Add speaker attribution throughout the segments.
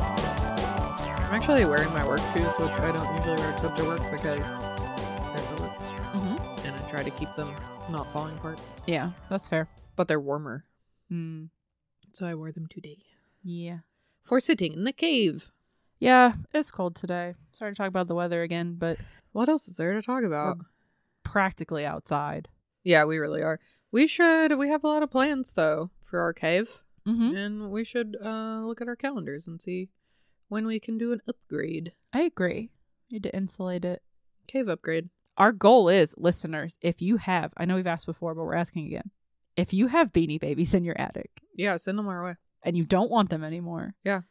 Speaker 1: I'm actually wearing my work shoes, which I don't usually wear except to work because they're for work,
Speaker 2: Mhm.
Speaker 1: and I try to keep them not falling apart.
Speaker 2: Yeah, that's fair.
Speaker 1: But they're warmer, Hmm.
Speaker 2: Mm,
Speaker 1: so I wore them today
Speaker 2: yeah.
Speaker 1: for sitting in the cave.
Speaker 2: Yeah, it's cold today. Sorry to talk about the weather again, but
Speaker 1: What else is there to talk about?
Speaker 2: practically outside.
Speaker 1: Yeah, we really are. We should. We have a lot of plans though for our cave,
Speaker 2: Mm-hmm.
Speaker 1: and we should uh, look at our calendars and see when we can do an upgrade,
Speaker 2: I agree. Need to insulate it.
Speaker 1: cave upgrade.
Speaker 2: Our goal is, listeners, if you have, I know we've asked before, but we're asking again. If you have beanie babies in your attic
Speaker 1: Yeah, send them our way.
Speaker 2: and you don't want them anymore,
Speaker 1: Yeah.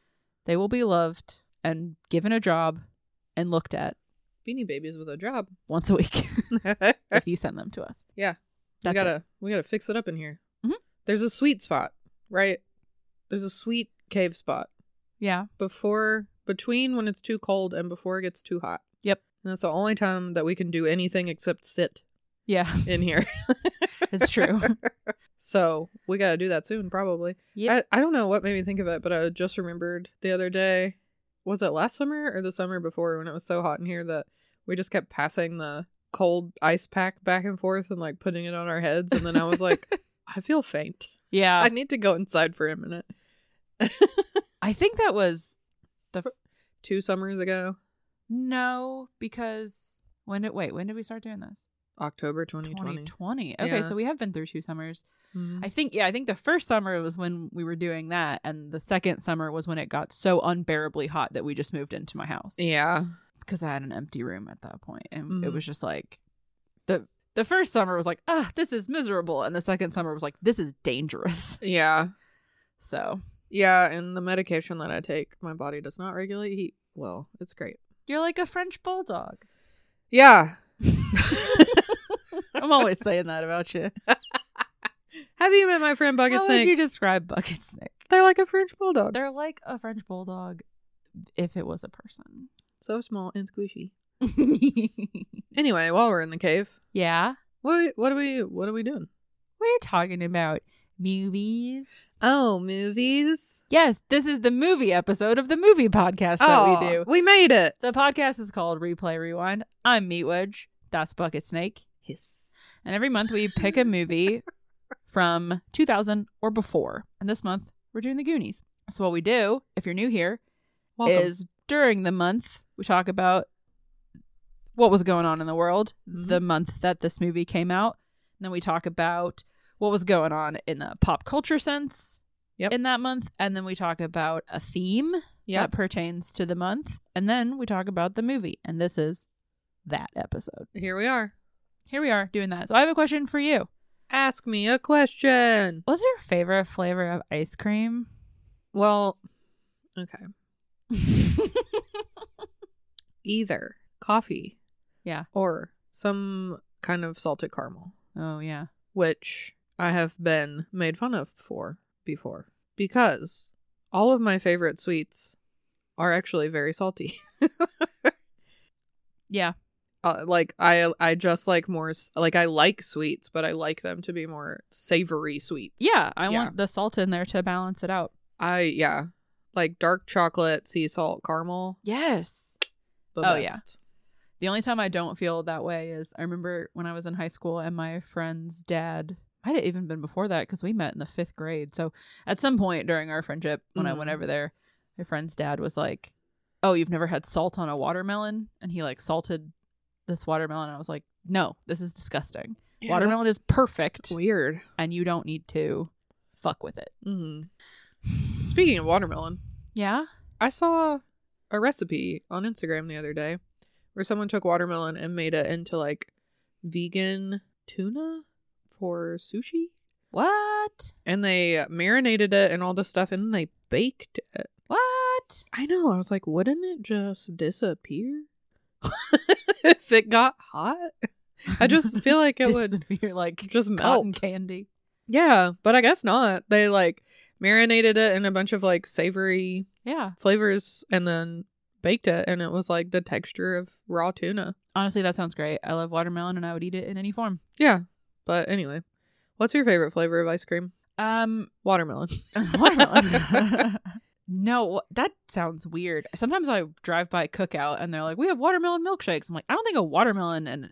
Speaker 2: they will be loved and given a job and looked at
Speaker 1: Beanie babies with a job.
Speaker 2: once a week if you send them to us.
Speaker 1: yeah,
Speaker 2: That's
Speaker 1: we gotta we gotta fix it up in here.
Speaker 2: Mhm.
Speaker 1: There's a sweet spot, right? There's a sweet cave spot
Speaker 2: Yeah.
Speaker 1: before between when it's too cold and before it gets too hot.
Speaker 2: Yep.
Speaker 1: And that's the only time that we can do anything except sit
Speaker 2: Yeah.
Speaker 1: in here.
Speaker 2: It's true.
Speaker 1: so we gotta do that soon, probably.
Speaker 2: Yeah.
Speaker 1: I, I don't know what made me think of it, but I just remembered the other day. Was it last summer or the summer before when it was so hot in here that we just kept passing the cold ice pack back and forth and like putting it on our heads? And then I was like, I feel faint.
Speaker 2: yeah.
Speaker 1: I need to go inside for a minute.
Speaker 2: I think that was the f-
Speaker 1: Two summers ago,
Speaker 2: no because when did wait when did we start doing this?
Speaker 1: October 2020.
Speaker 2: 2020. Okay,
Speaker 1: Yeah.
Speaker 2: so we have been through two summers.
Speaker 1: Mhm.
Speaker 2: I think yeah, I think the first summer was when we were doing that, and the second summer was when it got so unbearably hot that we just moved into my house
Speaker 1: Yeah.
Speaker 2: because I had an empty room at that point, and it
Speaker 1: Mhm.
Speaker 2: was just like the the first summer was like ah this is miserable, and the second summer was like this is dangerous.
Speaker 1: Yeah.
Speaker 2: So
Speaker 1: Yeah. And the medication that I take, my body does not regulate heat. Well, it's great.
Speaker 2: you're like a French bulldog.
Speaker 1: Yeah.
Speaker 2: I'm always saying that about you.
Speaker 1: Have you met my friend Bucket
Speaker 2: How
Speaker 1: Snake?
Speaker 2: would you describe bucket snake?
Speaker 1: They're like a French bulldog.
Speaker 2: They're like a French bulldog if it was a person.
Speaker 1: so small and squishy. Anyway, while we're in the cave,
Speaker 2: yeah.
Speaker 1: what what are we what are we doing?
Speaker 2: We're talking about movies.
Speaker 1: Oh, movies.
Speaker 2: Yes, this is the movie episode of the movie podcast that
Speaker 1: oh,
Speaker 2: we do.
Speaker 1: We made it.
Speaker 2: The podcast is called Replay Rewind. I'm Meatwedge. That's Bucket Snake.
Speaker 1: Hiss.
Speaker 2: And every month we pick a movie from 2000 or before. And this month we're doing The Goonies. So what we do, if you're new here,
Speaker 1: Welcome.
Speaker 2: is during the month we talk about what was going on in the world
Speaker 1: Mm-hmm.
Speaker 2: the month that this movie came out and then we talk about what was going on in the pop culture sense
Speaker 1: Yep.
Speaker 2: in that month and then we talk about a theme that
Speaker 1: Yep.
Speaker 2: pertains to the month and then we talk about the movie and this is that episode
Speaker 1: Here we are.
Speaker 2: here we are doing that so i have a question for you
Speaker 1: Ask me a question.
Speaker 2: what's your favorite flavor of ice cream
Speaker 1: Well, okay. Either coffee
Speaker 2: yeah
Speaker 1: or some kind of salted caramel,
Speaker 2: oh yeah
Speaker 1: which I have been made fun of for before because all of my favorite sweets are actually very salty.
Speaker 2: yeah
Speaker 1: uh, like I I just like more s- like I like sweets, but I like them to be more savory sweets.
Speaker 2: yeah i
Speaker 1: Yeah.
Speaker 2: want the salt in there to balance it out
Speaker 1: I yeah, like dark chocolate, sea salt, caramel.
Speaker 2: yes
Speaker 1: The
Speaker 2: Oh, yeah.
Speaker 1: best.
Speaker 2: The only time I don't feel that way is I remember when I was in high school and my friend's dad might have even been before that because we met in the fifth grade. So at some point during our friendship, when I went
Speaker 1: Mhm.
Speaker 2: over there, my friend's dad was like, "Oh, you've never had salt on a watermelon?" And he like salted this watermelon. And I was like, "No, this is disgusting.
Speaker 1: Yeah,
Speaker 2: watermelon
Speaker 1: that's
Speaker 2: is perfect,
Speaker 1: weird.
Speaker 2: and you don't need to fuck with it."
Speaker 1: Mm. Speaking of watermelon,
Speaker 2: Yeah.
Speaker 1: I saw a recipe on Instagram the other day where someone took watermelon and made it into like vegan tuna for sushi.
Speaker 2: What?
Speaker 1: And they marinated it and all this stuff and then they baked it.
Speaker 2: What?
Speaker 1: I know. I was like, wouldn't it just disappear if it got hot? I just feel like it would
Speaker 2: Disappear like
Speaker 1: just
Speaker 2: cotton
Speaker 1: melt.
Speaker 2: candy.
Speaker 1: Yeah, but I guess not. They like marinated it in a bunch of like savory
Speaker 2: Yeah.
Speaker 1: flavors and then baked it and it was like the texture of raw tuna.
Speaker 2: Honestly, that sounds great. I love watermelon and I would eat it in any form.
Speaker 1: Yeah. But anyway, what's your favorite flavor of ice cream?
Speaker 2: Um
Speaker 1: Watermelon.
Speaker 2: watermelon. no, that sounds weird. Sometimes I drive by a cookout and they're like, "We have watermelon milkshakes." I'm like, "I don't think a watermelon and Like,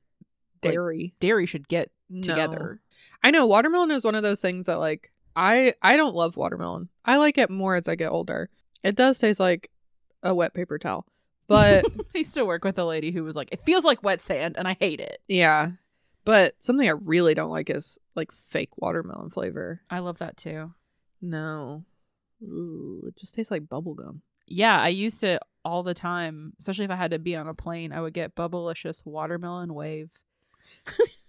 Speaker 1: Dairy.
Speaker 2: dairy should get
Speaker 1: No.
Speaker 2: together."
Speaker 1: I know watermelon is one of those things that like I I don't love watermelon. I like it more as I get older. It does taste like a wet paper towel. But
Speaker 2: I used to work with a lady who was like, "It feels like wet sand and I hate it."
Speaker 1: yeah. But something I really don't like is like fake watermelon flavor.
Speaker 2: I love that too.
Speaker 1: No. Ooh, it just tastes like bubblegum.
Speaker 2: Yeah, I used to all the time, especially if I had to be on a plane, I would get Bubblicious watermelon wave.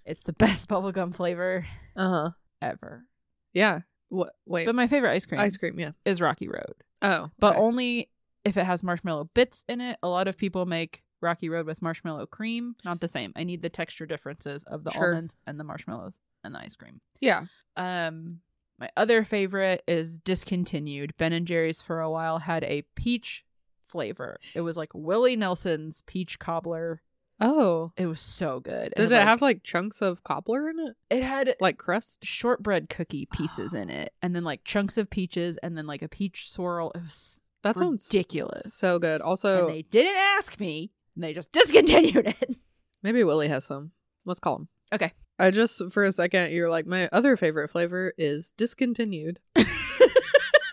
Speaker 2: it's the best bubblegum flavor
Speaker 1: Uh huh.
Speaker 2: ever.
Speaker 1: Yeah. What? Wait.
Speaker 2: But my favorite ice cream
Speaker 1: ice cream. Yeah.
Speaker 2: is Rocky Road.
Speaker 1: Oh.
Speaker 2: But
Speaker 1: okay.
Speaker 2: only if it has marshmallow bits in it. A lot of people make Rocky Road with marshmallow cream. Not the same. I need the texture differences of the
Speaker 1: Sure.
Speaker 2: almonds and the marshmallows and the ice cream.
Speaker 1: yeah.
Speaker 2: Um, my other favorite is discontinued. Ben and Jerry's for a while had a peach flavor. It was like Willie Nelson's peach cobbler.
Speaker 1: Oh.
Speaker 2: It was so good.
Speaker 1: Does it
Speaker 2: had,
Speaker 1: have like chunks of cobbler in it?
Speaker 2: It had
Speaker 1: Like crust?
Speaker 2: shortbread cookie pieces in it, and then like chunks of peaches, and then like a peach swirl. It was
Speaker 1: That sounds
Speaker 2: ridiculous.
Speaker 1: so good. Also,
Speaker 2: and they didn't ask me, and they just discontinued it.
Speaker 1: maybe Willie has some. Let's call him.
Speaker 2: Okay.
Speaker 1: I just for a second you're like my other favorite flavor is discontinued.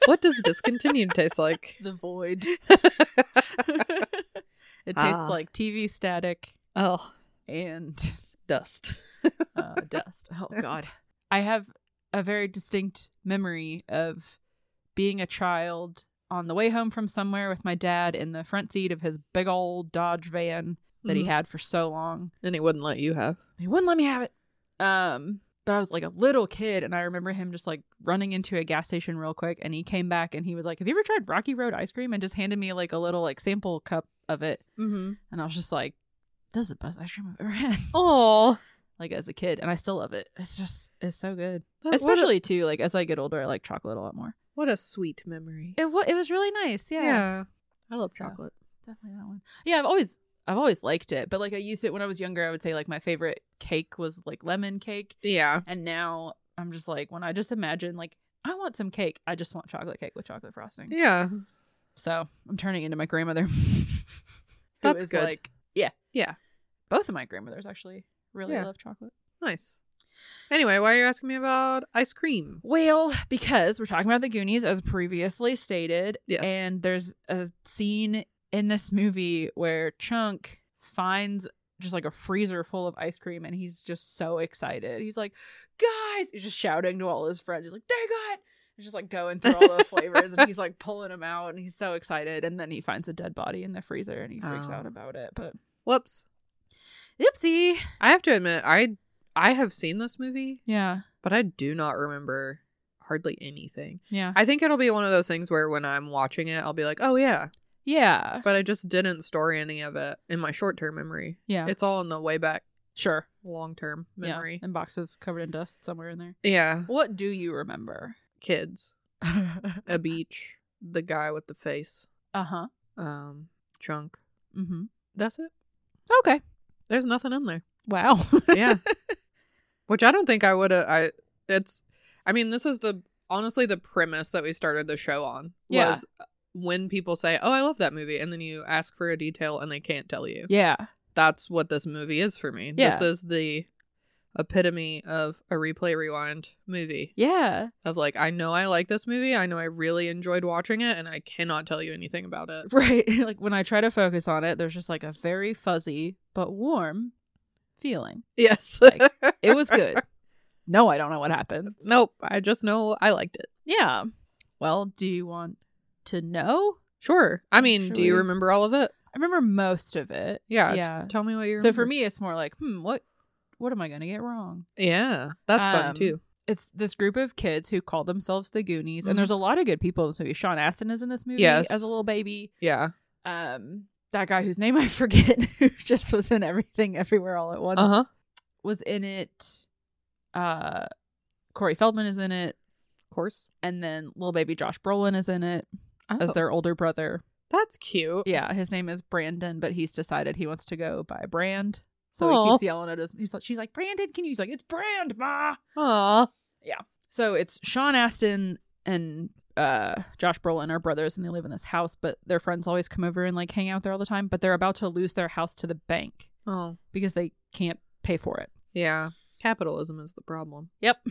Speaker 1: what does discontinued taste like?
Speaker 2: the void. it tastes
Speaker 1: Ah.
Speaker 2: like TV static
Speaker 1: oh,
Speaker 2: and
Speaker 1: dust.
Speaker 2: uh, dust. Oh God, I have a very distinct memory of being a child on the way home from somewhere with my dad in the front seat of his big old Dodge van that he
Speaker 1: Mhm.
Speaker 2: had for so long.
Speaker 1: And he wouldn't let you have.
Speaker 2: He wouldn't let me have it. Um, but I was like a little kid, and I remember him just like running into a gas station real quick, and he came back and he was like, "Have you ever tried Rocky Road ice cream?" and just handed me like a little like sample cup of it,
Speaker 1: Mm-hmm.
Speaker 2: and I was just like, "This is the best ice cream I've ever had."
Speaker 1: Oh,
Speaker 2: like as a kid, and I still love it. It's just it's so good especially too like as i get older i like chocolate a lot more
Speaker 1: What a sweet memory.
Speaker 2: it, wa it was really nice yeah,
Speaker 1: I love
Speaker 2: So.
Speaker 1: chocolate.
Speaker 2: definitely that one yeah i've always i've always liked it but like i used it when i was younger i would say like my favorite cake was like lemon cake
Speaker 1: Yeah.
Speaker 2: and now i'm just like when i just imagine like i want some cake i just want chocolate cake with chocolate frosting
Speaker 1: Yeah.
Speaker 2: so i'm turning into my grandmother who
Speaker 1: That's
Speaker 2: is,
Speaker 1: good.
Speaker 2: like yeah
Speaker 1: Yeah.
Speaker 2: both of my grandmothers actually really
Speaker 1: Yeah.
Speaker 2: love chocolate
Speaker 1: Nice. Anyway, why are you asking me about ice cream?
Speaker 2: Well, because we're talking about the Goonies as previously stated.
Speaker 1: Yes.
Speaker 2: And there's a scene in this movie where Chunk finds just like a freezer full of ice cream and he's just so excited. He's like, guys, he's just shouting to all his friends. He's like, they got He's just like going through all the flavors and he's like pulling them out and he's so excited. And then he finds a dead body in the freezer and he freaks
Speaker 1: Oh.
Speaker 2: out about it. But
Speaker 1: Whoops.
Speaker 2: oopsie.
Speaker 1: I have to admit, I I have seen this movie,
Speaker 2: Yeah.
Speaker 1: but I do not remember hardly anything.
Speaker 2: Yeah.
Speaker 1: I think it'll be one of those things where when I'm watching it, I'll be like, "Oh yeah,"
Speaker 2: Yeah.
Speaker 1: but I just didn't store any of it in my short-term memory.
Speaker 2: Yeah.
Speaker 1: It's all in the way back
Speaker 2: sure.
Speaker 1: long-term
Speaker 2: Yeah.
Speaker 1: memory.
Speaker 2: And boxes covered in dust somewhere in there.
Speaker 1: Yeah.
Speaker 2: What do you remember?
Speaker 1: Kids,
Speaker 2: uh
Speaker 1: a beach, the guy with the face,
Speaker 2: huh.
Speaker 1: um, chunk.
Speaker 2: Uh-huh. Mm-hmm.
Speaker 1: That's it.
Speaker 2: Okay.
Speaker 1: There's nothing in there.
Speaker 2: Wow.
Speaker 1: yeah which i don't think i would have i it's i mean this is the honestly the premise that we started the show on
Speaker 2: Yeah.
Speaker 1: was uh, when people say oh i love that movie and then you ask for a detail and they can't tell you
Speaker 2: yeah.
Speaker 1: that's what this movie is for me this
Speaker 2: Yeah.
Speaker 1: is the epitome of a replay rewind movie
Speaker 2: Yeah.
Speaker 1: of like i know i like this movie i know i really enjoyed watching it and i cannot tell you anything about it
Speaker 2: Right. like when I try to focus on it, there's just like a very fuzzy but warm feeling.
Speaker 1: yes
Speaker 2: Like, It was good. No, I don't know what happened.
Speaker 1: nope i just know i liked it
Speaker 2: Yeah. Well, do you want to know.
Speaker 1: Sure. I
Speaker 2: I'm
Speaker 1: mean,
Speaker 2: sure
Speaker 1: do you
Speaker 2: we-
Speaker 1: remember all of it?
Speaker 2: I remember most of it.
Speaker 1: Yeah. t-
Speaker 2: yeah.
Speaker 1: Tell me what you.
Speaker 2: So for
Speaker 1: remember.
Speaker 2: me, it's more like, hmm, what, what am I gonna get wrong?
Speaker 1: yeah, that's fun
Speaker 2: Um,
Speaker 1: too.
Speaker 2: It's this group of kids who call themselves the Goonies,
Speaker 1: Mhm.
Speaker 2: and there's a lot of good people in this movie. Sean Astin is in this movie
Speaker 1: Yes.
Speaker 2: as a little baby.
Speaker 1: Yeah.
Speaker 2: um that guy whose name I forget who just was in everything everywhere all at once
Speaker 1: Uh-huh.
Speaker 2: was in it. Uh Corey Feldman is in it,
Speaker 1: Of course.
Speaker 2: and then little baby Josh Brolin is in it as
Speaker 1: Oh,
Speaker 2: their older brother.
Speaker 1: that's cute.
Speaker 2: Yeah, his name is Brandon, but he's decided he wants to go by Brand. So
Speaker 1: Aw.
Speaker 2: he keeps yelling at us. He's like, she's like, Brandon, can you? He's like, it's Brand, ma.
Speaker 1: Aw.
Speaker 2: So it's Sean Astin and uh, Josh Brolin are brothers, and they live in this house. But their friends always come over and like hang out there all the time. But they're about to lose their house to the bank,
Speaker 1: Oh.
Speaker 2: because they can't pay for it.
Speaker 1: Yeah. Capitalism is the problem.
Speaker 2: Yep.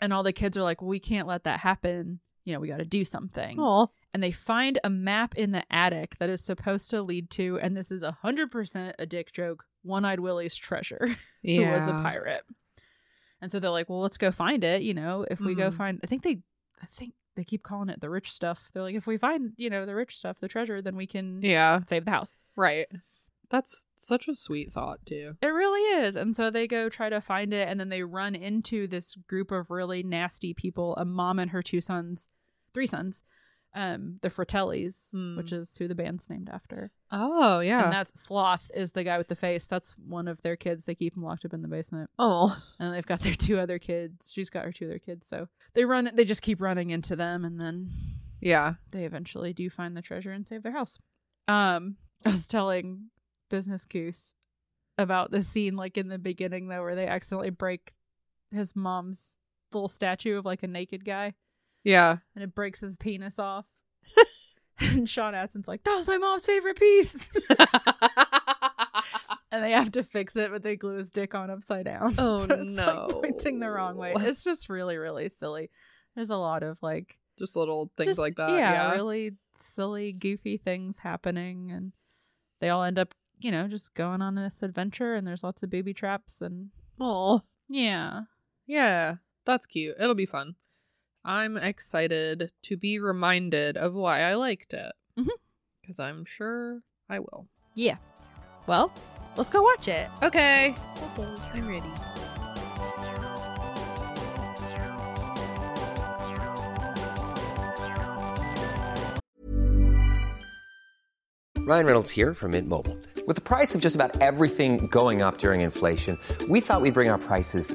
Speaker 2: And all the kids are like, well, we can't let that happen. You know, we got to do something.
Speaker 1: Oh.
Speaker 2: And they find a map in the attic that is supposed to lead to, and this is 100% a dick joke, One Eyed Willie's treasure,
Speaker 1: Yeah.
Speaker 2: who was a pirate. And so they're like, well, let's go find it. You know, if we go
Speaker 1: Mhm.
Speaker 2: find, I think they, I think they keep calling it the rich stuff. They're like, if we find, you know, the rich stuff, the treasure, then we can
Speaker 1: Yeah.
Speaker 2: save the house.
Speaker 1: Right. That's such a sweet thought too.
Speaker 2: It really is. And so they go try to find it, and then they run into this group of really nasty people a mom and her two sons, three sons, um, the Fratellis,
Speaker 1: Hmm.
Speaker 2: which is who the band's named after.
Speaker 1: Oh yeah.
Speaker 2: And that's Sloth is the guy with the face. That's one of their kids. They keep him locked up in the basement.
Speaker 1: oh.
Speaker 2: And they've got their two other kids. She's got her two other kids. So they run, they just keep running into them, and then
Speaker 1: Yeah.
Speaker 2: they eventually do find the treasure and save their house. Um, I was telling Business Goose about the scene, like in the beginning, though, where they accidentally break his mom's little statue of like a naked guy,
Speaker 1: Yeah.
Speaker 2: and it breaks his penis off. and Sean Astin's like, "That was my mom's favorite piece," and they have to fix it, but they glue his dick on upside down.
Speaker 1: Oh,
Speaker 2: so it's
Speaker 1: no.
Speaker 2: like pointing the wrong way. It's just really, really silly. There's a lot of like
Speaker 1: Just little things
Speaker 2: just,
Speaker 1: like that.
Speaker 2: Yeah,
Speaker 1: Yeah.
Speaker 2: really silly, goofy things happening, and they all end up, you know, just going on this adventure. And there's lots of booby traps, and
Speaker 1: Oh.
Speaker 2: yeah,
Speaker 1: Yeah. That's cute. It'll be fun. I'm excited to be reminded of why I liked it.
Speaker 2: Mhm.
Speaker 1: Because I'm sure I will.
Speaker 2: yeah. Well, let's go watch it.
Speaker 1: Okay. Okay. I'm ready.
Speaker 3: Ryan Reynolds here from Mint Mobile. With the price of just about everything going up during inflation, we thought we'd bring our prices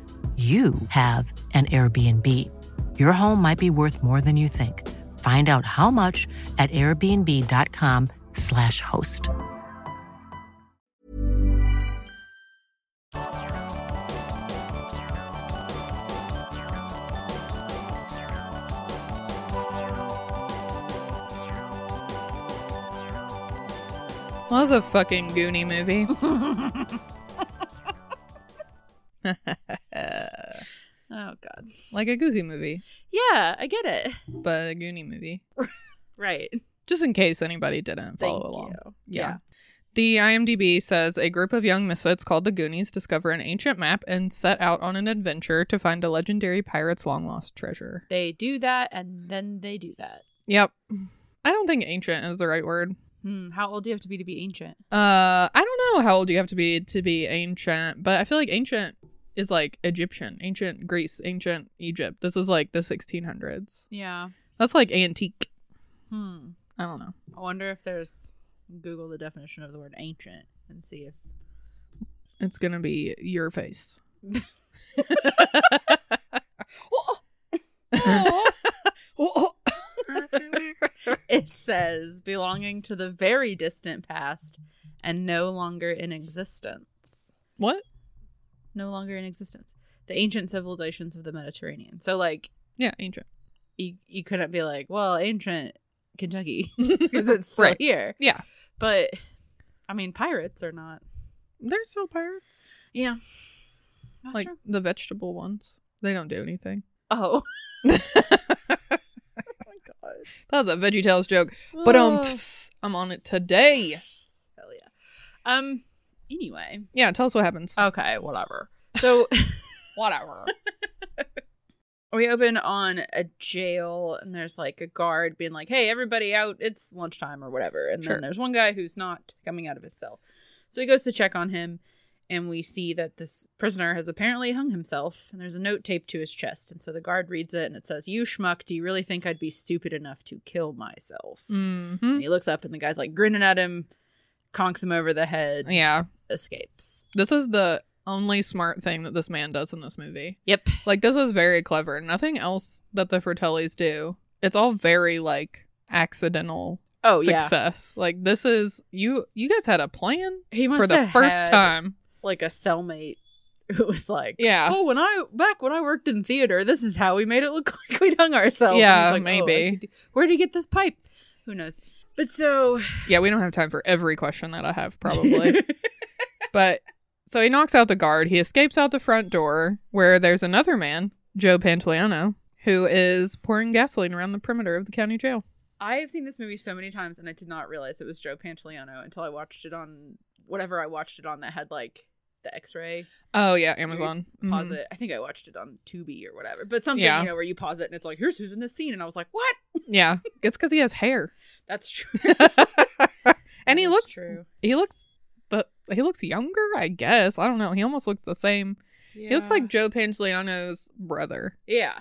Speaker 4: you have an Airbnb. Your home might be worth more than you think. Find out how much at airbnb.com/slash host.
Speaker 1: Well, that was a fucking Goonie movie.
Speaker 2: Oh God.
Speaker 1: like a Goofy movie,
Speaker 2: Yeah, I get it.
Speaker 1: but a Goonie movie.
Speaker 2: Right.
Speaker 1: Just in case anybody didn't follow
Speaker 2: Thank
Speaker 1: along.
Speaker 2: you.
Speaker 1: Yeah. The IMDb says a group of young misfits called the Goonies discover an ancient map and set out on an adventure to find a legendary pirate's long lost treasure.
Speaker 2: They do that, and then they do that.
Speaker 1: Yep. I don't think ancient is the right word.
Speaker 2: Hmm. How old do you have to be to be ancient?
Speaker 1: Uh, I don't know how old you have to be to be ancient, but I feel like ancient is like Egyptian, ancient Greece, ancient Egypt. This is like the 1600s.
Speaker 2: Yeah.
Speaker 1: That's like antique.
Speaker 2: Hmm.
Speaker 1: I don't know.
Speaker 2: I wonder if there's Google the definition of the word ancient and see if
Speaker 1: It's gonna be your face.
Speaker 2: Oh, it says belonging to the very distant past and no longer in existence.
Speaker 1: what?
Speaker 2: No longer in existence. The ancient civilizations of the Mediterranean. So like
Speaker 1: Yeah, ancient.
Speaker 2: you, you couldn't be like, well, ancient Kentucky because it's still
Speaker 1: Right.
Speaker 2: here.
Speaker 1: Yeah,
Speaker 2: But I mean, pirates are not.
Speaker 1: they're still pirates.
Speaker 2: Yeah, that's
Speaker 1: like
Speaker 2: true.
Speaker 1: the vegetable ones, they don't do anything.
Speaker 2: Oh, oh my god.
Speaker 1: That was a Veggie Tales joke, but um, I'm on it today.
Speaker 2: Hell yeah. Um. Anyway.
Speaker 1: Yeah, tell us what happens.
Speaker 2: Okay. Whatever. So
Speaker 1: Whatever.
Speaker 2: we open on a jail, and there's like a guard being like, "Hey, everybody out! It's lunchtime or whatever." And
Speaker 1: Sure.
Speaker 2: then there's one guy who's not coming out of his cell, so he goes to check on him, and we see that this prisoner has apparently hung himself, and there's a note taped to his chest, and so the guard reads it, and it says, "You schmuck, do you really think I'd be stupid enough to kill myself?"
Speaker 1: hmm
Speaker 2: And he looks up, and the guy's like grinning at him, conks him over the head,
Speaker 1: Yeah,
Speaker 2: escapes.
Speaker 1: this is the only smart thing that this man does in this movie.
Speaker 2: Yep.
Speaker 1: Like this is very clever. Nothing else that the Fratellis do. It's all very like accidental
Speaker 2: Oh yeah.
Speaker 1: success. Like this is you you guys had a plan
Speaker 2: He
Speaker 1: for
Speaker 2: must
Speaker 1: the
Speaker 2: have
Speaker 1: first
Speaker 2: had,
Speaker 1: time.
Speaker 2: like a cellmate who was like,
Speaker 1: Yeah.
Speaker 2: Oh, when I back when I worked in theater, this is how we made it look like we'd hung ourselves. And
Speaker 1: Yeah,
Speaker 2: he's like, "Oh, I
Speaker 1: maybe.
Speaker 2: could do- Where did he get this pipe? Who knows? But so
Speaker 1: Yeah, we don't have time for every question that I have probably. but so he knocks out the guard. He escapes out the front door where there's another man, Joe Pantoliano, who is pouring gasoline around the perimeter of the county jail.
Speaker 2: I have seen this movie so many times, and I did not realize it was Joe Pantoliano until I watched it on whatever I watched it on that had like the X-ray.
Speaker 1: Oh yeah, Amazon.
Speaker 2: Pause
Speaker 1: Mhm.
Speaker 2: it. I think I watched it on Tubi or whatever. But something
Speaker 1: Yeah.
Speaker 2: you know where you pause it and it's like, here's who's in this scene, and I was like, what?
Speaker 1: Mm-hmm. Yeah, it's because he has hair,
Speaker 2: That's true. That
Speaker 1: and he
Speaker 2: is
Speaker 1: looks
Speaker 2: true.
Speaker 1: he looks but he looks younger. I guess I don't know. He almost looks the same. He looks like Joe Pantoliano's brother.
Speaker 2: yeah.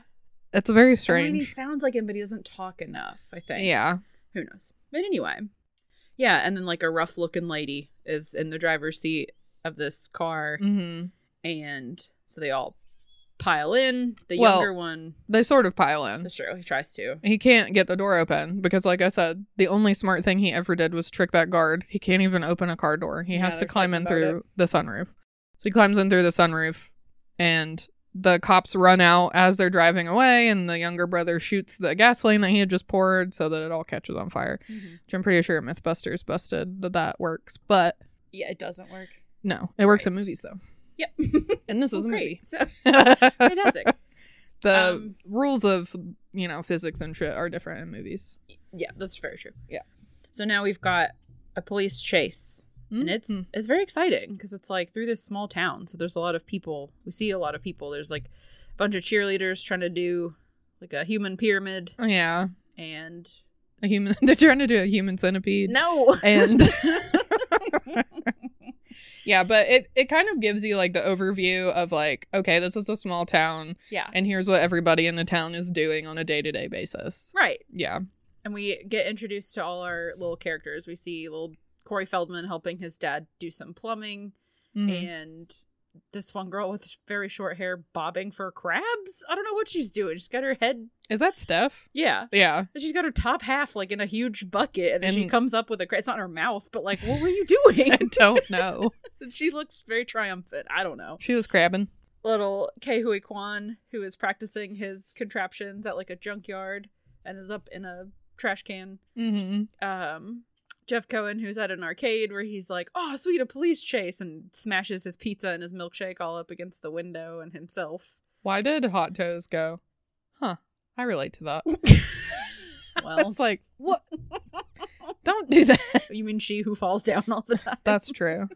Speaker 1: It's very
Speaker 2: I mean, he
Speaker 1: strange.
Speaker 2: sounds like him, but he doesn't talk enough. I think.
Speaker 1: Yeah.
Speaker 2: Who knows? But anyway, yeah. And then like a rough-looking lady is in the driver's seat of this car,
Speaker 1: hmm
Speaker 2: and so they all pile in. The
Speaker 1: Well- mm.
Speaker 2: younger one,
Speaker 1: They sort of pile in.
Speaker 2: that's true. He tries to.
Speaker 1: He can't get the door open because, like I said, the only smart thing he ever did was trick that guard. He can't even open a car door. He
Speaker 2: Yeah,
Speaker 1: has to
Speaker 2: there's
Speaker 1: climb in
Speaker 2: something about
Speaker 1: through the sunroof. So he climbs in through the sunroof, and the cops run out as they're driving away. And the younger brother shoots the gasoline that he had just poured so that it all catches on fire. Which I'm pretty sure MythBusters busted that that works, but
Speaker 2: Yeah, it doesn't work.
Speaker 1: no, it works in
Speaker 2: Right.
Speaker 1: movies though.
Speaker 2: Yep.
Speaker 1: And this
Speaker 2: Well,
Speaker 1: is a movie.
Speaker 2: great. So
Speaker 1: the
Speaker 2: fantastic. Um,
Speaker 1: rules of you know physics and shit are different in movies.
Speaker 2: yeah, that's very true.
Speaker 1: Yeah.
Speaker 2: So now we've got a police chase. and it's
Speaker 1: Mhm.
Speaker 2: it's very exciting because it's like through this small town so there's a lot of people we see a lot of people there's like a bunch of cheerleaders trying to do like a human pyramid
Speaker 1: yeah.
Speaker 2: and
Speaker 1: a human they're trying to do a human centipede
Speaker 2: no
Speaker 1: and yeah but it it kind of gives you like the overview of like okay this is a small town
Speaker 2: yeah
Speaker 1: and here's what everybody in the town is doing on a day-to-day basis
Speaker 2: right
Speaker 1: yeah
Speaker 2: and we get introduced to all our little characters we see little corey feldman helping his dad do some plumbing
Speaker 1: Mhm.
Speaker 2: and this one girl with very short hair bobbing for crabs i don't know what she's doing she's got her head
Speaker 1: is that steph
Speaker 2: yeah
Speaker 1: yeah
Speaker 2: And she's got her top half like in a huge bucket, and then she
Speaker 1: And-
Speaker 2: comes up with a. cra- It's not in her mouth, but like, what were you doing?
Speaker 1: i don't know
Speaker 2: And she looks very triumphant. I don't know.
Speaker 1: she was crabbing
Speaker 2: Little Kehui Kwan, who is practicing his contraptions at like a junkyard, and is up in a trash can.
Speaker 1: hmm
Speaker 2: Um, Jeff Cohen, who's at an arcade where he's like, "Oh, sweet, a police chase!" and smashes his pizza and his milkshake all up against the window and himself.
Speaker 1: why did hot toes go huh i relate to that
Speaker 2: Well,
Speaker 1: it's like what don't do that
Speaker 2: you mean she who falls down all the time?
Speaker 1: that's true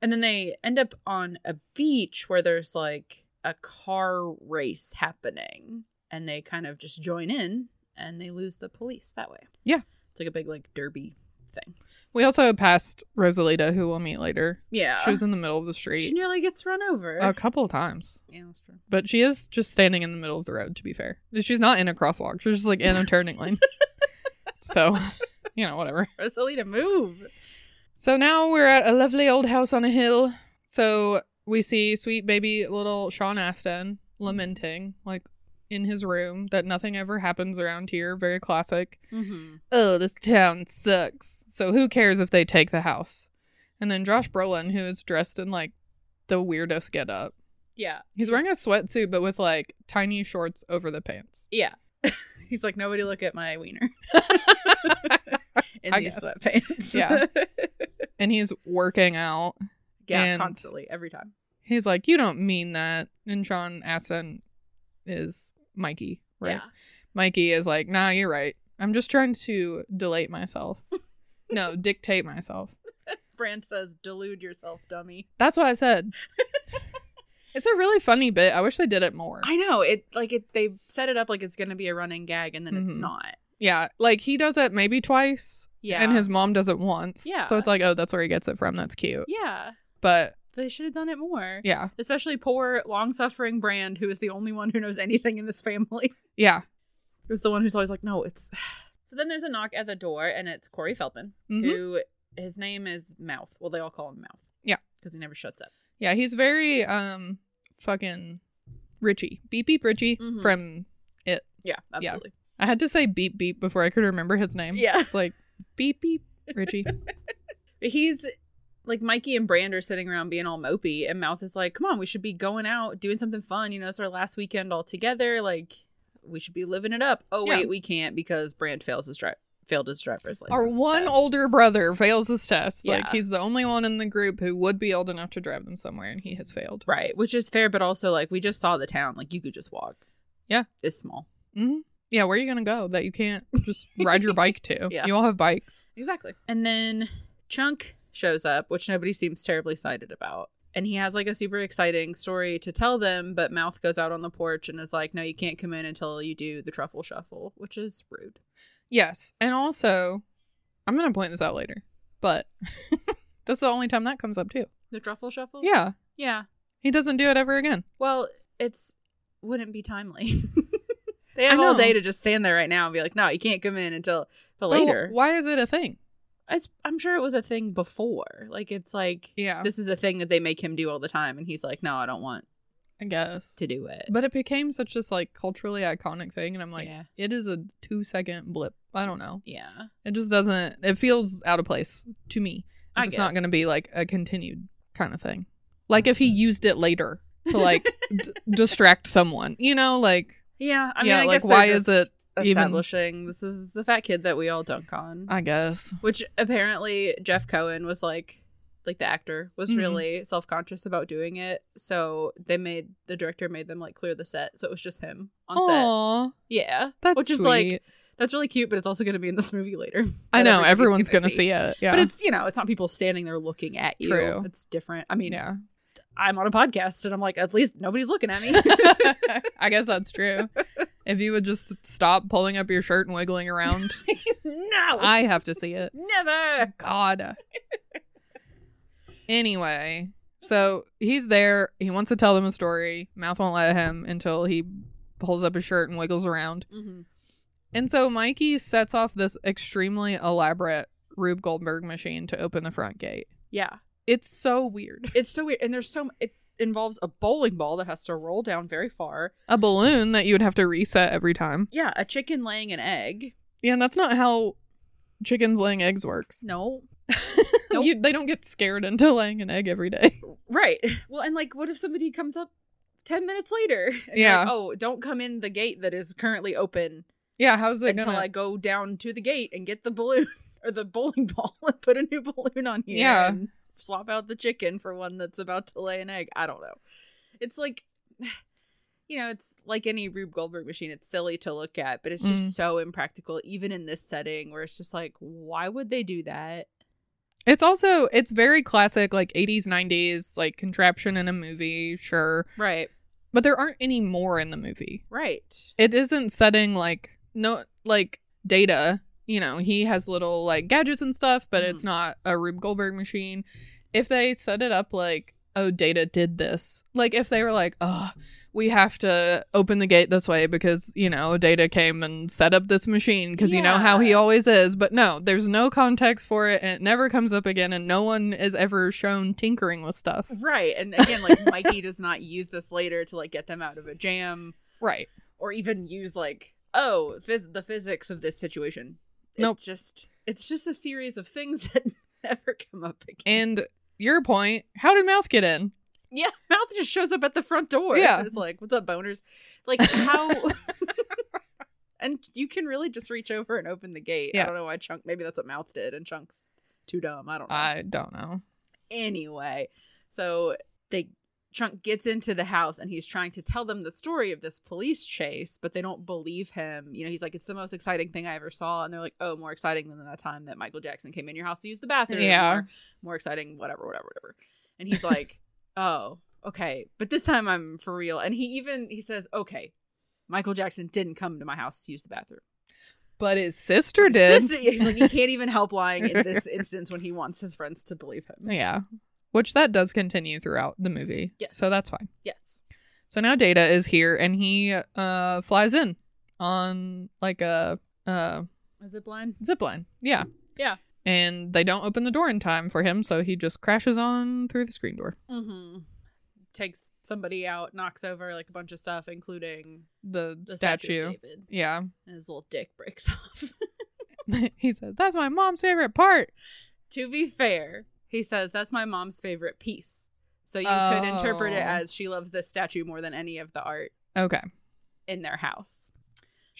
Speaker 2: And then they end up on a beach where there's like a car race happening. And they kind of just join in and they lose the police that way.
Speaker 1: Yeah.
Speaker 2: It's like a big like derby thing.
Speaker 1: we also passed rosalita who we'll meet later
Speaker 2: Yeah.
Speaker 1: she was in the middle of the
Speaker 2: She
Speaker 1: street
Speaker 2: nearly gets run over.
Speaker 1: A couple of times.
Speaker 2: Yeah, that's true.
Speaker 1: But she is just standing in the middle of the road, to be fair. She's not in a crosswalk. She's just like in a turning lane. So, you know, whatever.
Speaker 2: Rosalita, move.
Speaker 1: So now we're at a lovely old house on a hill So we see sweet baby little Sean Aston lamenting, like in his room, that nothing ever happens around here. Very classic.
Speaker 2: Mm-hmm.
Speaker 1: Oh, this town sucks. So who cares if they take the house? And then Josh Brolin, who is dressed in like the weirdest getup.
Speaker 2: Yeah.
Speaker 1: He's wearing a sweatsuit, but with like tiny shorts over the pants.
Speaker 2: Yeah. He's like, nobody look at my wiener in
Speaker 1: I
Speaker 2: these
Speaker 1: guess.
Speaker 2: sweatpants.
Speaker 1: Yeah. and he's working out.
Speaker 2: yeah,
Speaker 1: And-
Speaker 2: constantly, every time.
Speaker 1: He's like, You don't mean that. And Sean Aston is Mikey, right?
Speaker 2: Yeah.
Speaker 1: Mikey is like, Nah, you're right. I'm just trying to delate myself. no, dictate myself.
Speaker 2: Brand says, delude yourself, dummy.
Speaker 1: That's what I said. it's a really funny bit. I wish they did it more.
Speaker 2: I know. It like it they set it up like it's gonna be a running gag and then it's
Speaker 1: Mhm.
Speaker 2: not.
Speaker 1: yeah. Like he does it maybe twice.
Speaker 2: Yeah.
Speaker 1: And his mom does it once.
Speaker 2: Yeah.
Speaker 1: So it's like, oh, that's where he gets it from. That's cute.
Speaker 2: Yeah.
Speaker 1: But
Speaker 2: They should have done it more.
Speaker 1: yeah.
Speaker 2: Especially poor, long suffering Brand, who is the only one who knows anything in this family.
Speaker 1: Yeah.
Speaker 2: is the one who's always like, no, it's. So then there's a knock at the door, and it's Corey Feldman,
Speaker 1: Mhm.
Speaker 2: who his name is Mouth. Well, they all call him Mouth.
Speaker 1: Yeah.
Speaker 2: Because he never shuts up.
Speaker 1: Yeah. He's very um fucking Richie. Beep beep Richie
Speaker 2: Mhm.
Speaker 1: from it.
Speaker 2: Yeah,
Speaker 1: Yeah.
Speaker 2: absolutely.
Speaker 1: I had to say beep beep before I could remember his name.
Speaker 2: Yeah.
Speaker 1: It's like beep beep Richie.
Speaker 2: But He's like, Mikey and Brand are sitting around being all mopey, and Mouth is like, come on, we should be going out, doing something fun. You know, it's our last weekend all together. Like, we should be living it up. Oh,
Speaker 1: Yeah.
Speaker 2: wait, we can't because Brand fails his dri- failed his driver's license.
Speaker 1: Our one
Speaker 2: test.
Speaker 1: older brother fails his test. Like
Speaker 2: Yeah.
Speaker 1: he's the only one in the group who would be old enough to drive them somewhere and he has failed.
Speaker 2: Right, which is fair, but also, like, we just saw the town. Like, you could just walk.
Speaker 1: Yeah.
Speaker 2: It's small.
Speaker 1: hmm Yeah, where are you gonna go that you can't just ride your bike to?
Speaker 2: Yeah.
Speaker 1: You all have bikes.
Speaker 2: Exactly. And then Chunk shows up, which nobody seems terribly excited about. And he has like a super exciting story to tell them, but Mouth goes out on the porch and is like, no, you can't come in until you do the truffle shuffle, which is rude.
Speaker 1: Yes, and also, I'm gonna point this out later, but that's the only time that comes up too.
Speaker 2: The truffle shuffle?
Speaker 1: Yeah,
Speaker 2: Yeah.
Speaker 1: he doesn't do it ever again.
Speaker 2: Well, it's wouldn't be timely. they have
Speaker 1: I
Speaker 2: all
Speaker 1: know.
Speaker 2: day to just stand there right now and be like, no, you can't come in until
Speaker 1: But
Speaker 2: the
Speaker 1: wh-
Speaker 2: later.
Speaker 1: why is it a thing?
Speaker 2: It's, I'm sure it was a thing before. Like, it's like,
Speaker 1: Yeah.
Speaker 2: this is a thing that they make him do all the time. And he's like, no, I don't want
Speaker 1: I guess.
Speaker 2: to do it.
Speaker 1: But it became such this like culturally iconic thing, and I'm like,
Speaker 2: Yeah.
Speaker 1: it is a two second blip. I don't know.
Speaker 2: yeah.
Speaker 1: It just doesn't. It feels out of place to me. If
Speaker 2: I
Speaker 1: it's not
Speaker 2: guess.
Speaker 1: gonna be like a continued kind of thing. Like if he used it later to like d- distract someone, you know, like
Speaker 2: Yeah, I mean,
Speaker 1: Yeah,
Speaker 2: I
Speaker 1: like, why
Speaker 2: guess why
Speaker 1: is
Speaker 2: is it
Speaker 1: even-
Speaker 2: establishing this is the fat kid that we all dunk on,
Speaker 1: I guess.
Speaker 2: which apparently Jeff Cohen was like, like the actor was
Speaker 1: Mhm.
Speaker 2: really self conscious about doing it, so they made the director made them like clear the set, so it was just him on set.
Speaker 1: Aww,
Speaker 2: Yeah,
Speaker 1: that's
Speaker 2: which is
Speaker 1: sweet.
Speaker 2: like that's really cute, but it's also going to be in this movie later.
Speaker 1: I
Speaker 2: that
Speaker 1: know
Speaker 2: everybody's
Speaker 1: everyone's gonna, see. it. Yeah,
Speaker 2: But it's you know it's not people standing there looking at you.
Speaker 1: True.
Speaker 2: It's different. I mean,
Speaker 1: yeah.
Speaker 2: I'm on a podcast and I'm like at least nobody's looking at me.
Speaker 1: I guess that's true. If you would just stop pulling up your shirt and wiggling around,
Speaker 2: no,
Speaker 1: I have to see it.
Speaker 2: never.
Speaker 1: God. Anyway, so he's there. He wants to tell them a story. Mouth won't let him until he pulls up his shirt and wiggles around.
Speaker 2: Mm-hmm.
Speaker 1: And so Mikey sets off this extremely elaborate Rube Goldberg machine to open the front gate.
Speaker 2: Yeah.
Speaker 1: It's so weird.
Speaker 2: It's so weird, and there's so m- it involves a bowling ball that has to roll down very far.
Speaker 1: A balloon that you would have to reset every time.
Speaker 2: Yeah, a chicken laying an egg.
Speaker 1: Yeah, and that's not how chickens laying eggs works.
Speaker 2: No, Nope.
Speaker 1: You, they don't get scared into laying an egg every day.
Speaker 2: right. Well, and like, what if somebody comes up ten minutes later? And you're
Speaker 1: Yeah.
Speaker 2: like, oh, don't come in the gate that is currently open
Speaker 1: Yeah, how's it
Speaker 2: until
Speaker 1: gonna?
Speaker 2: I go down to the gate and get the balloon or the bowling ball and put a new balloon on here.
Speaker 1: Yeah.
Speaker 2: and swap out the chicken for one that's about to lay an egg. I don't know. It's like. You know, it's like any Rube Goldberg machine. It's silly to look at, but it's just
Speaker 1: Mm.
Speaker 2: so impractical, even in this setting where it's just like, why would they do that?
Speaker 1: It's also it's very classic like 80s 90s like contraption in a movie, sure,
Speaker 2: Right,
Speaker 1: but there aren't any more in the movie.
Speaker 2: right.
Speaker 1: It isn't setting like no like data, you know, he has little like gadgets and stuff, but it's not a Rube Goldberg machine. If they set it up like oh, data did this. Like if they were like, oh, we have to open the gate this way because, you know, data came and set up this machine because you know how he
Speaker 2: Yeah.
Speaker 1: always is. But no, there's no context for it and it never comes up again and no one is ever shown tinkering with stuff.
Speaker 2: Right. And again, like Mikey does not use this later to like get them out of a jam
Speaker 1: Right.
Speaker 2: or even use like, oh, phys- the physics of this situation.
Speaker 1: Nope.
Speaker 2: It's just it's just a series of things that never come up again.
Speaker 1: And your point, how did Mouth get in?
Speaker 2: yeah, Mouth just shows up at the front door.
Speaker 1: Yeah.
Speaker 2: It's like, what's up, boners? Like how And you can really just reach over and open the gate.
Speaker 1: Yeah.
Speaker 2: I don't know why Chunk maybe that's what Mouth did and Chunk's too dumb. I don't know.
Speaker 1: I don't know.
Speaker 2: anyway so they trunk gets into the house and he's trying to tell them the story of this police chase but they don't believe him you know he's like it's the most exciting thing i ever saw and they're like oh more exciting than that time that michael jackson came in your house to use the bathroom
Speaker 1: Yeah.
Speaker 2: or more exciting whatever whatever whatever and he's like oh okay but this time i'm for real and he even he says okay michael jackson didn't come to my house to use the bathroom
Speaker 1: But his sister did.
Speaker 2: Sister- he's like he can't even help lying in this instance when he wants his friends to believe him
Speaker 1: Yeah. Which that does continue throughout the movie.
Speaker 2: Yes.
Speaker 1: So that's fine.
Speaker 2: yes
Speaker 1: So now Data is here and he uh flies in on like a uh
Speaker 2: is it blind
Speaker 1: zip line. Yeah.
Speaker 2: Yeah.
Speaker 1: And they don't open the door in time for him, so he just crashes on through the screen door.
Speaker 2: Mm-hmm. Takes somebody out, knocks over like a bunch of stuff, including
Speaker 1: The,
Speaker 2: the statue,
Speaker 1: statue.
Speaker 2: of David,
Speaker 1: Yeah.
Speaker 2: and his little dick breaks off.
Speaker 1: he says, That's my mom's favorite part.
Speaker 2: to be fair, he says that's my mom's favorite piece. So you could interpret it
Speaker 1: Oh.
Speaker 2: as she loves this statue more than any of the art
Speaker 1: Okay.
Speaker 2: in their house.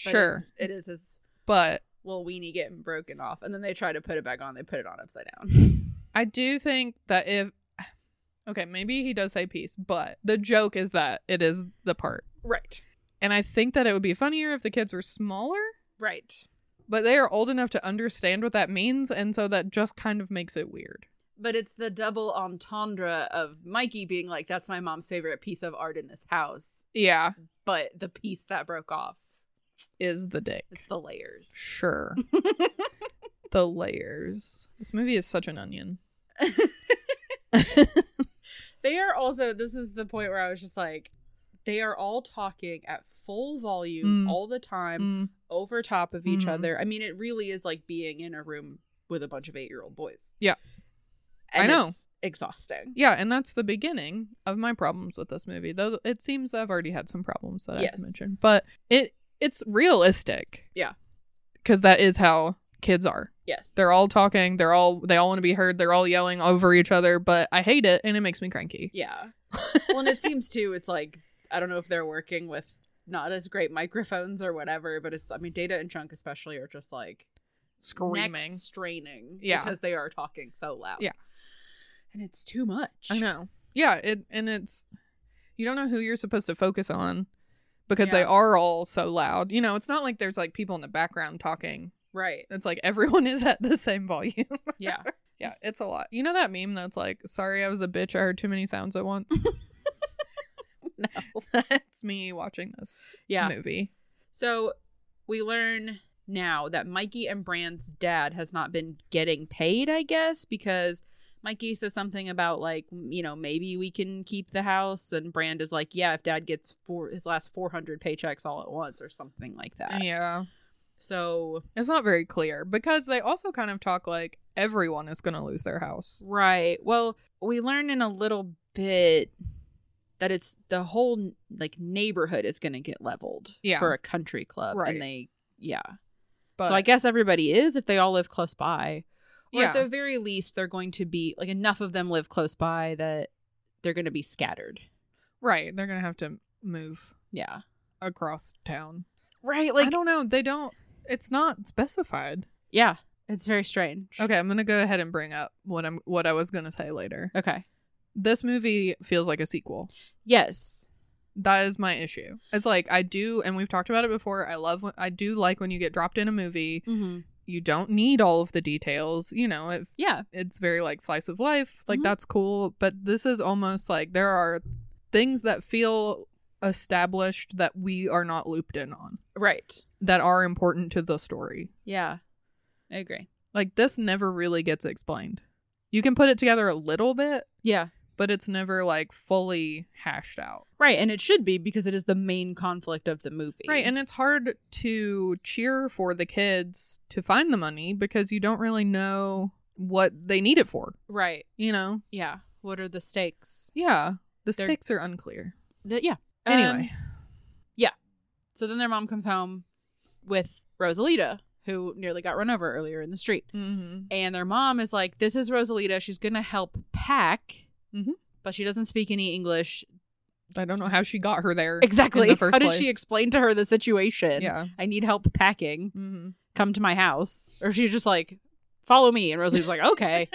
Speaker 2: But
Speaker 1: sure.
Speaker 2: it's- it is his
Speaker 1: But
Speaker 2: little weenie getting broken off, and then they try to put it back on. They put it on upside down.
Speaker 1: I do think that if okay, maybe he does say peace, but the joke is that it is the part.
Speaker 2: right,
Speaker 1: And I think that it would be funnier if the kids were smaller,
Speaker 2: right.
Speaker 1: but they are old enough to understand what that means, and so that just kind of makes it weird.
Speaker 2: But it's the double entendre of Mikey being like, "That's my mom's favorite piece of art in this house,"
Speaker 1: Yeah,
Speaker 2: but the piece that broke off
Speaker 1: is the dick.
Speaker 2: it's the layers
Speaker 1: Sure. the layers. This movie is such an onion.
Speaker 2: they are also this is the point where i was just like they are all talking at full volume
Speaker 1: Mm.
Speaker 2: all the time
Speaker 1: Mm,
Speaker 2: over top of each
Speaker 1: Mhm.
Speaker 2: other i mean it really is like being in a room with a bunch of eight year old boys
Speaker 1: Yeah. I
Speaker 2: and
Speaker 1: know.
Speaker 2: it's exhausting
Speaker 1: Yeah, and that's the beginning of my problems with this movie. Though it seems I've already had some problems that I've
Speaker 2: Yes.
Speaker 1: mentioned, but it it's realistic.
Speaker 2: Yeah.
Speaker 1: Cuz that is how kids are.
Speaker 2: yes
Speaker 1: They're all talking, they're all they all want to be heard, they're all yelling over each other, but I hate it and it makes me cranky.
Speaker 2: yeah well and it seems too it's like i don't know if they're working with not as great microphones or whatever but it's i mean data and chunk especially are just like
Speaker 1: Screaming.
Speaker 2: neck straining
Speaker 1: Yeah.
Speaker 2: because they are talking so loud
Speaker 1: Yeah.
Speaker 2: and it's too much
Speaker 1: I know. Yeah, it and it's you don't know who you're supposed to focus on because they
Speaker 2: Yeah.
Speaker 1: are all so loud. You know, it's not like there's like people in the background talking.
Speaker 2: right
Speaker 1: It's like everyone is at the same volume.
Speaker 2: yeah
Speaker 1: yeah, it's a lot. You know that meme that's like, "Sorry, I was a bitch. I heard too many sounds at once."
Speaker 2: no
Speaker 1: that's me watching this
Speaker 2: yeah
Speaker 1: movie.
Speaker 2: so we learn now that mikey and brand's dad has not been getting paid i guess because mikey says something about like you know maybe we can keep the house and brand is like yeah if dad gets four his last 400 paychecks all at once or something like that
Speaker 1: yeah,
Speaker 2: so
Speaker 1: it's not very clear because they also kind of talk like everyone is going to lose their house.
Speaker 2: Right. Well, we learn in a little bit that it's the whole like neighborhood is going to get leveled
Speaker 1: Yeah.
Speaker 2: for a country club,
Speaker 1: Right.
Speaker 2: and they yeah.
Speaker 1: But
Speaker 2: so I guess everybody is if they all live close by, or
Speaker 1: yeah,
Speaker 2: at the very least they're going to be like enough of them live close by that they're going to be scattered.
Speaker 1: right. They're going to have to move
Speaker 2: Yeah.
Speaker 1: across town.
Speaker 2: Right.
Speaker 1: I
Speaker 2: Like
Speaker 1: don't know. They don't. It's not specified.
Speaker 2: yeah, it's very strange.
Speaker 1: Okay, I'm gonna go ahead and bring up what I'm what I was gonna say later.
Speaker 2: Okay.
Speaker 1: This movie feels like a sequel.
Speaker 2: Yes.
Speaker 1: That is my issue. It's like I do, and we've talked about it before. I love when I do like when you get dropped in a movie.
Speaker 2: Mm-hmm.
Speaker 1: You don't need all of the details. You know, it,
Speaker 2: Yeah.
Speaker 1: it's very like slice of life. Like
Speaker 2: Mhm.
Speaker 1: that's cool. But this is almost like there are things that feel established that we are not looped in on
Speaker 2: Right.
Speaker 1: that are important to the story.
Speaker 2: Yeah. I agree.
Speaker 1: Like this never really gets explained. You can put it together a little bit,
Speaker 2: Yeah.
Speaker 1: but it's never like fully hashed out.
Speaker 2: Right, and it should be because it is the main conflict of the movie.
Speaker 1: Right. And it's hard to cheer for the kids to find the money because you don't really know what they need it for,
Speaker 2: right.
Speaker 1: you know?
Speaker 2: Yeah. What are the stakes?
Speaker 1: Yeah. The
Speaker 2: They're-
Speaker 1: stakes are unclear.
Speaker 2: The, yeah. Um,
Speaker 1: Anyway,
Speaker 2: so then their mom comes home with Rosalita, who nearly got run over earlier in the street.
Speaker 1: Mm-hmm.
Speaker 2: And their mom is like, This is Rosalita. She's going to help pack,
Speaker 1: Mhm.
Speaker 2: but she doesn't speak any English.
Speaker 1: I don't know how she got her there. In
Speaker 2: Exactly.
Speaker 1: the first
Speaker 2: How did
Speaker 1: place.
Speaker 2: she explain to her the situation?
Speaker 1: Yeah.
Speaker 2: I need help packing.
Speaker 1: hmm
Speaker 2: Come to my house. Or she's just like, Follow me. And Rosalita's like, Okay.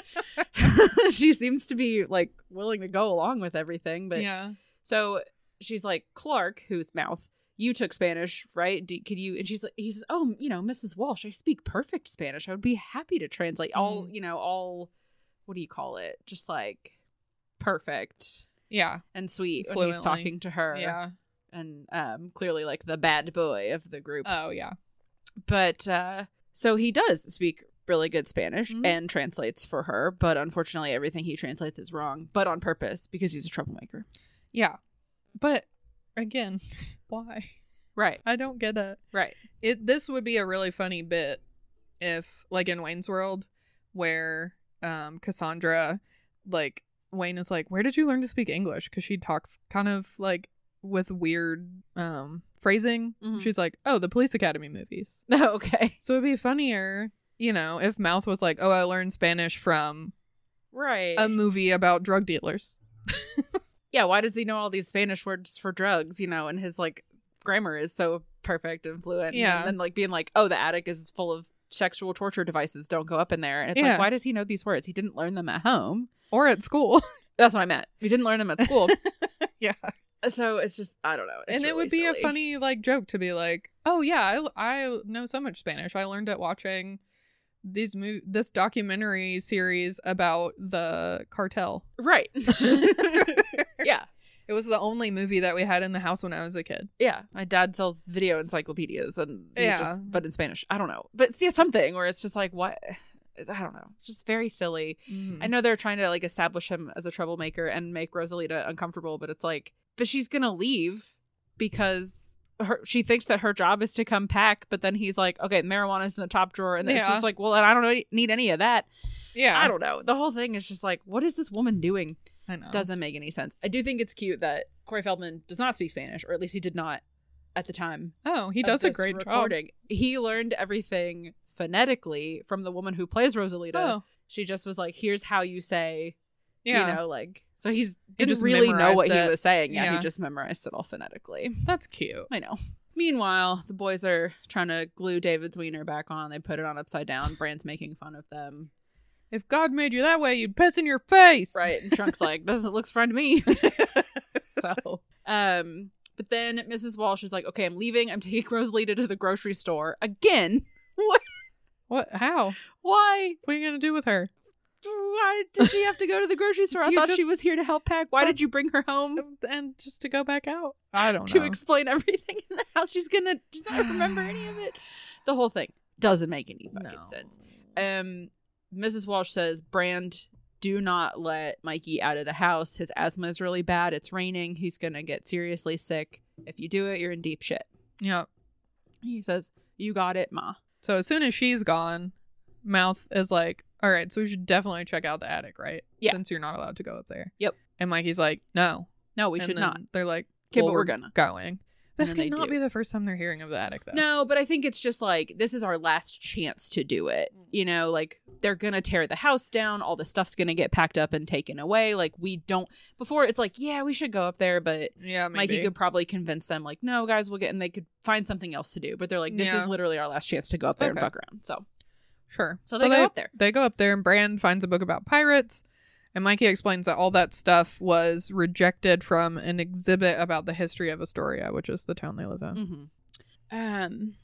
Speaker 2: she seems to be like willing to go along with everything, but
Speaker 1: yeah.
Speaker 2: So she's like, Clark, whose mouth you took Spanish, right? Do, could you? And she's like, he says, oh, you know, Mrs. Walsh, I speak perfect Spanish. I would be happy to translate all,
Speaker 1: Mm.
Speaker 2: you know, all, what do you call it? Just like perfect
Speaker 1: Yeah.
Speaker 2: and sweet when
Speaker 1: Fluently.
Speaker 2: he's talking to her.
Speaker 1: Yeah.
Speaker 2: And um, clearly like the bad boy of the group.
Speaker 1: Oh, yeah.
Speaker 2: but uh, so he does speak really good Spanish
Speaker 1: Mhm.
Speaker 2: and translates for her. But unfortunately, everything he translates is wrong, but on purpose because he's a troublemaker.
Speaker 1: Yeah. But again, why?
Speaker 2: Right.
Speaker 1: I don't get it.
Speaker 2: Right.
Speaker 1: It this would be a really funny bit if like in Wayne's World where um Cassandra like Wayne is like, "Where did you learn to speak English?" cuz she talks kind of like with weird um phrasing.
Speaker 2: Mhm.
Speaker 1: She's like, "Oh, the police academy movies."
Speaker 2: okay.
Speaker 1: So it'd be funnier, you know, if Mouth was like, "Oh, I learned Spanish from
Speaker 2: Right.
Speaker 1: a movie about drug dealers."
Speaker 2: yeah, why does he know all these Spanish words for drugs, you know, and his like grammar is so perfect and fluent.
Speaker 1: Yeah.
Speaker 2: And then like being like, Oh, the attic is full of sexual torture devices, don't go up in there. And it's
Speaker 1: Yeah.
Speaker 2: like, why does he know these words? He didn't learn them at home.
Speaker 1: Or at school.
Speaker 2: That's what I meant. He didn't learn them at school.
Speaker 1: yeah.
Speaker 2: so it's just I don't know. It's
Speaker 1: and it
Speaker 2: really
Speaker 1: would be
Speaker 2: silly.
Speaker 1: a funny like joke to be like, "Oh yeah, I, I know so much Spanish. I learned it watching these mov- this documentary series about the cartel.
Speaker 2: Right. yeah.
Speaker 1: It was the only movie that we had in the house when I was a kid.
Speaker 2: Yeah. My dad sells video encyclopedias and you
Speaker 1: Yeah.
Speaker 2: just but in Spanish. I don't know. But see it's something where it's just like what I don't know. Just very silly. I
Speaker 1: Mm-hmm.
Speaker 2: know they're trying to like establish him as a troublemaker and make Rosalita uncomfortable, but it's like, but she's gonna leave because her she thinks that her job is to come pack, but then he's like, okay, marijuana's in the top drawer, and it's
Speaker 1: Yeah.
Speaker 2: just like, well, and I don't know- need any of that.
Speaker 1: Yeah,
Speaker 2: I don't know. The whole thing is just like, what is this woman doing?
Speaker 1: I know.
Speaker 2: Doesn't make any sense. I do think it's cute that Corey Feldman does not speak Spanish, or at least he did not at the time.
Speaker 1: oh, he
Speaker 2: of
Speaker 1: does a
Speaker 2: this
Speaker 1: great
Speaker 2: recording. He learned everything phonetically from the woman who plays Rosalita.
Speaker 1: job. Oh,
Speaker 2: She just was like, here's how you say
Speaker 1: yeah,
Speaker 2: you know like so he's didn't
Speaker 1: just
Speaker 2: really know what
Speaker 1: memorized
Speaker 2: he
Speaker 1: it.
Speaker 2: was saying yeah,
Speaker 1: Yeah.
Speaker 2: he just memorized it all phonetically
Speaker 1: that's cute.
Speaker 2: i know meanwhile the boys are trying to glue david's wiener back on they put it on upside down brand's making fun of them
Speaker 1: If God made you that way, you'd piss in your face.
Speaker 2: right and trunk's like doesn't look fun to me so um but then mrs walsh is like okay i'm leaving i'm taking rosalita to the grocery store again what
Speaker 1: What? How?
Speaker 2: why
Speaker 1: What are you gonna do with her?
Speaker 2: why did she have to go to the grocery store i
Speaker 1: You
Speaker 2: thought she
Speaker 1: just-
Speaker 2: was here to help pack why did you bring her home
Speaker 1: And just to go back out? I don't
Speaker 2: to
Speaker 1: know.
Speaker 2: explain everything in the house. She's gonna she's not gonna remember any of it. The whole thing doesn't make any fucking
Speaker 1: No.
Speaker 2: sense. Um, Mrs. Walsh says, "Brand, do not let Mikey out of the house. His asthma is really bad. It's raining. He's gonna get seriously sick. If you do it, you're in deep shit."
Speaker 1: yeah.
Speaker 2: He says, "You got it, Ma."
Speaker 1: So as soon as she's gone, Mouth is like, "All right, so we should definitely check out the attic, right?
Speaker 2: Yeah.
Speaker 1: Since you're not allowed to go up there."
Speaker 2: Yep.
Speaker 1: And Mikey's like, "No,
Speaker 2: No, we
Speaker 1: And
Speaker 2: should
Speaker 1: then
Speaker 2: not.
Speaker 1: They're like,
Speaker 2: Okay,
Speaker 1: well,
Speaker 2: but we're gonna.
Speaker 1: going." This
Speaker 2: then they
Speaker 1: could not
Speaker 2: do.
Speaker 1: be the first time they're hearing of the attic, though.
Speaker 2: No, but I think it's just like this is our last chance to do it.
Speaker 1: Mm-hmm.
Speaker 2: You know, like they're going to tear the house down, all the stuff's going to get packed up and taken away. Like we don't before it's like, yeah, we should go up there, but
Speaker 1: Yeah, maybe.
Speaker 2: Mikey could probably convince them like, "No, guys, we'll get and they could find something else to do." But they're like, "This
Speaker 1: Yeah.
Speaker 2: is literally our last chance to go up there
Speaker 1: Okay.
Speaker 2: and fuck around." So,
Speaker 1: Sure.
Speaker 2: So they go up there.
Speaker 1: They go up there, and Brand finds a book about pirates. And Mikey explains that all that stuff was rejected from an exhibit about the history of Astoria, which is the town they live in.
Speaker 2: mhm. um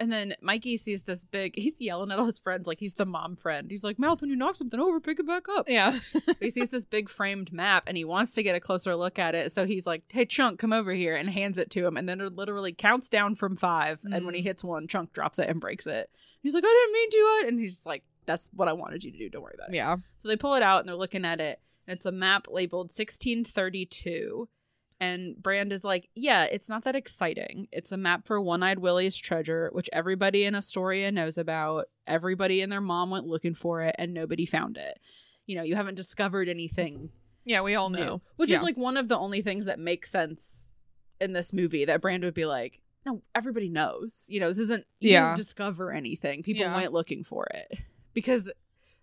Speaker 2: and then Mikey sees this big he's yelling at all his friends like he's the mom friend. He's like, "Mouth, when you knock something over, pick it back up."
Speaker 1: Yeah.
Speaker 2: But he sees this big framed map and he wants to get a closer look at it. So he's like, hey, Chunk, come over here and hands it to him. And then it literally counts down from 5 And when he hits one, Chunk drops it and breaks it. He's like, I didn't mean to. uh," And he's just like, that's what I wanted you to do. Don't worry about it.
Speaker 1: yeah.
Speaker 2: So they pull it out and they're looking at it. It's a map labeled 1632. And Brand is like, yeah, it's not that exciting. It's a map for One Eyed Willie's treasure, which everybody in Astoria knows about. Everybody and their mom went looking for it, and nobody found it. You know, you haven't discovered anything
Speaker 1: Yeah, we all
Speaker 2: new,
Speaker 1: know.
Speaker 2: which is
Speaker 1: Yeah.
Speaker 2: like one of the only things that makes sense in this movie that Brand would be like, no, everybody knows. You know, this isn't, you
Speaker 1: Yeah.
Speaker 2: didn't discover anything. People
Speaker 1: Yeah.
Speaker 2: went looking for it. Because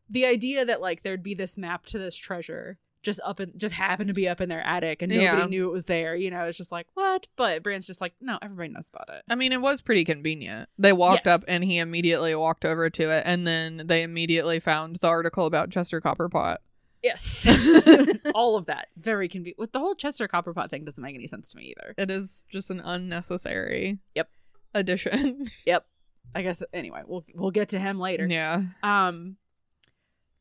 Speaker 2: the idea that like there'd be this map to this treasure just up in, just happened to be up in their attic and nobody
Speaker 1: Yeah.
Speaker 2: knew it was there, you know, it's just like, what? But Brand's just like, no, everybody knows about it.
Speaker 1: I mean, it was pretty convenient. They walked
Speaker 2: Yes.
Speaker 1: up and he immediately walked over to it, and then they immediately found the article about Chester Copperpot.
Speaker 2: Yes. All of that. Very convenient. With the whole Chester Copperpot thing doesn't make any sense to me either.
Speaker 1: It is just an unnecessary
Speaker 2: Yep.
Speaker 1: addition.
Speaker 2: Yep. I guess anyway, we'll we'll get to him later.
Speaker 1: yeah.
Speaker 2: Um,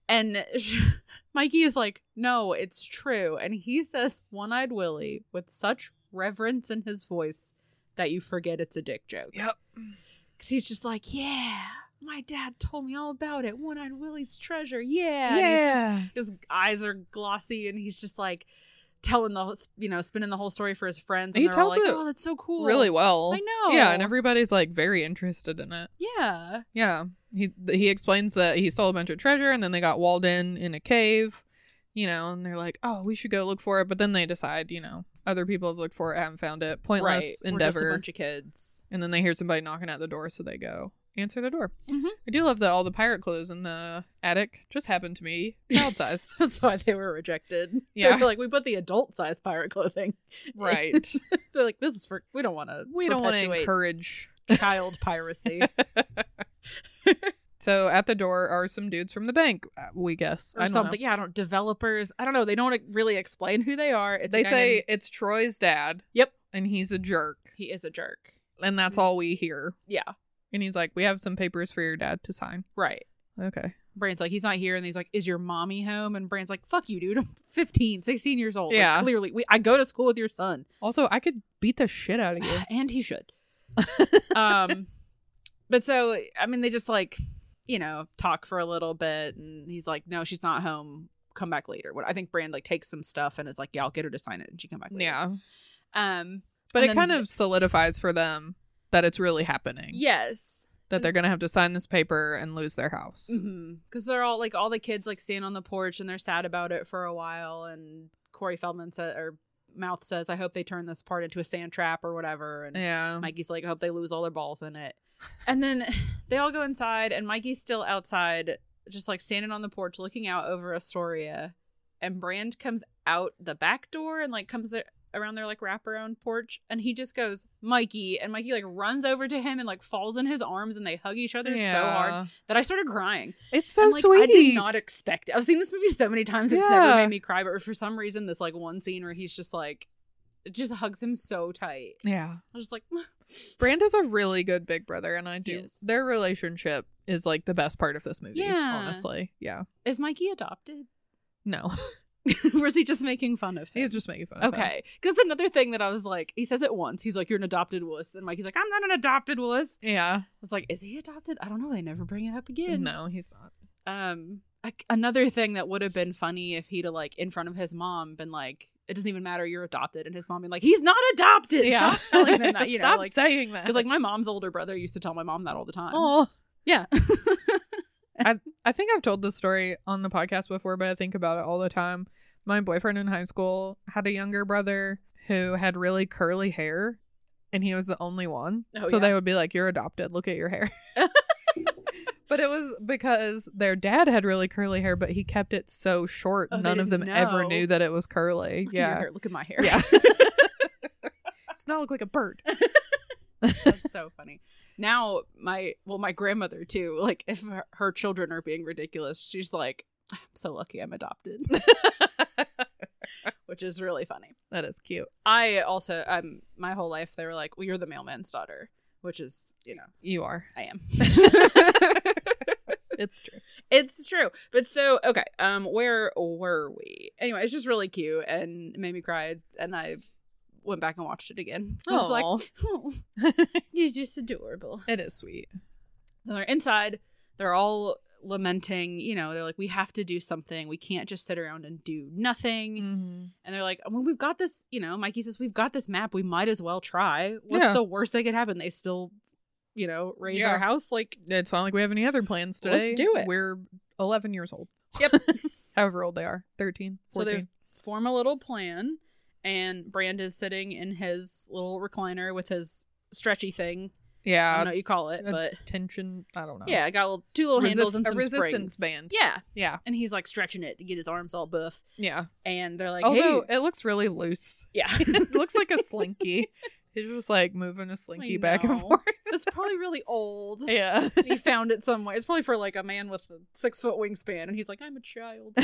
Speaker 2: and Mikey is like, "No, it's true," and he says, "One-eyed Willie," with such reverence in his voice that you forget it's a dick joke.
Speaker 1: Yep.
Speaker 2: Because he's just like, "Yeah, my dad told me all about it. One-eyed Willie's treasure. Yeah, And he's just- his eyes are glossy, and he's just like telling the whole, you know spinning the whole story for his friends. And
Speaker 1: He
Speaker 2: they're all
Speaker 1: tells
Speaker 2: like,
Speaker 1: it
Speaker 2: "Oh, that's so cool.
Speaker 1: Really well.
Speaker 2: I know.
Speaker 1: Yeah, and everybody's like very interested in it.
Speaker 2: yeah."
Speaker 1: Yeah. He he explains that he stole a bunch of treasure and then they got walled in in a cave, you know, and they're like, "Oh, we should go look for it," but then they decide, you know, other people have looked for it, haven't found it. Pointless
Speaker 2: right. We're
Speaker 1: endeavor.
Speaker 2: just a bunch of kids.
Speaker 1: And then they hear somebody knocking at the door, so they go answer the door.
Speaker 2: Mhm.
Speaker 1: I do love that all the pirate clothes in the attic just happened to be child sized.
Speaker 2: That's why they were rejected.
Speaker 1: Yeah.
Speaker 2: They were like, we put the adult size pirate clothing.
Speaker 1: right.
Speaker 2: They're like, this is for, we don't want to,
Speaker 1: We don't want to encourage.
Speaker 2: child piracy.
Speaker 1: so at the door are some dudes from the bank, uh, we guess. I
Speaker 2: Or
Speaker 1: don't know.
Speaker 2: something. Yeah, I don't, developers. I don't know. They don't really explain who they are. It's a
Speaker 1: They
Speaker 2: guy
Speaker 1: say
Speaker 2: named-
Speaker 1: it's Troy's dad.
Speaker 2: Yep.
Speaker 1: And he's a jerk.
Speaker 2: he is a jerk.
Speaker 1: And that's all we hear.
Speaker 2: Yeah,
Speaker 1: And he's like, We have some papers for your dad to sign.
Speaker 2: right.
Speaker 1: Okay.
Speaker 2: Brand's like, he's not here. And he's like, is your mommy home? And Brand's like, fuck you, dude. I'm 15, 16 years old. Like,
Speaker 1: Yeah.
Speaker 2: clearly, we, I go to school with your son.
Speaker 1: Also, I could beat the shit out of you.
Speaker 2: and he should. um, but so I mean, they just like you know talk for a little bit, and he's like, "No, she's not home. Come back later." What I think Brand like takes some stuff and is like, "Yeah, I'll get her to sign it, and she come back." Later.
Speaker 1: yeah.
Speaker 2: Um.
Speaker 1: But
Speaker 2: And
Speaker 1: it
Speaker 2: then-
Speaker 1: kind of solidifies for them that it's really happening.
Speaker 2: Yes.
Speaker 1: that they're gonna have to sign this paper and lose their house.
Speaker 2: Because Mm-hmm. they're all like, all the kids like stand on the porch and they're sad about it for a while. And Corey Feldman said, or Mouth says, "I hope they turn this part into a sand trap or whatever." And
Speaker 1: Yeah,
Speaker 2: Mikey's like, I hope they lose all their balls in it. And then they all go inside, and Mikey's still outside, just like standing on the porch looking out over Astoria. And Brand comes out the back door and like comes there, around their like wraparound porch, and he just goes, Mikey. And Mikey like runs over to him and like falls in his arms, and they hug each other so hard
Speaker 1: Yeah.
Speaker 2: that I started crying.
Speaker 1: It's so
Speaker 2: I'm like,
Speaker 1: sweet.
Speaker 2: I did not expect it. I've seen this movie so many times, it's never
Speaker 1: Yeah.
Speaker 2: made me cry, but for some reason, this like one scene where he's just like, just hugs him so tight.
Speaker 1: Yeah,
Speaker 2: I was just like,
Speaker 1: Brand is a really good big brother, and I do.
Speaker 2: is.
Speaker 1: Their relationship is like the best part of this movie.
Speaker 2: Yeah.
Speaker 1: honestly, yeah.
Speaker 2: Is Mikey adopted?
Speaker 1: No,
Speaker 2: or is he just making fun of him?
Speaker 1: he's just making fun. of him.
Speaker 2: Okay. Because another thing that I was like, he says it once. He's like, You're an adopted wuss. And Mikey's like, I'm not an adopted wuss.
Speaker 1: Yeah,
Speaker 2: I was like, Is he adopted? I don't know. They never bring it up again.
Speaker 1: no, he's not.
Speaker 2: Um, a- another thing that would have been funny if he'd have, like, in front of his mom, been like, It doesn't even matter. You're adopted. And his mom being like, He's not adopted.
Speaker 1: yeah,
Speaker 2: Stop telling them that. You
Speaker 1: Stop
Speaker 2: know, like,
Speaker 1: saying that.
Speaker 2: because, like, my mom's older brother used to tell my mom that all the time.
Speaker 1: oh,
Speaker 2: Yeah.
Speaker 1: I think I've told this story on the podcast before, but I think about it all the time. My boyfriend in high school had a younger brother who had really curly hair, and he was the only one.
Speaker 2: Oh,
Speaker 1: so
Speaker 2: yeah.
Speaker 1: they would be like, You're adopted. Look at your hair. but it was because their dad had really curly hair, but he kept it so short,
Speaker 2: Oh, they
Speaker 1: none of them
Speaker 2: didn't
Speaker 1: ever
Speaker 2: know.
Speaker 1: knew that it was curly.
Speaker 2: Look at your
Speaker 1: yeah.
Speaker 2: hair. Look at my hair.
Speaker 1: Yeah. Does not look like a bird.
Speaker 2: That's so funny. Now my well, my grandmother too. Like if her, her children are being ridiculous, she's like, "I'm so lucky I'm adopted," which is really funny.
Speaker 1: That is cute.
Speaker 2: I also um my whole life they were like, "Well, you're the mailman's daughter," which is you know
Speaker 1: You are.
Speaker 2: I am.
Speaker 1: It's true.
Speaker 2: it's true. But so okay, um, where were we? Anyway, it's just really cute and made me cry, and I went back and watched it again. So it's like,
Speaker 1: Aw.
Speaker 2: oh, you're just adorable.
Speaker 1: It is sweet.
Speaker 2: So they're inside. They're all lamenting, you know, they're like, we have to do something. We can't just sit around and do nothing.
Speaker 1: Mm. Mm-hmm.
Speaker 2: And they're like, well, we've got this, you know, Mikey says, we've got this map. We might as well try. What's
Speaker 1: Yeah.
Speaker 2: the worst that could happen? They still, you know, raise
Speaker 1: Yeah.
Speaker 2: our house. Like,
Speaker 1: It's not like we have any other plans
Speaker 2: Let's
Speaker 1: today.
Speaker 2: do it.
Speaker 1: We're 11 years old.
Speaker 2: Yep.
Speaker 1: However old they are 13,
Speaker 2: so
Speaker 1: 14.
Speaker 2: they form a little plan. And Brand is sitting in his little recliner with his stretchy thing. I
Speaker 1: yeah.
Speaker 2: don't know what you call it, but
Speaker 1: Tension. I don't know.
Speaker 2: yeah, I got little- two little handles
Speaker 1: Resist-
Speaker 2: and
Speaker 1: a
Speaker 2: some
Speaker 1: resistance
Speaker 2: springs.
Speaker 1: band.
Speaker 2: Yeah.
Speaker 1: Yeah.
Speaker 2: And he's like stretching it to get his arms all buff.
Speaker 1: Yeah.
Speaker 2: And they're like,
Speaker 1: Although
Speaker 2: hey.
Speaker 1: it looks really loose.
Speaker 2: Yeah.
Speaker 1: it looks like a slinky. He's just like moving a slinky back and
Speaker 2: know.
Speaker 1: forth.
Speaker 2: It's probably really old.
Speaker 1: yeah.
Speaker 2: He found it somewhere. It's probably for like a man with a six foot wingspan. And he's like, I'm a child.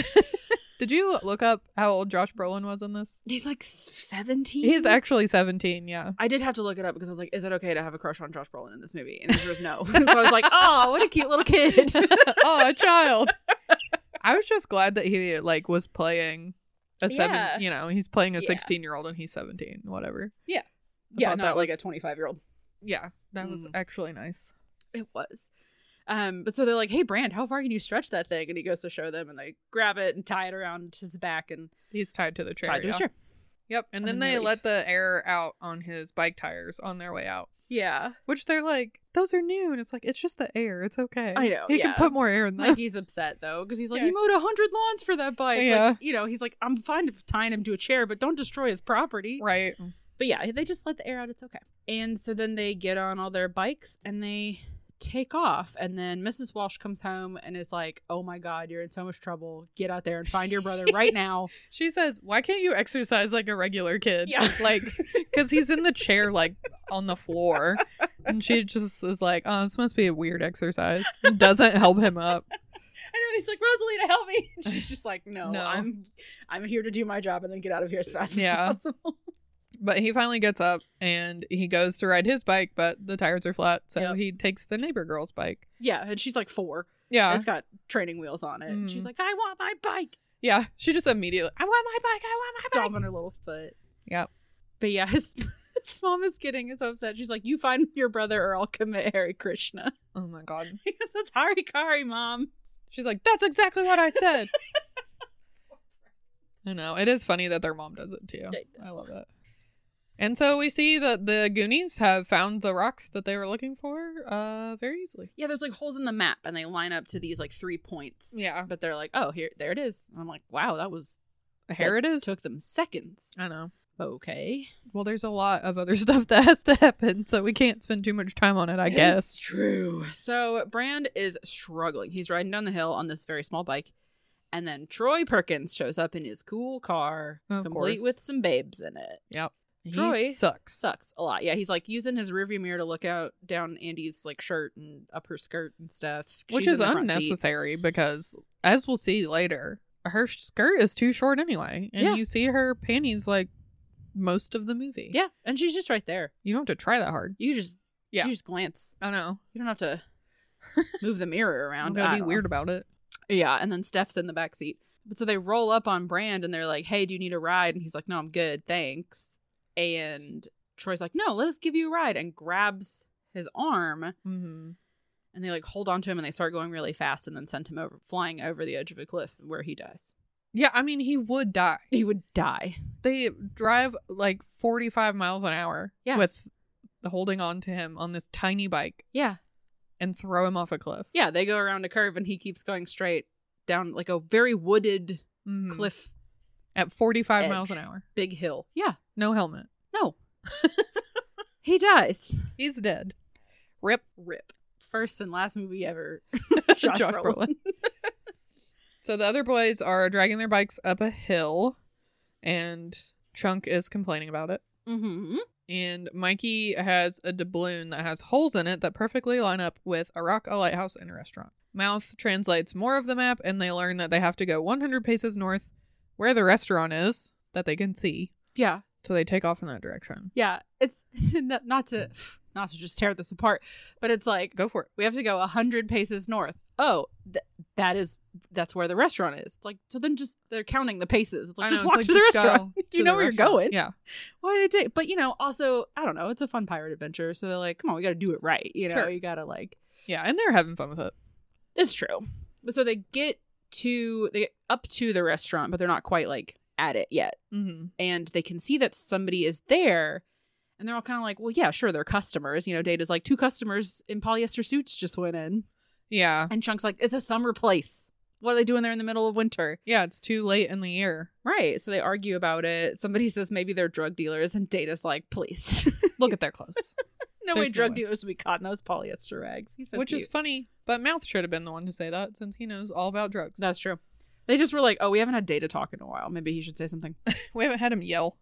Speaker 1: Did you look up how old Josh Brolin was in this?
Speaker 2: He's like 17.
Speaker 1: He's actually 17, yeah.
Speaker 2: I did have to look it up because I was like, is it okay to have a crush on Josh Brolin in this movie? And the answer was no. so I was like, oh, what a cute little kid.
Speaker 1: oh, a child. I was just glad that he like was playing a seven,
Speaker 2: Yeah.
Speaker 1: you know, he's playing a
Speaker 2: Yeah.
Speaker 1: 16-year-old and he's 17, whatever.
Speaker 2: yeah,
Speaker 1: thought
Speaker 2: not
Speaker 1: that
Speaker 2: like a Mm.
Speaker 1: was-
Speaker 2: 25 year old.
Speaker 1: Yeah, that was actually nice.
Speaker 2: It was. Um, but so they're like, hey, Brand, how far can you stretch that thing? And he goes to show them and they grab it and tie it around his back and
Speaker 1: He's tied to the chair.
Speaker 2: tie it to his
Speaker 1: yeah.
Speaker 2: chair.
Speaker 1: Yep, and,
Speaker 2: And
Speaker 1: then
Speaker 2: then they
Speaker 1: they
Speaker 2: leave.
Speaker 1: let the air out on his bike tires on their way out,
Speaker 2: Yeah.
Speaker 1: which they're like, those are new and it's like it's just the air, it's okay.
Speaker 2: I know,
Speaker 1: He
Speaker 2: yeah.
Speaker 1: can put more air in them.
Speaker 2: Mikey's upset though because he's like
Speaker 1: Yeah.
Speaker 2: he mowed a hundred lawns for that bike.
Speaker 1: Yeah.
Speaker 2: Like, you know, he's like I'm fine with tying him to a chair, but don't destroy his property.
Speaker 1: right.
Speaker 2: But yeah, they just let the air out. It's okay. And so then they get on all their bikes and they take off. And then Mrs. Walsh comes home and is like, "Oh my God, you're in so much trouble. Get out there and find your brother right now."
Speaker 1: She says, "Why can't you exercise like a regular kid?
Speaker 2: Yeah.
Speaker 1: Like, because he's in the chair, like on the floor." And she just is like, "Oh, this must be a weird exercise." And Doesn't help him up.
Speaker 2: And then he's like, "Rosalina, help me!" And she's just like, "No,
Speaker 1: No.
Speaker 2: I'm I'm here to do my job and then get out of here as fast
Speaker 1: Yeah.
Speaker 2: as possible."
Speaker 1: But he finally gets up and he goes to ride his bike, but the tires are flat, so
Speaker 2: Yep.
Speaker 1: he takes the neighbor girl's bike.
Speaker 2: Yeah, and she's like four.
Speaker 1: Yeah,
Speaker 2: It's got training wheels on it. And
Speaker 1: Mhm.
Speaker 2: she's like, "I want my bike."
Speaker 1: yeah. She just immediately, "I want my bike! I want my
Speaker 2: stomp
Speaker 1: bike!"
Speaker 2: on her little foot.
Speaker 1: Yep.
Speaker 2: But yeah, his, his mom is getting so upset. She's like, "You find your brother, or I'll commit Hare Krishna."
Speaker 1: Oh my god.
Speaker 2: Because that's Hari Kari, mom.
Speaker 1: She's like, "That's exactly what I said." I know it is funny that their mom does it too.
Speaker 2: I
Speaker 1: I love that. And so we see that the Goonies have found the rocks that they were looking for uh, very easily.
Speaker 2: Yeah, there's like holes in the map, and they line up to these like three points.
Speaker 1: Yeah.
Speaker 2: But they're like, "Oh, here, there it is." And I'm like, "Wow, that was
Speaker 1: Here it
Speaker 2: that
Speaker 1: is.
Speaker 2: Took them seconds.
Speaker 1: I know.
Speaker 2: Okay.
Speaker 1: Well, there's a lot of other stuff that has to happen, so we can't spend too much time on it, I guess.
Speaker 2: It's true. So Brand is struggling. He's riding down the hill on this very small bike, and then Troy Perkins shows up in his cool car,
Speaker 1: Of
Speaker 2: complete
Speaker 1: course.
Speaker 2: with some babes in it.
Speaker 1: Yep. He
Speaker 2: Troy
Speaker 1: sucks.
Speaker 2: sucks a lot. Yeah, he's like using his rearview mirror to look out down Andy's like shirt and up her skirt and stuff,
Speaker 1: Which
Speaker 2: She's
Speaker 1: is
Speaker 2: in the front seat.
Speaker 1: unnecessary because, as we'll see later, her skirt is too short anyway. And
Speaker 2: Yeah.
Speaker 1: you see her panties like most of the movie.
Speaker 2: Yeah, and she's just right there.
Speaker 1: You don't have to try that hard.
Speaker 2: You just
Speaker 1: Yeah.
Speaker 2: you just glance.
Speaker 1: I know.
Speaker 2: You don't have to move the
Speaker 1: I'm
Speaker 2: mirror around.
Speaker 1: going
Speaker 2: I
Speaker 1: to be
Speaker 2: don't
Speaker 1: weird
Speaker 2: know.
Speaker 1: about it.
Speaker 2: Yeah, and then Steph's in the back seat. But so they roll up on Brand and they're like, "Hey, do you need a ride?" And he's like, "No, I'm good, thanks." And Troy's like, "No, let us give you a ride," and grabs his arm.
Speaker 1: Mm-hmm.
Speaker 2: And they like hold on to him and they start going really fast and then send him over flying over the edge of a cliff where he dies.
Speaker 1: Yeah, I mean, he would die.
Speaker 2: He would die.
Speaker 1: They drive like 45 miles an hour
Speaker 2: Yeah.
Speaker 1: with holding on to him on this tiny bike
Speaker 2: Yeah.
Speaker 1: and throw him off a cliff.
Speaker 2: Yeah, they go around a curve and he keeps going straight down like a very wooded
Speaker 1: Mhm.
Speaker 2: cliff,
Speaker 1: At 45
Speaker 2: edge.
Speaker 1: miles an hour.
Speaker 2: big hill. Yeah.
Speaker 1: No helmet.
Speaker 2: No. he dies.
Speaker 1: He's dead. Rip.
Speaker 2: Rip. First and last movie ever.
Speaker 1: Josh
Speaker 2: Josh
Speaker 1: Brolin.
Speaker 2: Brolin.
Speaker 1: So the other boys are dragging their bikes up a hill and Chunk is complaining about it. Mm-hmm.
Speaker 2: hmm
Speaker 1: And Mikey has a doubloon that has holes in it that perfectly line up with a rock, a lighthouse, and a restaurant. Mouth translates more of the map, and they learn that they have to go 100 paces north where the restaurant is that they can see.
Speaker 2: Yeah.
Speaker 1: So they take off in that direction.
Speaker 2: Yeah. It's not not to not to just tear this apart, but it's like
Speaker 1: Go for it.
Speaker 2: we have to go 100 paces north. Oh, th- that is that's where the restaurant is. It's like so then just they're counting the paces. It's like
Speaker 1: I
Speaker 2: just
Speaker 1: know,
Speaker 2: walk
Speaker 1: it's
Speaker 2: to
Speaker 1: like,
Speaker 2: the
Speaker 1: just
Speaker 2: restaurant.
Speaker 1: go
Speaker 2: you
Speaker 1: to
Speaker 2: know
Speaker 1: the
Speaker 2: where
Speaker 1: restaurant.
Speaker 2: you're going.
Speaker 1: Yeah.
Speaker 2: Why they did, but you know, also I don't know. It's a fun pirate adventure, so they're like, come on, we got to do it right. You know,
Speaker 1: Sure.
Speaker 2: you got to like.
Speaker 1: Yeah. And they're having fun with it.
Speaker 2: It's true. But so they get to they get up to the restaurant, but they're not quite like at it yet.
Speaker 1: Mm-hmm.
Speaker 2: And they can see that somebody is there. And they're all kind of like, well, yeah, sure, they're customers. You know, Data's like, two customers in polyester suits just went in.
Speaker 1: Yeah.
Speaker 2: And Chunk's like, it's a summer place. What are they doing there in the middle of winter?
Speaker 1: Yeah, it's too late in the year.
Speaker 2: Right. So they argue about it. Somebody says maybe they're drug dealers, and Data's like, please.
Speaker 1: Look at their clothes.
Speaker 2: no way
Speaker 1: There's no
Speaker 2: drug
Speaker 1: way.
Speaker 2: dealers would be caught in those polyester rags. He's so
Speaker 1: Which is
Speaker 2: cute.
Speaker 1: funny, but Mouth should have been the one to say that since he knows all about drugs.
Speaker 2: That's true. They just were like, oh, we haven't had Data talk in a while. Maybe he should say something.
Speaker 1: we haven't had him yell.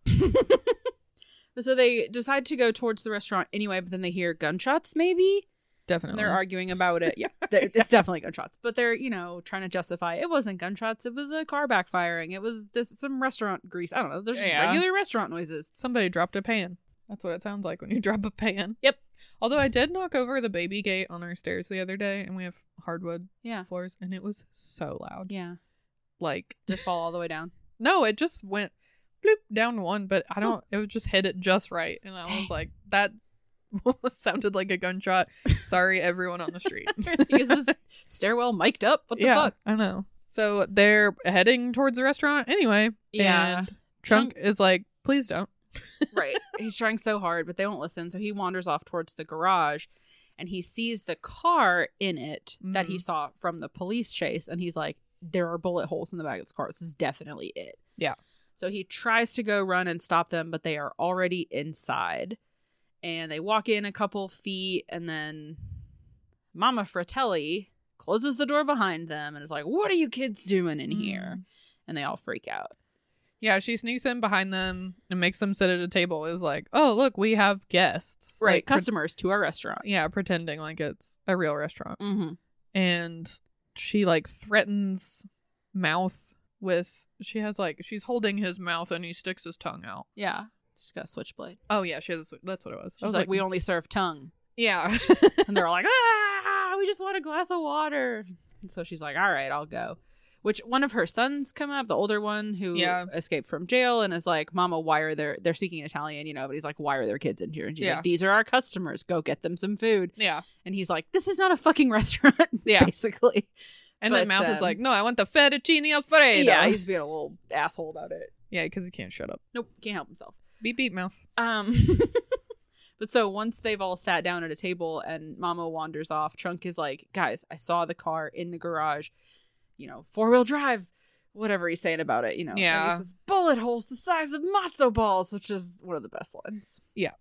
Speaker 2: so they decide to go towards the restaurant anyway, but then they hear gunshots, maybe? And
Speaker 1: Definitely.
Speaker 2: they're arguing about it. Yeah, they're- it's definitely gunshots, but they're, you know, trying to justify it wasn't gunshots. It was a car backfiring. It was this some restaurant grease. I don't know. There's just
Speaker 1: Yeah.
Speaker 2: regular restaurant noises.
Speaker 1: Somebody dropped a pan. That's what it sounds like when you drop a pan.
Speaker 2: Yep.
Speaker 1: Although I did knock over the baby gate on our stairs the other day, and we have hardwood
Speaker 2: Yeah.
Speaker 1: floors, and it was so loud.
Speaker 2: Yeah.
Speaker 1: Like,
Speaker 2: Did fall all the way down.
Speaker 1: no, it just went bloop down one, but I don't, it would just hit it just right. And I was like, that sounded like a gunshot. Sorry, everyone on the street.
Speaker 2: is this stairwell mic'd up? What the
Speaker 1: yeah,
Speaker 2: fuck?
Speaker 1: I know. So they're heading towards the restaurant anyway.
Speaker 2: Yeah.
Speaker 1: And Trunk is like, please don't.
Speaker 2: right. He's trying so hard, but they won't listen. So he wanders off towards the garage and he sees the car in it that he
Speaker 1: Mhm.
Speaker 2: saw from the police chase. And he's like, there are bullet holes in the back of this car. This is definitely it.
Speaker 1: Yeah.
Speaker 2: So he tries to go run and stop them, but they are already inside. And they walk in a couple feet and then Mama Fratelli closes the door behind them and is like, What are you kids doing in here? And they all freak out.
Speaker 1: Yeah, she sneaks in behind them and makes them sit at a table. Is like, oh look, we have guests,
Speaker 2: Right.
Speaker 1: Like, pre-
Speaker 2: customers to our restaurant.
Speaker 1: yeah, pretending like it's a real restaurant,
Speaker 2: Mm-hmm.
Speaker 1: and she like threatens mouth with. She has like she's holding his mouth and he sticks his tongue out.
Speaker 2: Yeah. Just got a switchblade.
Speaker 1: Oh yeah, she has. A, sw- that's what it was. I
Speaker 2: She's
Speaker 1: was "Mm."
Speaker 2: like, we only serve tongue.
Speaker 1: yeah,
Speaker 2: And they're all like, ah, we just want a glass of water. And so she's like, all right, I'll go. Which one of her sons come up, the older one who
Speaker 1: Yeah.
Speaker 2: escaped from jail and is like, Mama, why are there they're speaking Italian, you know, but he's like, Why are there kids in here? And she's
Speaker 1: Yeah.
Speaker 2: like, These are our customers. Go get them some food.
Speaker 1: yeah.
Speaker 2: And he's like, This is not a fucking restaurant,
Speaker 1: Yeah.
Speaker 2: basically.
Speaker 1: And then
Speaker 2: But,
Speaker 1: mouth
Speaker 2: um,
Speaker 1: is like, no, I want the fettuccine alfredo.
Speaker 2: yeah, he's being a little asshole about it.
Speaker 1: yeah, because he can't shut up.
Speaker 2: Nope, can't help himself.
Speaker 1: Beep beep mouth.
Speaker 2: Um, but so once they've all sat down at a table and Mama wanders off, Trunk is like, "Guys, I saw the car in the garage. You know, four wheel drive." Whatever he's saying about it, you know. And he
Speaker 1: Yeah.
Speaker 2: says, bullet holes the size of matzo balls, which is one of the best lines.
Speaker 1: Yeah.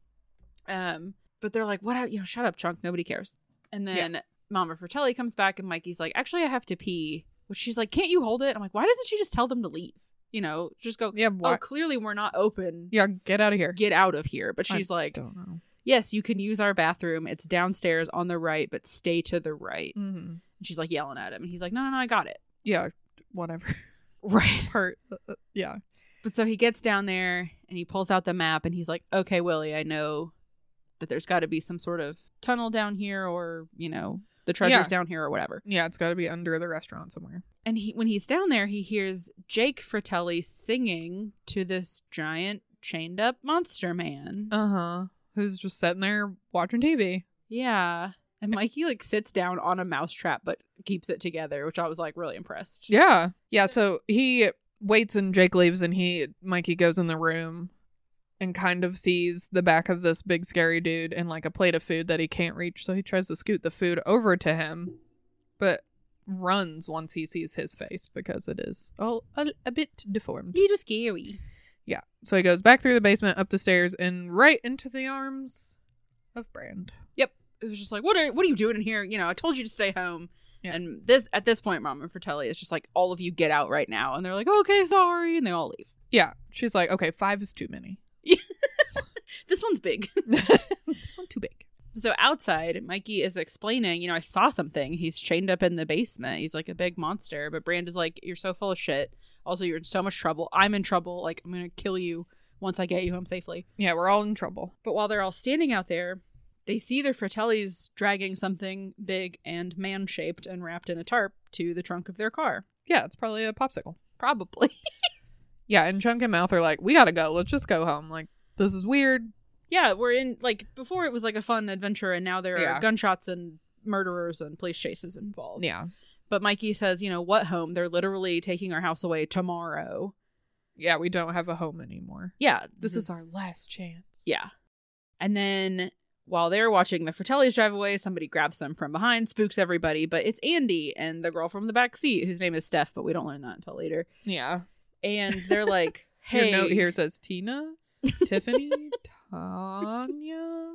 Speaker 2: Um, but they're like, "What? You know, shut up, Trunk. Nobody cares." And then Mama Fratelli comes back, and Mikey's like, "Actually, I have to pee." Which she's like, "Can't you hold it?" I'm like, "Why doesn't she just tell them to leave? You know, just go."
Speaker 1: Yeah,
Speaker 2: Oh,
Speaker 1: why-
Speaker 2: clearly we're not open
Speaker 1: Yeah, get out of here.
Speaker 2: get out of here. But
Speaker 1: I
Speaker 2: she's like,
Speaker 1: don't know.
Speaker 2: yes, you can use our bathroom. It's downstairs on the right, but stay to the right. And
Speaker 1: hmm
Speaker 2: she's like yelling at him. And he's like, no, no, no, I got it.
Speaker 1: Yeah, whatever.
Speaker 2: Right.
Speaker 1: Part. uh, uh, yeah.
Speaker 2: But so he gets down there and he pulls out the map and he's like, okay, Willie, I know that there's got to be some sort of tunnel down here or, you know, the treasure's
Speaker 1: Yeah.
Speaker 2: down here or whatever.
Speaker 1: Yeah, it's got to be under the restaurant somewhere.
Speaker 2: And he, when he's down there, he hears Jake Fratelli singing to this giant chained up monster man.
Speaker 1: Uh huh. Who's just sitting there watching TV?
Speaker 2: Yeah. And Mikey like sits down on a mousetrap but keeps it together, which I was like really impressed.
Speaker 1: Yeah, yeah. So he waits and Jake leaves, and he Mikey goes in the room and kind of sees the back of this big scary dude and like a plate of food that he can't reach. So he tries to scoot the food over to him, but runs once he sees his face because it is all a, a bit deformed.
Speaker 2: Little scary.
Speaker 1: Yeah. So he goes back through the basement, up the stairs, and right into the arms of Brand.
Speaker 2: Yep. It was just like, what are what are you doing in here? You know, I told you to stay home.
Speaker 1: Yeah.
Speaker 2: And this at this point, Mom and Fratelli is just like, all of you get out right now. And they're like, okay, sorry. And they all leave.
Speaker 1: Yeah, she's like, okay, five is too many.
Speaker 2: This one's big.
Speaker 1: this one too big.
Speaker 2: so outside, Mikey is explaining, you know, I saw something. He's chained up in the basement. He's like a big monster. But Brand is like, you're so full of shit. Also, you're in so much trouble. I'm in trouble. Like, I'm going to kill you once I get you home safely.
Speaker 1: Yeah, we're all in trouble.
Speaker 2: But while they're all standing out there, they see their Fratellis dragging something big and man shaped and wrapped in a tarp to the trunk of their car.
Speaker 1: Yeah, it's probably a popsicle.
Speaker 2: Probably.
Speaker 1: Yeah, and Chunk and Mouth are like, we gotta go. Let's just go home. Like, this is weird.
Speaker 2: yeah, we're in, like, before it was like a fun adventure, and now there are
Speaker 1: Yeah.
Speaker 2: gunshots and murderers and police chases involved.
Speaker 1: Yeah.
Speaker 2: But Mikey says, you know, what home? They're literally taking our house away tomorrow.
Speaker 1: Yeah, we don't have a home anymore.
Speaker 2: Yeah,
Speaker 1: This is our last chance.
Speaker 2: Yeah. And then while they're watching the Fratellis drive away, somebody grabs them from behind, spooks everybody, but it's Andy and the girl from the back seat, whose name is Steph, but we don't learn that until later.
Speaker 1: Yeah.
Speaker 2: And they're like, hey,
Speaker 1: Your note here says Tina, Tiffany, Tanya.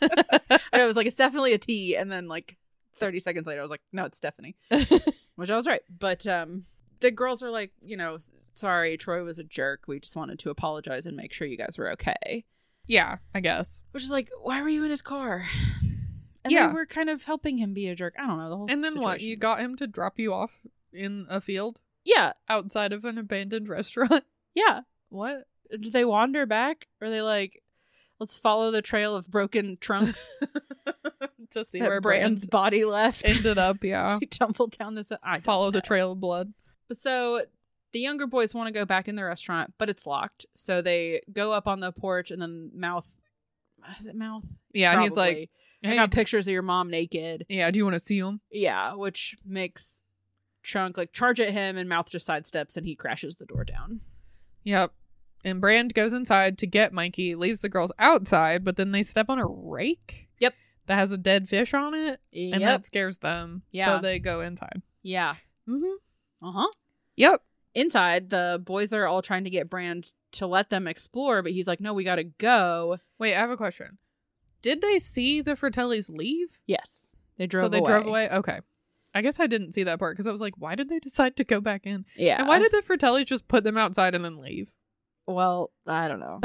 Speaker 2: And I was like, it's definitely a T. And then like 30 seconds later, I was like, no, it's Stephanie, which I was right. But um, the girls are like, you know, sorry, Troy was a jerk. We just wanted to apologize and make sure you guys were okay.
Speaker 1: yeah, I guess.
Speaker 2: Which is like, why were you in his car? And
Speaker 1: Yeah.
Speaker 2: they were kind of helping him be a jerk. I don't know. The whole
Speaker 1: And then what?
Speaker 2: situation.
Speaker 1: You got him to drop you off in a field
Speaker 2: Yeah,
Speaker 1: outside of an abandoned restaurant?
Speaker 2: yeah.
Speaker 1: What?
Speaker 2: Do they wander back? Are they like, let's follow the trail of broken trunks
Speaker 1: to see
Speaker 2: that
Speaker 1: where
Speaker 2: Brand's
Speaker 1: Brand's
Speaker 2: body left?
Speaker 1: ended up, yeah.
Speaker 2: he tumbled down this. I don't
Speaker 1: Follow
Speaker 2: know.
Speaker 1: the trail of blood.
Speaker 2: But so the younger boys want to go back in the restaurant, but it's locked. So they go up on the porch and then mouth. Is it mouth?
Speaker 1: Yeah, he's like,
Speaker 2: Probably. I
Speaker 1: hey,
Speaker 2: got pictures of your mom naked.
Speaker 1: yeah, do you want to see him?
Speaker 2: Yeah, which makes Trunk like charge at him and mouth just sidesteps and he crashes the door down.
Speaker 1: Yep. And Brand goes inside to get Mikey, leaves the girls outside, but then they step on a rake.
Speaker 2: Yep.
Speaker 1: That has a dead fish on it, and that scares them.
Speaker 2: Yeah.
Speaker 1: So they go inside.
Speaker 2: Yeah.
Speaker 1: Mm-hmm.
Speaker 2: Uh huh.
Speaker 1: Yep.
Speaker 2: Inside, the boys are all trying to get Brand to let them explore, but he's like, no, we got to go.
Speaker 1: Wait, I have a question. Did they see the Fratellis leave?
Speaker 2: Yes. They drove
Speaker 1: so they drove away? Okay. I guess I didn't see that part because I was like, why did they decide to go back in?
Speaker 2: Yeah.
Speaker 1: And why did the Fratellis just put them outside and then leave?
Speaker 2: Well, I don't know.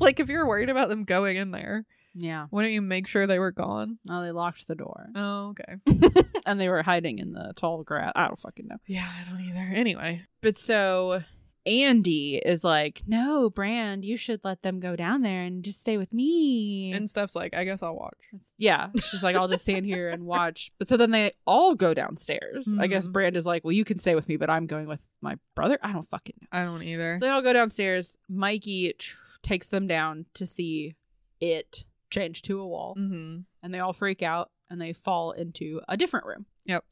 Speaker 1: like, if you're worried about them going in there,
Speaker 2: yeah.
Speaker 1: why don't you make sure they were gone?
Speaker 2: No, they locked the door.
Speaker 1: Oh, okay.
Speaker 2: and they were hiding in the tall grass. I don't fucking know.
Speaker 1: Yeah, I don't either. Anyway.
Speaker 2: But so Andy is like, no, Brand, you should let them go down there and just stay with me.
Speaker 1: And stuff's like, I guess I'll watch.
Speaker 2: It's- yeah, she's like, I'll just stand here and watch. But so then they all go downstairs. I guess
Speaker 1: Mhm.
Speaker 2: Brand is like, well, you can stay with me, but I'm going with my brother. I don't fucking know.
Speaker 1: I don't either.
Speaker 2: So they all go downstairs. Mikey tr- takes them down to see it change to a wall,
Speaker 1: mm-hmm.
Speaker 2: and they all freak out and they fall into a different room.
Speaker 1: Yep.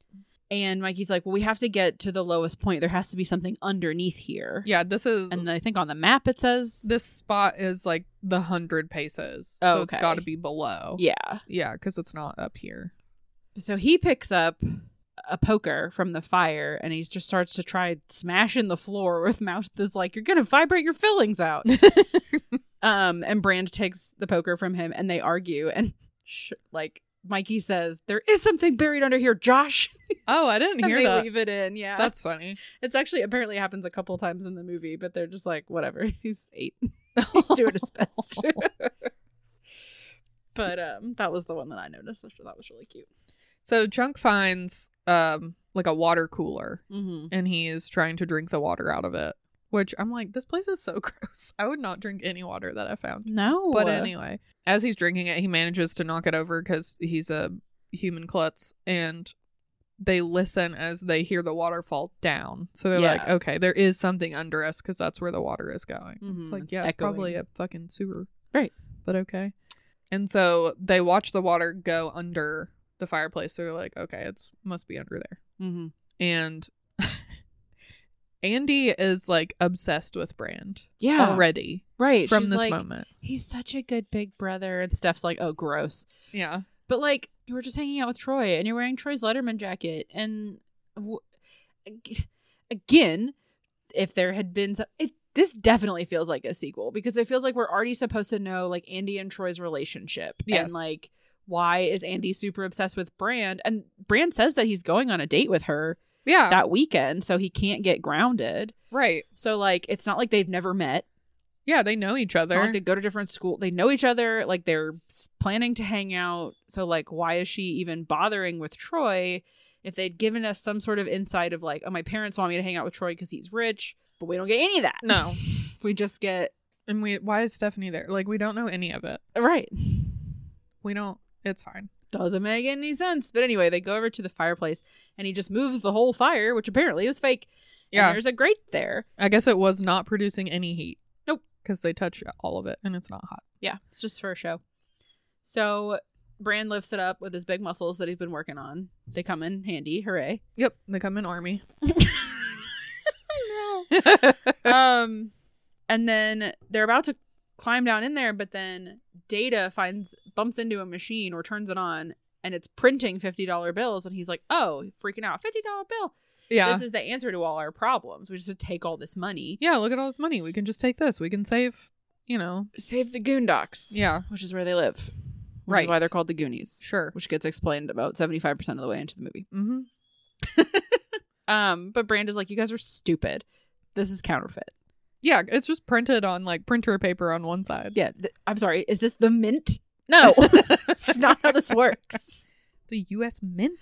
Speaker 2: And Mikey's like, well, we have to get to the lowest point. There has to be something underneath here.
Speaker 1: Yeah, this is
Speaker 2: And I think on the map it says,
Speaker 1: this spot is like the hundred paces.
Speaker 2: Oh,
Speaker 1: so
Speaker 2: okay.
Speaker 1: it's gotta be below.
Speaker 2: yeah.
Speaker 1: Yeah, because it's not up here.
Speaker 2: So he picks up a poker from the fire and he just starts to try smashing the floor with mouth that's like, You're gonna vibrate your fillings out. um, and Brand takes the poker from him and they argue and sh- like Mikey says, There is something buried under here, Josh.
Speaker 1: Oh, I didn't
Speaker 2: and
Speaker 1: hear
Speaker 2: they
Speaker 1: that.
Speaker 2: leave it in. Yeah.
Speaker 1: That's funny.
Speaker 2: it's actually apparently happens a couple times in the movie, but they're just like, whatever. He's eight. He's doing his best. but um that was the one that I noticed, which that was really cute.
Speaker 1: So Chunk finds um like a water cooler
Speaker 2: Mm-hmm.
Speaker 1: and he is trying to drink the water out of it. Which I'm like, this place is so gross. I would not drink any water that I found.
Speaker 2: No. uh,
Speaker 1: But anyway, as he's drinking it, he manages to knock it over because he's a human klutz and they listen as they hear the waterfall down. So they're like,
Speaker 2: Yeah.
Speaker 1: okay, there is something under us because that's where the water is going.
Speaker 2: Mhm,
Speaker 1: It's like,
Speaker 2: it's
Speaker 1: yeah, it's probably
Speaker 2: echoing.
Speaker 1: a fucking sewer.
Speaker 2: Right.
Speaker 1: But okay. And so they watch the water go under the fireplace. So they're like, okay, it's must be under there.
Speaker 2: Mm-hmm.
Speaker 1: And Andy is like obsessed with Brand
Speaker 2: Yeah.
Speaker 1: already
Speaker 2: Right.
Speaker 1: from
Speaker 2: She's
Speaker 1: this
Speaker 2: like,
Speaker 1: moment.
Speaker 2: He's such a good big brother. And Steph's like, oh, gross.
Speaker 1: Yeah.
Speaker 2: But like, you were just hanging out with Troy and you're wearing Troy's Letterman jacket. And w- ag- again, if there had been so- it, this definitely feels like a sequel because it feels like we're already supposed to know like Andy and Troy's relationship.
Speaker 1: Yes.
Speaker 2: And like, why is Andy super obsessed with Brand? And Brand says that he's going on a date with her
Speaker 1: Yeah.
Speaker 2: that weekend, so he can't get grounded.
Speaker 1: right.
Speaker 2: So like, it's not like they've never met.
Speaker 1: Yeah, they know each other.
Speaker 2: Not like they go to different school. They know each other. Like they're s- planning to hang out. So like, why is she even bothering with Troy? If they'd given us some sort of insight of like, oh, my parents want me to hang out with Troy because he's rich, but we don't get any of that.
Speaker 1: No.
Speaker 2: we just get
Speaker 1: and we why is Stephanie there? Like we don't know any of it.
Speaker 2: right.
Speaker 1: We don't it's fine.
Speaker 2: Doesn't make any sense. But anyway, they go over to the fireplace, and he just moves the whole fire, which apparently was fake. and
Speaker 1: Yeah.
Speaker 2: there's a grate there.
Speaker 1: I guess it was not producing any heat.
Speaker 2: Nope.
Speaker 1: Because they touch all of it and it's not hot.
Speaker 2: Yeah, it's just for a show. So Bran lifts it up with his big muscles that he's been working on. They come in handy. Hooray.
Speaker 1: Yep, they come in army.
Speaker 2: I know. um, and then they're about to climb down in there, but then Data finds bumps into a machine or turns it on, and it's printing fifty dollar bills, and he's like, "Oh, freaking out! Fifty dollar bill.
Speaker 1: yeah.
Speaker 2: This is the answer to all our problems. We just take all this money,
Speaker 1: yeah, look at all this money. We can just take this. We can save, you know.
Speaker 2: save the Goondocks,
Speaker 1: Yeah.
Speaker 2: which is where they live. Which
Speaker 1: Right.
Speaker 2: is why they're called the Goonies,
Speaker 1: Sure.
Speaker 2: which gets explained about seventy five percent of the way into the movie.
Speaker 1: Mm-hmm.
Speaker 2: Um, but Brand is like, "You guys are stupid. This is counterfeit."
Speaker 1: Yeah, it's just printed on like printer paper on one side.
Speaker 2: Yeah, th- I'm sorry. Is this the mint? No, it's not how this works.
Speaker 1: The US Mint?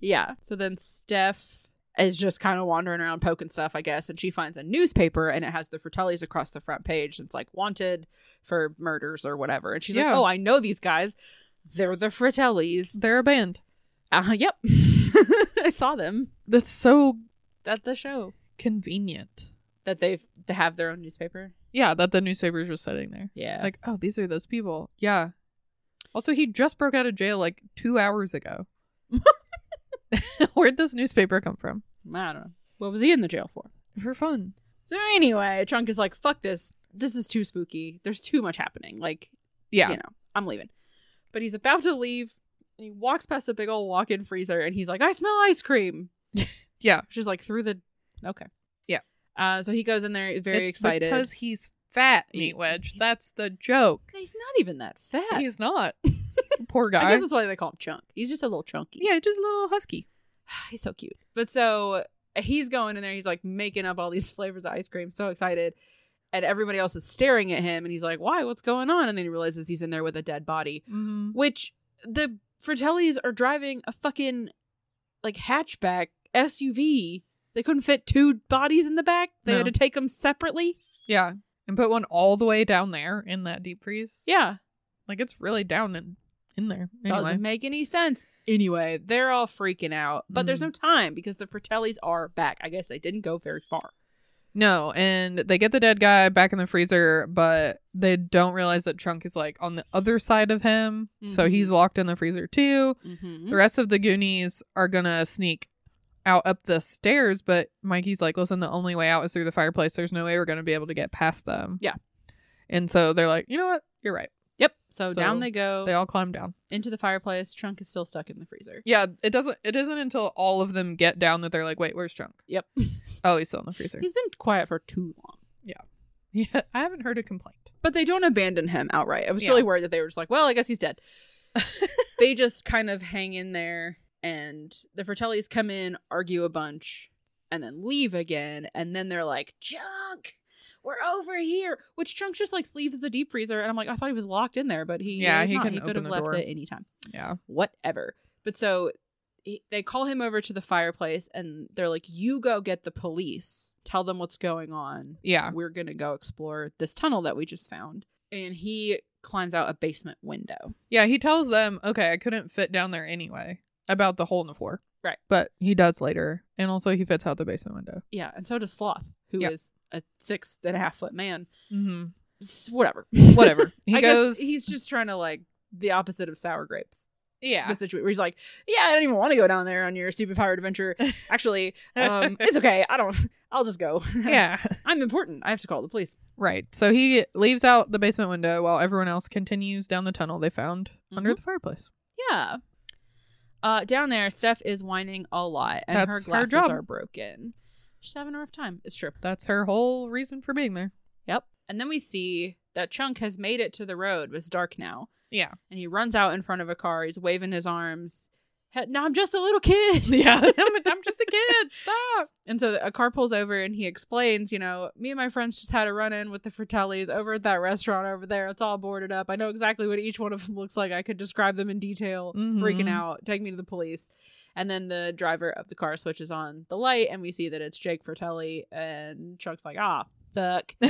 Speaker 2: Yeah. So then Steph is just kind of wandering around poking stuff, I guess, and she finds a newspaper and it has the Fratellis across the front page. And it's like wanted for murders or whatever. And she's like,
Speaker 1: Yeah.
Speaker 2: "Oh, I know these guys. They're the Fratellis."
Speaker 1: They're a band.
Speaker 2: Uh, yep, I saw them
Speaker 1: That's so
Speaker 2: at the show.
Speaker 1: convenient.
Speaker 2: That they've they have their own newspaper.
Speaker 1: Yeah, that the newspaper's just sitting there.
Speaker 2: Yeah.
Speaker 1: Like, oh, these are those people. Yeah. Also, he just broke out of jail like two hours ago. Where'd this newspaper come from?
Speaker 2: I don't know. What was he in the jail for?
Speaker 1: For fun.
Speaker 2: So anyway, Trunk is like, "Fuck this. This is too spooky. There's too much happening. Like,
Speaker 1: Yeah.
Speaker 2: you know, I'm leaving." But he's about to leave. And he walks past a big old walk-in freezer, and he's like, "I smell ice cream."
Speaker 1: Yeah.
Speaker 2: Which is like through the okay.
Speaker 1: Yeah.
Speaker 2: Uh, so he goes in there very
Speaker 1: It's
Speaker 2: excited.
Speaker 1: Because he's fat,
Speaker 2: He-
Speaker 1: Meat Wedge.
Speaker 2: he's-
Speaker 1: That's the joke.
Speaker 2: he's not even that fat.
Speaker 1: He's not. Poor
Speaker 2: I
Speaker 1: guy.
Speaker 2: guess that's why they call him Chunk. He's just a little chunky.
Speaker 1: yeah, just a little husky.
Speaker 2: he's so cute. But so uh, he's going in there, he's like making up all these flavors of ice cream, so excited. And everybody else is staring at him, and he's like, Why? What's going on? And then he realizes he's in there with a dead body,
Speaker 1: Mm-hmm.
Speaker 2: which the Fratellis are driving a fucking like hatchback SUV. They couldn't fit two bodies in the back, they had
Speaker 1: No.
Speaker 2: to take them separately.
Speaker 1: Yeah. And put one all the way down there in that deep freeze.
Speaker 2: Yeah,
Speaker 1: Like it's really down in, in there. Anyway.
Speaker 2: doesn't make any sense. Anyway, they're all freaking out, but there's
Speaker 1: Mhm.
Speaker 2: no time because the Fratellis are back. I guess they didn't go very far.
Speaker 1: No, and they get the dead guy back in the freezer, but they don't realize that Trunk is like on the other side of him. So
Speaker 2: Mhm.
Speaker 1: he's locked in the freezer too.
Speaker 2: Mm-hmm.
Speaker 1: The rest of the Goonies are gonna sneak out up the stairs, but Mikey's like, listen, the only way out is through the fireplace. There's no way we're gonna be able to get past them.
Speaker 2: Yeah.
Speaker 1: And so they're like, you know what? You're right.
Speaker 2: Yep. So,
Speaker 1: So
Speaker 2: down they go
Speaker 1: They all climb down.
Speaker 2: into the fireplace. Trunk is still stuck in the freezer.
Speaker 1: Yeah, it doesn't it isn't until all of them get down that they're like, wait, where's Trunk?
Speaker 2: Yep.
Speaker 1: Oh, he's still in the freezer.
Speaker 2: He's been quiet for too long.
Speaker 1: Yeah, I haven't heard a complaint.
Speaker 2: But they don't abandon him outright. I was
Speaker 1: Yeah.
Speaker 2: really worried that they were just like, well, I guess he's dead. they just kind of hang in there and the Fratellis come in, argue a bunch, and then leave again. And then they're like, Junk, we're over here. Which Chunk just like leaves the deep freezer. And I'm like, I thought he was locked in there, but he,
Speaker 1: Yeah,
Speaker 2: is
Speaker 1: he
Speaker 2: not.
Speaker 1: can
Speaker 2: he could
Speaker 1: open
Speaker 2: have
Speaker 1: the
Speaker 2: left
Speaker 1: door.
Speaker 2: at any time.
Speaker 1: Yeah.
Speaker 2: whatever. But so he, they call him over to the fireplace and they're like, You go get the police. Tell them what's going on.
Speaker 1: Yeah.
Speaker 2: We're going to go explore this tunnel that we just found. And he climbs out a basement window.
Speaker 1: Yeah, he tells them, okay, I couldn't fit down there anyway, about the hole in the floor.
Speaker 2: Right.
Speaker 1: But he does later. And also, he fits out the basement window.
Speaker 2: Yeah. And so does Sloth, who is
Speaker 1: Yeah.
Speaker 2: a six and a half foot man.
Speaker 1: Mm-hmm.
Speaker 2: S- Whatever.
Speaker 1: Whatever. He
Speaker 2: I
Speaker 1: goes,
Speaker 2: guess he's just trying to like the opposite of sour grapes.
Speaker 1: yeah.
Speaker 2: The situation where he's like, "Yeah, I don't even want to go down there on your stupid pirate adventure. Actually, um, it's okay. I don't. I'll just go.
Speaker 1: yeah.
Speaker 2: I'm important. I have to call the police."
Speaker 1: Right. So he leaves out the basement window while everyone else continues down the tunnel they found under
Speaker 2: Mhm.
Speaker 1: the fireplace.
Speaker 2: Yeah. Uh, down there, Steph is whining a lot, and her
Speaker 1: That's her
Speaker 2: glasses
Speaker 1: job.
Speaker 2: are broken. She's having a rough time. It's true.
Speaker 1: That's her whole reason for being there.
Speaker 2: Yep. And then we see that Chunk has made it to the road. It's dark now,
Speaker 1: Yeah.
Speaker 2: and he runs out in front of a car. He's waving his arms. "Hey, No, I'm just a little kid.
Speaker 1: Yeah. I'm, I'm just a kid. Stop.
Speaker 2: And so a car pulls over, and he explains, you know, me and my friends just had a run in with the Fratellis over at that restaurant over there. It's all boarded up. I know exactly what each one of them looks like. I could describe them in detail.
Speaker 1: Mhm.
Speaker 2: Freaking out. Take me to the police. And then the driver of the car switches on the light, and we see that it's Jake Fratelli. And Chuck's like, ah, fuck.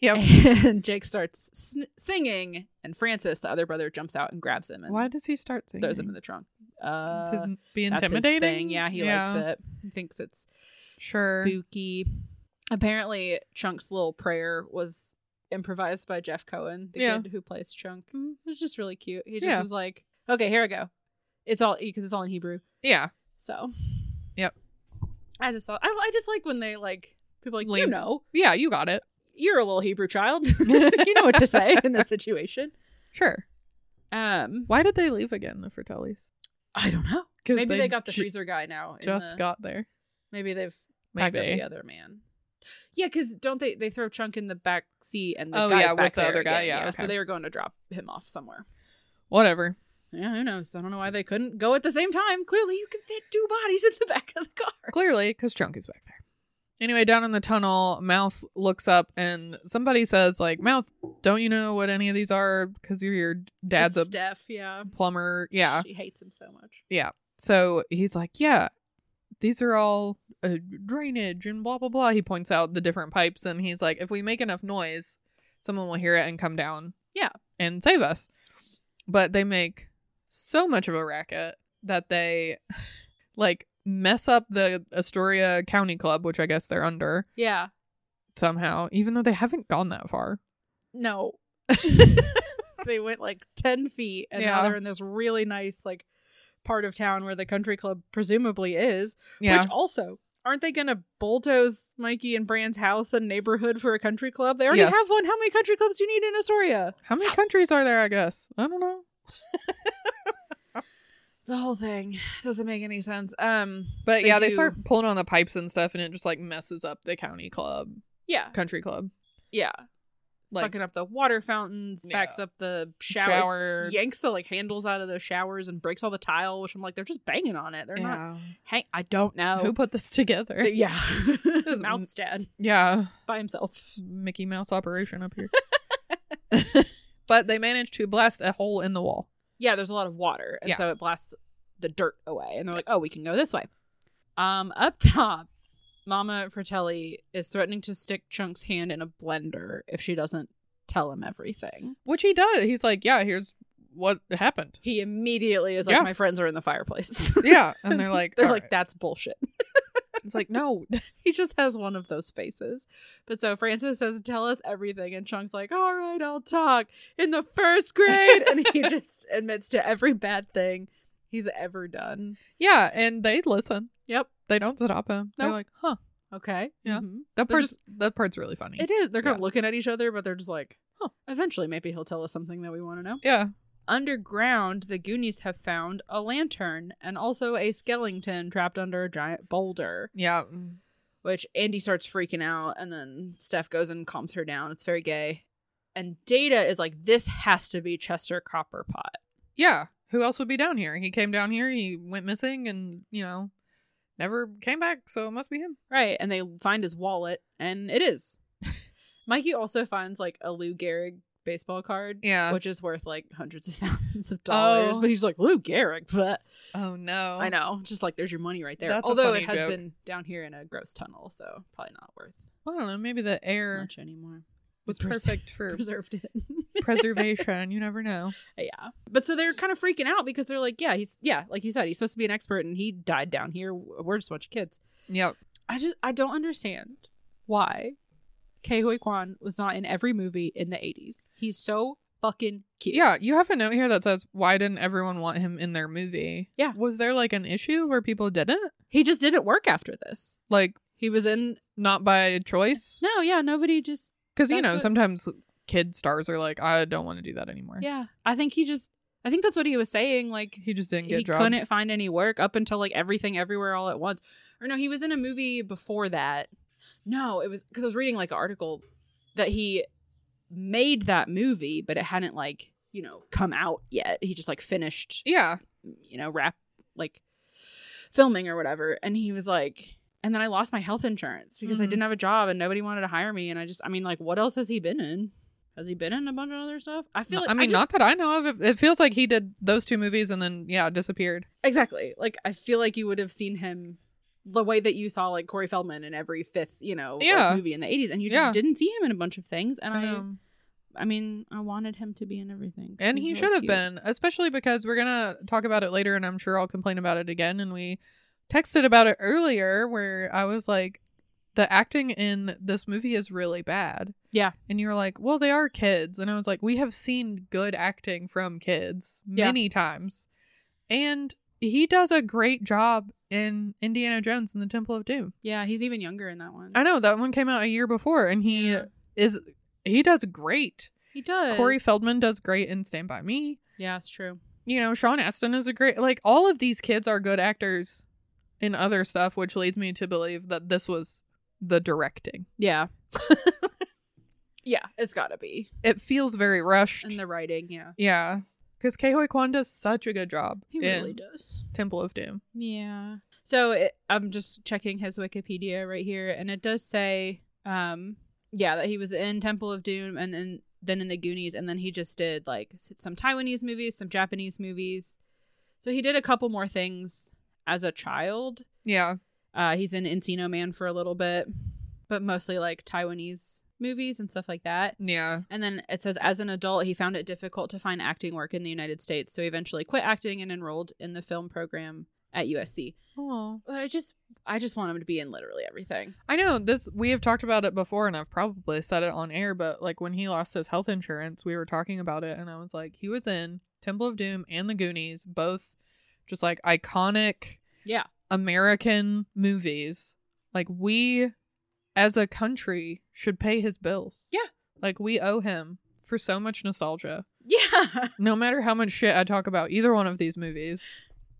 Speaker 1: yep.
Speaker 2: And Jake starts sn- singing, and Francis, the other brother, jumps out and grabs him and
Speaker 1: Why does he start singing?
Speaker 2: throws him in the trunk. Uh,
Speaker 1: to be
Speaker 2: that's his
Speaker 1: intimidating?
Speaker 2: thing. Yeah, he likes it. He thinks it's
Speaker 1: Sure.
Speaker 2: spooky. Apparently, Chunk's little prayer was improvised by Jeff Cohen, the
Speaker 1: Yeah.
Speaker 2: kid who plays Chunk.
Speaker 1: Mhm.
Speaker 2: It was just really cute. He just
Speaker 1: Yeah.
Speaker 2: was like, Okay, here I go. It's all because it's all in Hebrew.
Speaker 1: Yeah.
Speaker 2: So,
Speaker 1: Yep.
Speaker 2: I just thought I, I just like when they like people are like
Speaker 1: Leave.
Speaker 2: you know
Speaker 1: Yeah, you got it.
Speaker 2: you're a little Hebrew child. you know what to say in this situation.
Speaker 1: Sure.
Speaker 2: Um,
Speaker 1: Why did they leave again, the Fratellis?
Speaker 2: I don't know.
Speaker 1: 'Cause
Speaker 2: Maybe
Speaker 1: they
Speaker 2: they, got the
Speaker 1: ju-
Speaker 2: freezer guy now. in
Speaker 1: Just
Speaker 2: the-
Speaker 1: got there.
Speaker 2: Maybe they've packed up
Speaker 1: Maybe.
Speaker 2: the other man. Yeah, because don't they they throw Chunk in the back seat and the
Speaker 1: Oh,
Speaker 2: guy's
Speaker 1: yeah,
Speaker 2: back
Speaker 1: with the
Speaker 2: there
Speaker 1: other guy,
Speaker 2: again.
Speaker 1: yeah,
Speaker 2: so
Speaker 1: okay.
Speaker 2: they were going to drop him off somewhere.
Speaker 1: Whatever.
Speaker 2: Yeah, who knows? I don't know why they couldn't go at the same time. Clearly, you can fit two bodies in the back of the car.
Speaker 1: Clearly, because Trunk is back there. Anyway, down in the tunnel, Mouth looks up and somebody says, like, Mouth, don't you know what any of these are? Because your your dad's
Speaker 2: It's
Speaker 1: a
Speaker 2: Steph. Yeah,
Speaker 1: plumber. Yeah.
Speaker 2: she hates him so much.
Speaker 1: So he's like, yeah, these are all uh, drainage and blah, blah, blah. He points out the different pipes and he's like, if we make enough noise, someone will hear it and come down.
Speaker 2: Yeah.
Speaker 1: And save us. But they make so much of a racket that they like mess up the Astoria County Club, which I guess they're under
Speaker 2: Yeah,
Speaker 1: somehow, even though they haven't gone that far.
Speaker 2: no. they went like ten feet, and now
Speaker 1: Yeah.
Speaker 2: they're in this really nice like part of town where the country club presumably is.
Speaker 1: Yeah.
Speaker 2: Which also, aren't they going to bulldoze Mikey and Brand's house and neighborhood for a country club? They already
Speaker 1: Yes.
Speaker 2: have one. How many country clubs do you need in Astoria?
Speaker 1: How many countries are there, I guess? I don't know.
Speaker 2: The whole thing doesn't make any sense. Um,
Speaker 1: But yeah, they
Speaker 2: do-
Speaker 1: start pulling on the pipes and stuff and it just like messes up the county club,
Speaker 2: Yeah,
Speaker 1: country club.
Speaker 2: yeah,
Speaker 1: like
Speaker 2: fucking up the water fountains, backs
Speaker 1: Yeah.
Speaker 2: up the shower,
Speaker 1: shower.
Speaker 2: yanks the like handles out of the showers, and breaks all the tile. Which I'm like, they're just banging on it. They're not. Hang, I don't know.
Speaker 1: Who put this together?
Speaker 2: They- yeah,
Speaker 1: is-
Speaker 2: mouth's dad
Speaker 1: yeah,
Speaker 2: by himself.
Speaker 1: Mickey Mouse operation up here. but they managed to blast a hole in the wall.
Speaker 2: yeah, there's a lot of water, and
Speaker 1: Yeah.
Speaker 2: so it blasts the dirt away. And they're like, oh, we can go this way. Um, up top, Mama Fratelli is threatening to stick Chunk's hand in a blender if she doesn't tell him everything.
Speaker 1: Which he does. He's like, yeah, here's what happened.
Speaker 2: He immediately is like,
Speaker 1: Yeah.
Speaker 2: my friends are in the fireplace.
Speaker 1: Yeah, and they're like,
Speaker 2: they're
Speaker 1: "All
Speaker 2: like,
Speaker 1: right."
Speaker 2: that's bullshit.
Speaker 1: It's like, no,
Speaker 2: he just has one of those faces. But so Francis says, "Tell us everything," and Chunk's like, "All right, I'll talk." In the first grade, and he just admits to every bad thing he's ever done.
Speaker 1: yeah, and they listen.
Speaker 2: Yep.
Speaker 1: They don't stop him. They're
Speaker 2: Nope.
Speaker 1: like, huh,
Speaker 2: Okay.
Speaker 1: Yeah.
Speaker 2: Mhm.
Speaker 1: that
Speaker 2: They're
Speaker 1: part's
Speaker 2: just-
Speaker 1: that part's really funny.
Speaker 2: It is. They're kind of
Speaker 1: Yeah.
Speaker 2: looking at each other, but they're just like,
Speaker 1: Huh.
Speaker 2: Eventually, maybe he'll tell us something that we want to know.
Speaker 1: Yeah,
Speaker 2: Underground, the Goonies have found a lantern and also a skeleton trapped under a giant boulder.
Speaker 1: yeah,
Speaker 2: which Andy starts freaking out and then Steph goes and calms her down. It's very gay. And Data is like, this has to be Chester Copperpot.
Speaker 1: yeah. Who else would be down here? He came down here. He went missing, and you know, never came back. So it must be him.
Speaker 2: Right. And they find his wallet, and it is. Mikey also finds like a Lou Gehrig baseball card,
Speaker 1: Yeah.
Speaker 2: which is worth like hundreds of thousands of dollars.
Speaker 1: Oh.
Speaker 2: But he's like, Lou Gehrig, but
Speaker 1: Oh no,
Speaker 2: I know. Just like there's your money right there.
Speaker 1: That's a
Speaker 2: Although
Speaker 1: funny
Speaker 2: it has
Speaker 1: joke.
Speaker 2: been down here in a gross tunnel, so probably not worth
Speaker 1: I don't know. Maybe the air
Speaker 2: much anymore.
Speaker 1: was
Speaker 2: Pres-
Speaker 1: perfect for
Speaker 2: preserved it.
Speaker 1: preservation. You never know.
Speaker 2: Yeah. But so they're kind of freaking out because they're like, yeah, he's, yeah, like you said, he's supposed to be an expert and he died down here. We're just a bunch of kids.
Speaker 1: Yep.
Speaker 2: I just, I don't understand why K. Hui Kwan was not in every movie in the 80s. He's so fucking cute.
Speaker 1: Yeah, you have a note here that says, "Why didn't everyone want him in their movie?"
Speaker 2: Yeah.
Speaker 1: Was there like an issue where people didn't
Speaker 2: He just didn't work after this.
Speaker 1: like
Speaker 2: He was in,
Speaker 1: not by choice?
Speaker 2: no, yeah, nobody just,
Speaker 1: Because you
Speaker 2: That's
Speaker 1: know
Speaker 2: what-
Speaker 1: sometimes kid stars are like, "I don't want to do that anymore."
Speaker 2: yeah. I think he just, I think that's what he was saying. Like,
Speaker 1: He just didn't get
Speaker 2: he
Speaker 1: jobs.
Speaker 2: couldn't find any work up until like everything everywhere all at once or no he was in a movie before that no it was because i was reading like an article that he made that movie but it hadn't like you know come out yet he just like finished
Speaker 1: yeah.
Speaker 2: you know rap like filming or whatever and he was like and then i lost my health insurance because i
Speaker 1: Mhm.
Speaker 2: didn't have a job and nobody wanted to hire me and i just i mean like what else has he been in has he been in a bunch of other stuff i feel like
Speaker 1: I mean,
Speaker 2: just-
Speaker 1: not that I know of. It, it feels like he did those two movies and then yeah, disappeared.
Speaker 2: Exactly. Like I feel like you would have seen him the way that you saw like Corey Feldman in every fifth, you know, like,
Speaker 1: Yeah.
Speaker 2: movie in the eighties, and you just
Speaker 1: Yeah.
Speaker 2: didn't see him in a bunch of things. And I,
Speaker 1: Um,
Speaker 2: I mean, I wanted him to be in everything. 'cause
Speaker 1: and
Speaker 2: he's
Speaker 1: he
Speaker 2: really
Speaker 1: should have
Speaker 2: cute.
Speaker 1: been, especially because we're gonna talk about it later, and I'm sure I'll complain about it again. And we texted about it earlier, where I was like, the acting in this movie is really bad.
Speaker 2: Yeah.
Speaker 1: And you were like, well, they are kids. And I was like, we have seen good acting from kids
Speaker 2: Yeah.
Speaker 1: many times. And he does a great job in Indiana Jones and the Temple of Doom.
Speaker 2: Yeah, he's even younger in that one.
Speaker 1: I know that one came out a year before and he
Speaker 2: Yeah.
Speaker 1: is he does great.
Speaker 2: He does.
Speaker 1: Corey Feldman does great in Stand By Me.
Speaker 2: Yeah, it's true.
Speaker 1: You know, Sean Astin is a great like all of these kids are good actors in other stuff, which leads me to believe that this was the directing.
Speaker 2: Yeah. yeah, it's gotta be.
Speaker 1: It feels very rushed.
Speaker 2: And the writing, yeah.
Speaker 1: Yeah. Because Kehoi Kwan does such a good job
Speaker 2: He really
Speaker 1: in
Speaker 2: does.
Speaker 1: Temple of Doom.
Speaker 2: Yeah. So it, I'm just checking his Wikipedia right here, and it does say, um, yeah, that he was in Temple of Doom, and then then in the Goonies, and then he just did like s- some Taiwanese movies, some Japanese movies. So he did a couple more things as a child.
Speaker 1: Yeah.
Speaker 2: Uh, he's in Encino Man for a little bit, but mostly like Taiwanese movies and stuff like that.
Speaker 1: Yeah.
Speaker 2: And then it says, as an adult, he found it difficult to find acting work in the United States, so he eventually quit acting and enrolled in the film program at USC.
Speaker 1: Oh.
Speaker 2: But I just, I just want him to be in literally everything.
Speaker 1: I know this, we have talked about it before and I've probably said it on air, but like when he lost his health insurance, we were talking about it and I was like, he was in Temple of Doom and The Goonies, both just like iconic
Speaker 2: Yeah.
Speaker 1: American movies. Like we as a country should pay his bills.
Speaker 2: Yeah.
Speaker 1: Like we owe him for so much nostalgia.
Speaker 2: Yeah,
Speaker 1: no matter how much shit I talk about either one of these movies,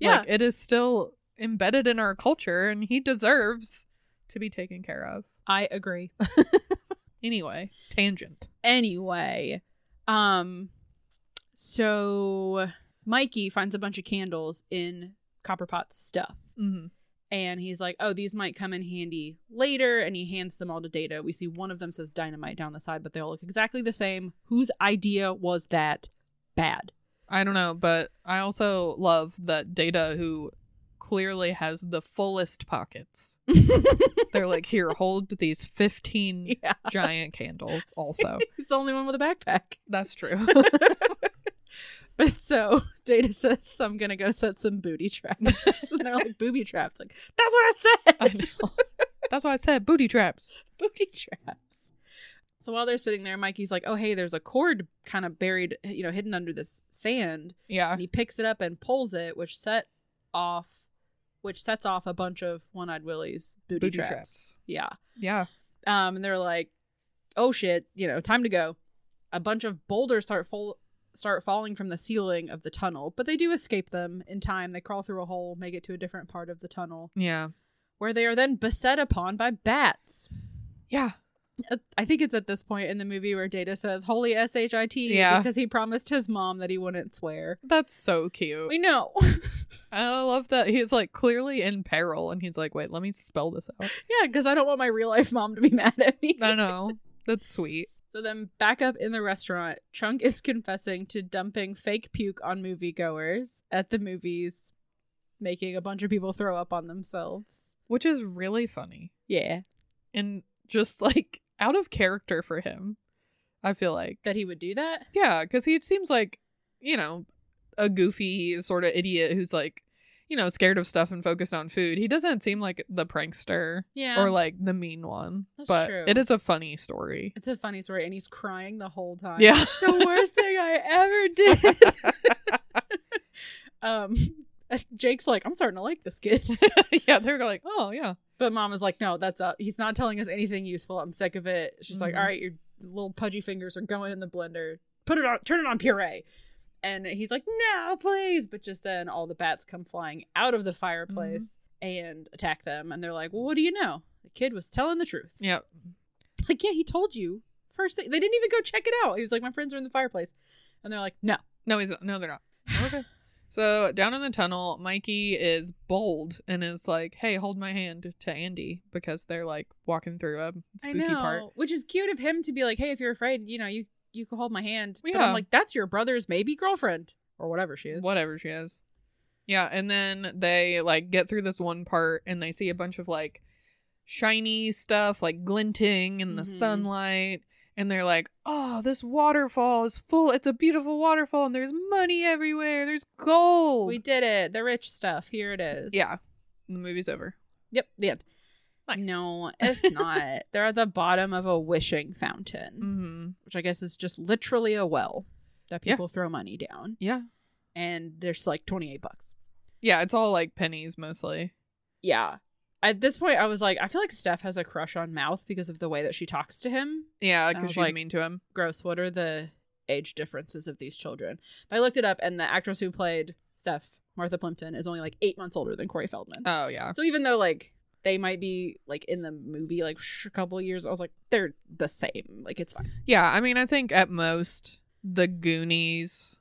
Speaker 2: yeah,
Speaker 1: like it is still embedded in our culture and he deserves to be taken care of.
Speaker 2: I agree.
Speaker 1: Anyway, tangent.
Speaker 2: Anyway, um, so Mikey finds a bunch of candles in Copperpot's stuff.
Speaker 1: hmm
Speaker 2: And he's like, oh, these might come in handy later. And he hands them all to Data. We see one of them says dynamite down the side, but they all look exactly the same. Whose idea was that? Bad.
Speaker 1: I don't know, but I also love that Data, who clearly has the fullest pockets, they're like, here, hold these 15
Speaker 2: Yeah.
Speaker 1: giant candles, also.
Speaker 2: He's the only one with a backpack.
Speaker 1: That's true.
Speaker 2: But so Data says, I'm going to go set some booty traps. and they're like, booby traps. Like, that's what
Speaker 1: I
Speaker 2: I said.
Speaker 1: know. That's why I said booty traps.
Speaker 2: booty traps. So while they're sitting there, Mikey's like, oh, hey, there's a cord kind of buried, you know, hidden under this sand.
Speaker 1: Yeah.
Speaker 2: and he picks it up and pulls it, which set off, which sets off a bunch of one-eyed Willie's booty,
Speaker 1: Booty
Speaker 2: traps.
Speaker 1: traps.
Speaker 2: Yeah,
Speaker 1: Yeah.
Speaker 2: um, and they're like, "Oh shit, you know, time to go." A bunch of boulders start full start falling from the ceiling of the tunnel, but they do escape them in time. They crawl through a hole, make it to a different part of the tunnel,
Speaker 1: Yeah.
Speaker 2: where they are then beset upon by bats.
Speaker 1: Yeah.
Speaker 2: At- I think it's at this point in the movie where Data says "Holy shit"
Speaker 1: Yeah.
Speaker 2: because he promised his mom that he wouldn't swear.
Speaker 1: That's so cute.
Speaker 2: We know.
Speaker 1: I love that he's like clearly in peril, and he's like, "Wait, let me spell this out."
Speaker 2: Yeah, because I don't want my real life mom to be mad at me.
Speaker 1: I know that's sweet.
Speaker 2: So then, back up in the restaurant, Chunk is confessing to dumping fake puke on moviegoers at the movies, making a bunch of people throw up on themselves.
Speaker 1: Which is really funny
Speaker 2: Yeah,
Speaker 1: and just like out of character for him. I feel like,
Speaker 2: that he would do that.
Speaker 1: yeah, because he seems like, you know, a goofy sort of idiot who's like, you know, scared of stuff and focused on food. He doesn't seem like the prankster
Speaker 2: Yeah,
Speaker 1: or like the mean one,
Speaker 2: That's
Speaker 1: but
Speaker 2: true.
Speaker 1: it is a funny story.
Speaker 2: it's a funny story, and he's crying the whole time.
Speaker 1: Yeah.
Speaker 2: the worst thing I ever did. um, Jake's like, I'm starting to like this kid,
Speaker 1: yeah, they're like, oh yeah,
Speaker 2: but Mom is like, No, that's uh, he's not telling us anything useful. I'm sick of it. She's like,
Speaker 1: Mhm.
Speaker 2: All right, your little pudgy fingers are going in the blender. Put it on, turn it on puree. And he's like, No, please. But just then, all the bats come flying out of the fireplace
Speaker 1: Mm-hmm.
Speaker 2: and attack them. And they're like, Well, what do you know? The kid was telling the truth.
Speaker 1: yeah,
Speaker 2: Like, yeah, he told you first thing. They didn't even go check it out. He was like, My friends are in the fireplace. And they're like, No.
Speaker 1: No, he's not. No, they're not.
Speaker 2: Oh,
Speaker 1: Okay. So down in the tunnel, Mikey is bold and is like, "Hey, hold my hand" to Andy because they're like walking through a spooky part.
Speaker 2: Which is cute of him to be like, hey, if you're afraid, you know, you you can hold my hand. But
Speaker 1: Yeah.
Speaker 2: I'm like, that's your brother's maybe girlfriend or whatever she is.
Speaker 1: Whatever she is. Yeah, and then they like get through this one part and they see a bunch of like shiny stuff, like glinting in the
Speaker 2: Mhm.
Speaker 1: sunlight. And they're like, oh, this waterfall is full. It's a beautiful waterfall, and there's money everywhere. There's gold.
Speaker 2: We did it. The rich stuff. Here it is.
Speaker 1: yeah. And the movie's over.
Speaker 2: Yep. The end.
Speaker 1: Nice.
Speaker 2: No, it's not. They're at the bottom of a wishing fountain,
Speaker 1: Mm-hmm.
Speaker 2: which I guess is just literally a well that
Speaker 1: Yeah.
Speaker 2: people throw money down.
Speaker 1: Yeah.
Speaker 2: And there's like 28 bucks.
Speaker 1: Yeah, it's all like pennies mostly.
Speaker 2: Yeah. At this point, I was like, I feel like Steph has a crush on Mouth because of the way that she talks to him.
Speaker 1: Yeah,
Speaker 2: I
Speaker 1: because
Speaker 2: was
Speaker 1: she's
Speaker 2: like-
Speaker 1: mean to him.
Speaker 2: Gross. What are the age differences of these children? But I looked it up, and the actress who played Steph, Martha Plimpton, is only like eight months older than Corey Feldman.
Speaker 1: Oh yeah.
Speaker 2: So even though like they might be like in the movie like sh- a couple years, I was like they're the same. Like it's fine.
Speaker 1: Yeah, I mean, I think at most the Goonies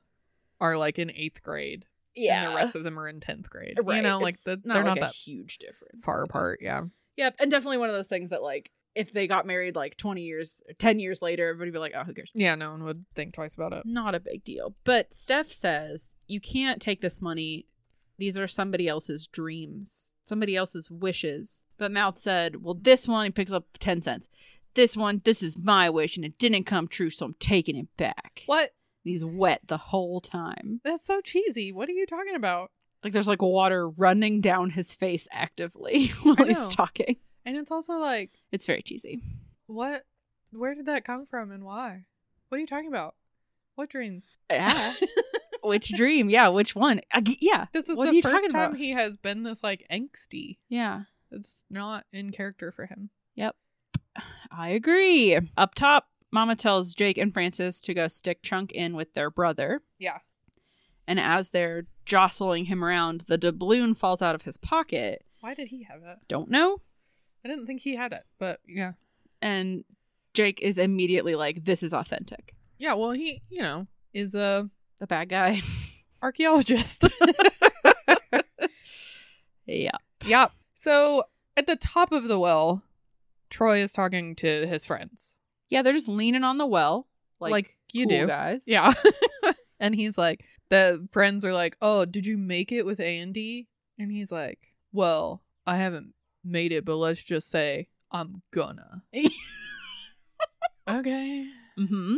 Speaker 1: are like in eighth grade, and the rest of them are in tenth grade. You know, like
Speaker 2: It's
Speaker 1: the, they're not
Speaker 2: like, a
Speaker 1: that
Speaker 2: huge difference.
Speaker 1: far apart. Yeah,
Speaker 2: Yep, and definitely one of those things that like if they got married like twenty years, ten years later, everybody'd be like, oh, who cares?
Speaker 1: yeah. No one would think twice about it.
Speaker 2: Not a big deal. But Steph says you can't take this money. These are somebody else's dreams, somebody else's wishes. But Mouth said, well, this one he picks up ten cents. This one, this is my wish, and it didn't come true, so I'm taking it back.
Speaker 1: What?
Speaker 2: And he's wet the whole time.
Speaker 1: That's so cheesy. What are you talking about?
Speaker 2: Like there's like water running down his face actively while
Speaker 1: know.
Speaker 2: he's talking.
Speaker 1: And it's also like,
Speaker 2: It's very cheesy.
Speaker 1: what? Where did that come from, and why? What are you talking about? What dreams?
Speaker 2: Uh, Yeah. which dream? Yeah, which one? I g yeah.
Speaker 1: This is
Speaker 2: What are
Speaker 1: the
Speaker 2: you
Speaker 1: first
Speaker 2: talking
Speaker 1: time
Speaker 2: about?
Speaker 1: he has been this like angsty.
Speaker 2: Yeah.
Speaker 1: It's not in character for him.
Speaker 2: Yep. I agree. Up top, Mama tells Jake and Francis to go stick Chunk in with their brother.
Speaker 1: Yeah.
Speaker 2: And as they're jostling him around, the doubloon falls out of his pocket.
Speaker 1: Why did he have it?
Speaker 2: Don't know.
Speaker 1: I didn't think he had it, but yeah.
Speaker 2: And Jake is immediately like, this is authentic.
Speaker 1: Yeah, well, he, you know, is a
Speaker 2: The bad guy.
Speaker 1: archaeologist.
Speaker 2: yeah.
Speaker 1: yep. So at the top of the well, Troy is talking to his friends.
Speaker 2: Yeah, they're just leaning on the well, like,
Speaker 1: Like you
Speaker 2: cool
Speaker 1: do.
Speaker 2: guys.
Speaker 1: Yeah. and he's like, the friends are like, oh, did you make it with Andy? And he's like, well, I haven't made it, but let's just say I'm gonna. Okay.
Speaker 2: hmm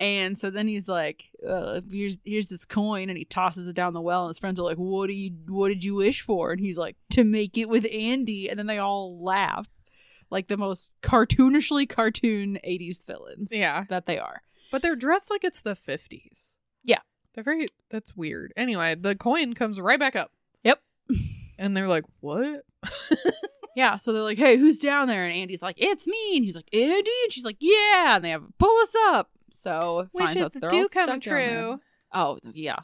Speaker 2: And so then he's like, uh, "Here's here's this coin," and he tosses it down the well. And his friends are like, "What do you What did you wish for?" And he's like, "To make it with Andy." And then they all laugh, like the most cartoonishly cartoon '80s villains.
Speaker 1: Yeah.
Speaker 2: that they are.
Speaker 1: But they're dressed like it's the 50s.
Speaker 2: Yeah.
Speaker 1: They're very, that's weird. Anyway, the coin comes right back up.
Speaker 2: Yep.
Speaker 1: And they're like, what?
Speaker 2: Yeah. So they're like, "Hey, who's down there?" And Andy's like, "It's me." And he's like, "Andy," and she's like, "Yeah." And they have pull us up. So finds out that they're all stuck down there. Oh yeah.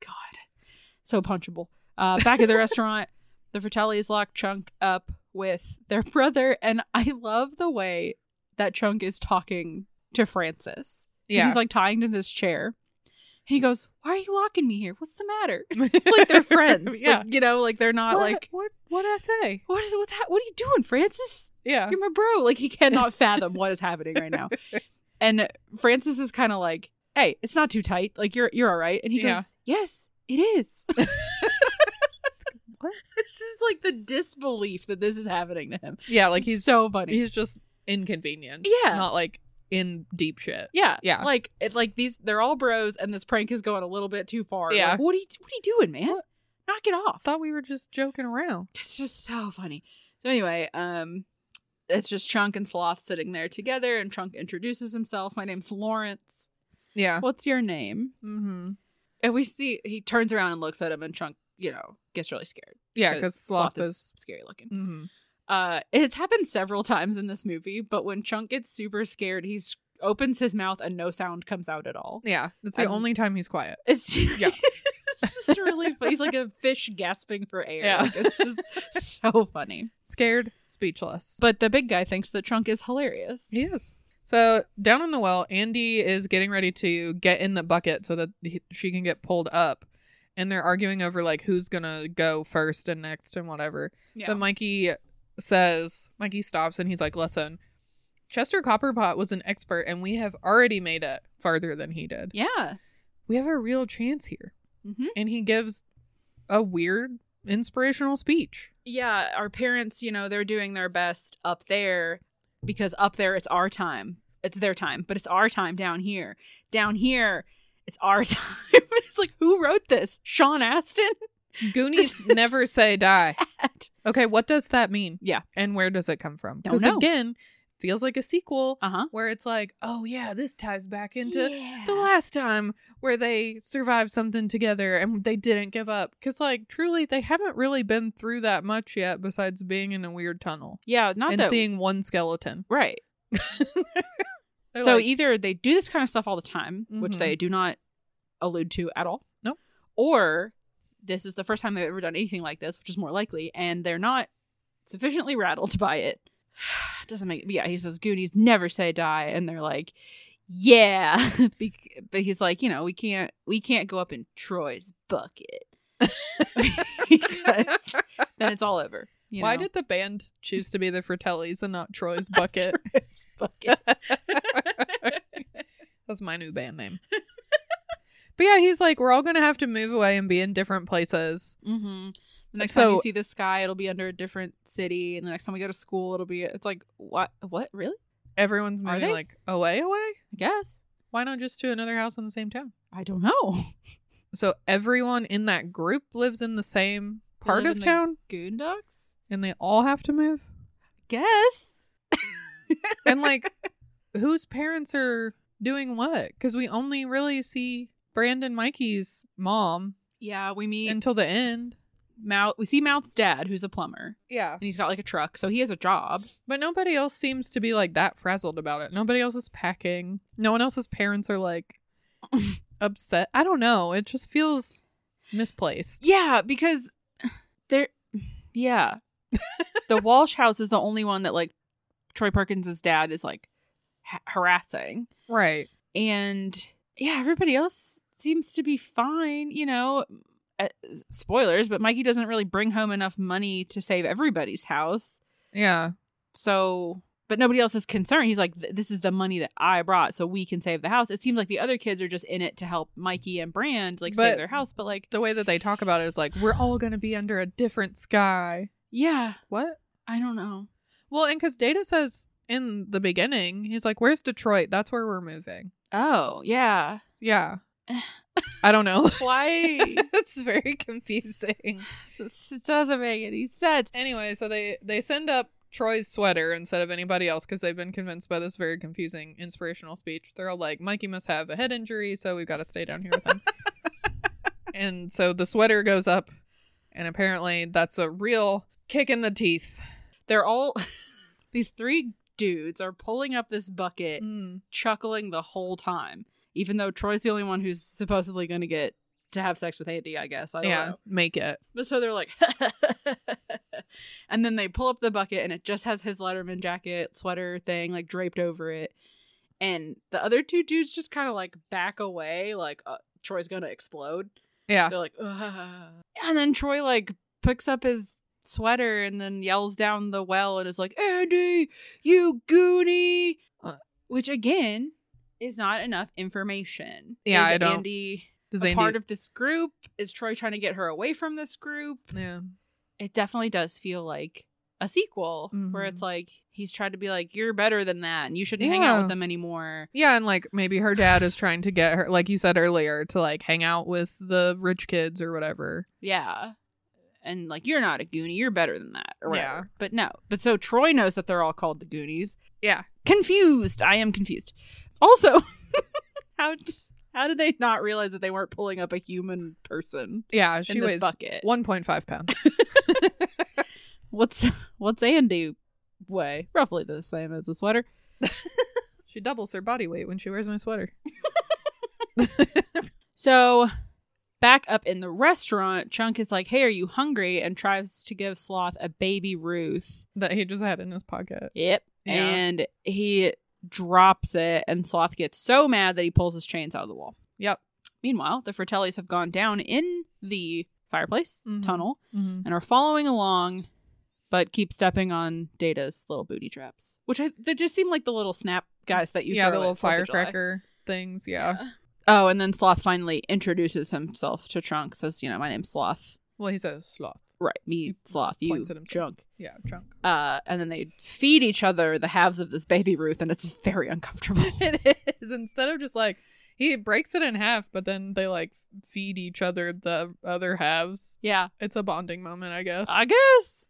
Speaker 2: God, so punchable. Uh, back at the restaurant, the Fratellis lock Chunk up with their brother, and I love the way that Chunk is talking to Francis. 'Cause
Speaker 1: Yeah.
Speaker 2: he's like tying to this chair. And he goes, "Why are you locking me here? What's the matter?" like they're friends.
Speaker 1: yeah.
Speaker 2: Like, you know, like they're not
Speaker 1: what,
Speaker 2: like.
Speaker 1: what? What did I say?
Speaker 2: What is what's ha- what are you doing, Francis?
Speaker 1: Yeah.
Speaker 2: You're my bro. Like he cannot fathom what is happening right now. And Francis is kind of like, "Hey, it's not too tight. Like you're you're all right." And he
Speaker 1: Yeah.
Speaker 2: goes, "Yes, it is." It's just like the disbelief that this is happening to him.
Speaker 1: Yeah.
Speaker 2: Like
Speaker 1: Like he's
Speaker 2: so funny.
Speaker 1: he's just inconvenient.
Speaker 2: Yeah.
Speaker 1: Not like in deep shit.
Speaker 2: yeah,
Speaker 1: Yeah.
Speaker 2: Like it, like these, they're all bros, and this prank is going a little bit too far.
Speaker 1: Yeah.
Speaker 2: Like, what are you What are you doing, man?
Speaker 1: What?
Speaker 2: Knock it off.
Speaker 1: Thought we were just joking around.
Speaker 2: It's just so funny. So anyway, um, it's just Chunk and Sloth sitting there together, and Chunk introduces himself. My name's Lawrence.
Speaker 1: Yeah.
Speaker 2: What's your name?
Speaker 1: Mm-hmm.
Speaker 2: And we see he turns around and looks at him, and Chunk, you know, gets really scared.
Speaker 1: Yeah, because sloth, is.
Speaker 2: scary looking.
Speaker 1: Mm-hmm.
Speaker 2: Uh, it's happened several times in this movie, but when Chunk gets super scared, he s- opens his mouth and no sound comes out at all.
Speaker 1: Yeah. That's the
Speaker 2: I'm-
Speaker 1: only time he's quiet.
Speaker 2: It's
Speaker 1: Yeah.
Speaker 2: it's just really funny. He's like a fish gasping for air.
Speaker 1: Yeah.
Speaker 2: Like, it's just so funny.
Speaker 1: Scared, speechless.
Speaker 2: But the big guy thinks that Chunk is hilarious.
Speaker 1: He is. So down in the well, Andy is getting ready to get in the bucket so that he, she can get pulled up, and they're arguing over like who's gonna go first and next and whatever.
Speaker 2: Yeah.
Speaker 1: But Mikey says Mikey stops and he's like, "Listen, Chester Copperpot was an expert, and we have already made it farther than he did.
Speaker 2: yeah.
Speaker 1: We have a real chance here."
Speaker 2: hmm
Speaker 1: And he gives a weird inspirational speech.
Speaker 2: yeah, our parents, you know, they're doing their best up there because up there it's our time. It's their time, but it's our time down here. Down here, it's our time. it's like, who wrote this? Sean Astin?
Speaker 1: Goonies never say die. Okay, what does that mean?
Speaker 2: Yeah.
Speaker 1: And where does it come from?
Speaker 2: Don't
Speaker 1: Because
Speaker 2: know.
Speaker 1: again, feels like a sequel
Speaker 2: Uh huh.
Speaker 1: where it's like, oh yeah, this ties back into
Speaker 2: yeah.
Speaker 1: the last time where they survived something together and they didn't give up. Because, like, truly, they haven't really been through that much yet besides being in a weird tunnel
Speaker 2: Yeah, not
Speaker 1: and
Speaker 2: that
Speaker 1: seeing one skeleton.
Speaker 2: right.
Speaker 1: They're
Speaker 2: so
Speaker 1: like,
Speaker 2: either they do this kind of stuff all the time, which
Speaker 1: Mhm.
Speaker 2: they do not allude to at all.
Speaker 1: Nope.
Speaker 2: Or this is the first time they've ever done anything like this, which is more likely, and they're not sufficiently rattled by it. Doesn't make yeah. He says Goonies never say die, and they're like, yeah. Be- but he's like, you know, we can't we can't go up in Troy's bucket because then it's all over. you
Speaker 1: why
Speaker 2: know?
Speaker 1: did the band choose to be the Fratellis and not Troy's Bucket?
Speaker 2: Troy's bucket?
Speaker 1: That's my new band name. but yeah, he's like, we're all gonna have to move away and be in different places.
Speaker 2: Mm-hmm. The next time
Speaker 1: So-
Speaker 2: you see this guy, it'll be under a different city, and the next time we go to school, it'll be. It's like what? What really?
Speaker 1: Everyone's
Speaker 2: Are
Speaker 1: moving
Speaker 2: they?
Speaker 1: like away, away.
Speaker 2: I guess
Speaker 1: Why not just to another house in the same town?
Speaker 2: I don't know.
Speaker 1: So everyone in that group lives in the same
Speaker 2: They
Speaker 1: part
Speaker 2: live
Speaker 1: of
Speaker 2: in the
Speaker 1: town,
Speaker 2: Goondocks.
Speaker 1: and they all have to move.
Speaker 2: Guess.
Speaker 1: And like, whose parents are doing what? Because we only really see Brandon Mikey's mom
Speaker 2: Yeah, we meet
Speaker 1: until the end.
Speaker 2: Mouth. We see Mouth's dad, who's a plumber,
Speaker 1: Yeah,
Speaker 2: and he's got like a truck, so he has a job.
Speaker 1: But nobody else seems to be like that frazzled about it. Nobody else is packing. No one else's parents are like upset. I don't know. It just feels misplaced.
Speaker 2: Yeah, because they're yeah. the Walsh house is the only one that like Troy Perkins' dad is like ha- harassing.
Speaker 1: Right.
Speaker 2: and yeah, everybody else seems to be fine. You know, uh, spoilers, but Mikey doesn't really bring home enough money to save everybody's house.
Speaker 1: Yeah.
Speaker 2: So, but nobody else is concerned. He's like, "Th- this is the money that I brought, so we can save the house. It seems like the other kids are just in it to help Mikey and Brand like save
Speaker 1: But-
Speaker 2: their house, but like,
Speaker 1: The way that they talk about it is like, we're all going to be under a different sky.
Speaker 2: yeah,
Speaker 1: What?
Speaker 2: I don't know.
Speaker 1: Well, and because Data says in the beginning, he's like, where's Detroit? That's where we're moving.
Speaker 2: Oh, yeah.
Speaker 1: Yeah. I don't know.
Speaker 2: Why?
Speaker 1: it's very confusing.
Speaker 2: This doesn't make any sense.
Speaker 1: Anyway, so they they send up Troy's sweater instead of anybody else because they've been convinced by this very confusing inspirational speech. They're all like, "Mikey must have a head injury, so we've got to stay down here with him." and so the sweater goes up, and apparently that's a real kick in the teeth.
Speaker 2: They're all these three dudes are pulling up this bucket
Speaker 1: Mm.
Speaker 2: chuckling the whole time, even though Troy's the only one who's supposedly going to get to have sex with Andy, I guess. I don't
Speaker 1: Yeah,
Speaker 2: know.
Speaker 1: make it.
Speaker 2: But so they're like, and then they pull up the bucket and it just has his Letterman jacket, sweater thing like draped over it. And the other two dudes just kind of like back away, like uh, Troy's going to explode.
Speaker 1: Yeah,
Speaker 2: They're like, Ugh. and then Troy like picks up his sweater and then yells down the well and is like, Andy, you goonie,
Speaker 1: Uh.
Speaker 2: which again is not enough information.
Speaker 1: Yeah,
Speaker 2: is
Speaker 1: I don't-
Speaker 2: Andy
Speaker 1: does
Speaker 2: a
Speaker 1: Andy-
Speaker 2: part of this group? Is Troy trying to get her away from this group?
Speaker 1: yeah,
Speaker 2: It definitely does feel like a sequel where
Speaker 1: Mhm.
Speaker 2: it's like he's tried to be like, you're better than that, and you shouldn't hang out
Speaker 1: Yeah.
Speaker 2: with them anymore.
Speaker 1: yeah, and like maybe her dad is trying to get her, like you said earlier, to like hang out with the rich kids or whatever.
Speaker 2: Yeah. And like you're not a Goonie, you're better than that, or
Speaker 1: Yeah.
Speaker 2: whatever. But no, but so Troy knows that they're all called the Goonies.
Speaker 1: Yeah,
Speaker 2: Confused, I am confused. Also, how d- how did they not realize that they weren't pulling up a human person
Speaker 1: yeah, she
Speaker 2: in this
Speaker 1: weighs
Speaker 2: bucket?
Speaker 1: one point five pounds.
Speaker 2: What's what's Andy weigh? Roughly the same as a sweater.
Speaker 1: She doubles her body weight when she wears my sweater.
Speaker 2: So back up in the restaurant, Chunk is like, "Hey, are you hungry?" and tries to give Sloth a baby Ruth.
Speaker 1: that he just had in his pocket.
Speaker 2: Yep.
Speaker 1: Yeah.
Speaker 2: And he drops it, and Sloth gets so mad that he pulls his chains out of the wall.
Speaker 1: Yep.
Speaker 2: Meanwhile, the Fratellis have gone down in the fireplace
Speaker 1: Mhm.
Speaker 2: tunnel and are following along, but keep stepping on Data's little booty traps, which I, they just seem like the little snap guys that you
Speaker 1: yeah,
Speaker 2: throw
Speaker 1: the
Speaker 2: at
Speaker 1: little
Speaker 2: Fourth of July.
Speaker 1: firecracker things. Yeah.
Speaker 2: Oh, and then Sloth finally introduces himself to Trunk, says, "You know, my name's Sloth.
Speaker 1: Well, he says sloth.
Speaker 2: Right, me,
Speaker 1: He
Speaker 2: Sloth, you,
Speaker 1: points at himself.
Speaker 2: Trunk."
Speaker 1: Yeah, drunk.
Speaker 2: Uh, and then they feed each other the halves of this baby Ruth, and it's very uncomfortable.
Speaker 1: it is. Instead of just like, He breaks it in half, but then they like feed each other the other halves.
Speaker 5: Yeah.
Speaker 1: It's a bonding moment, I guess.
Speaker 5: I guess.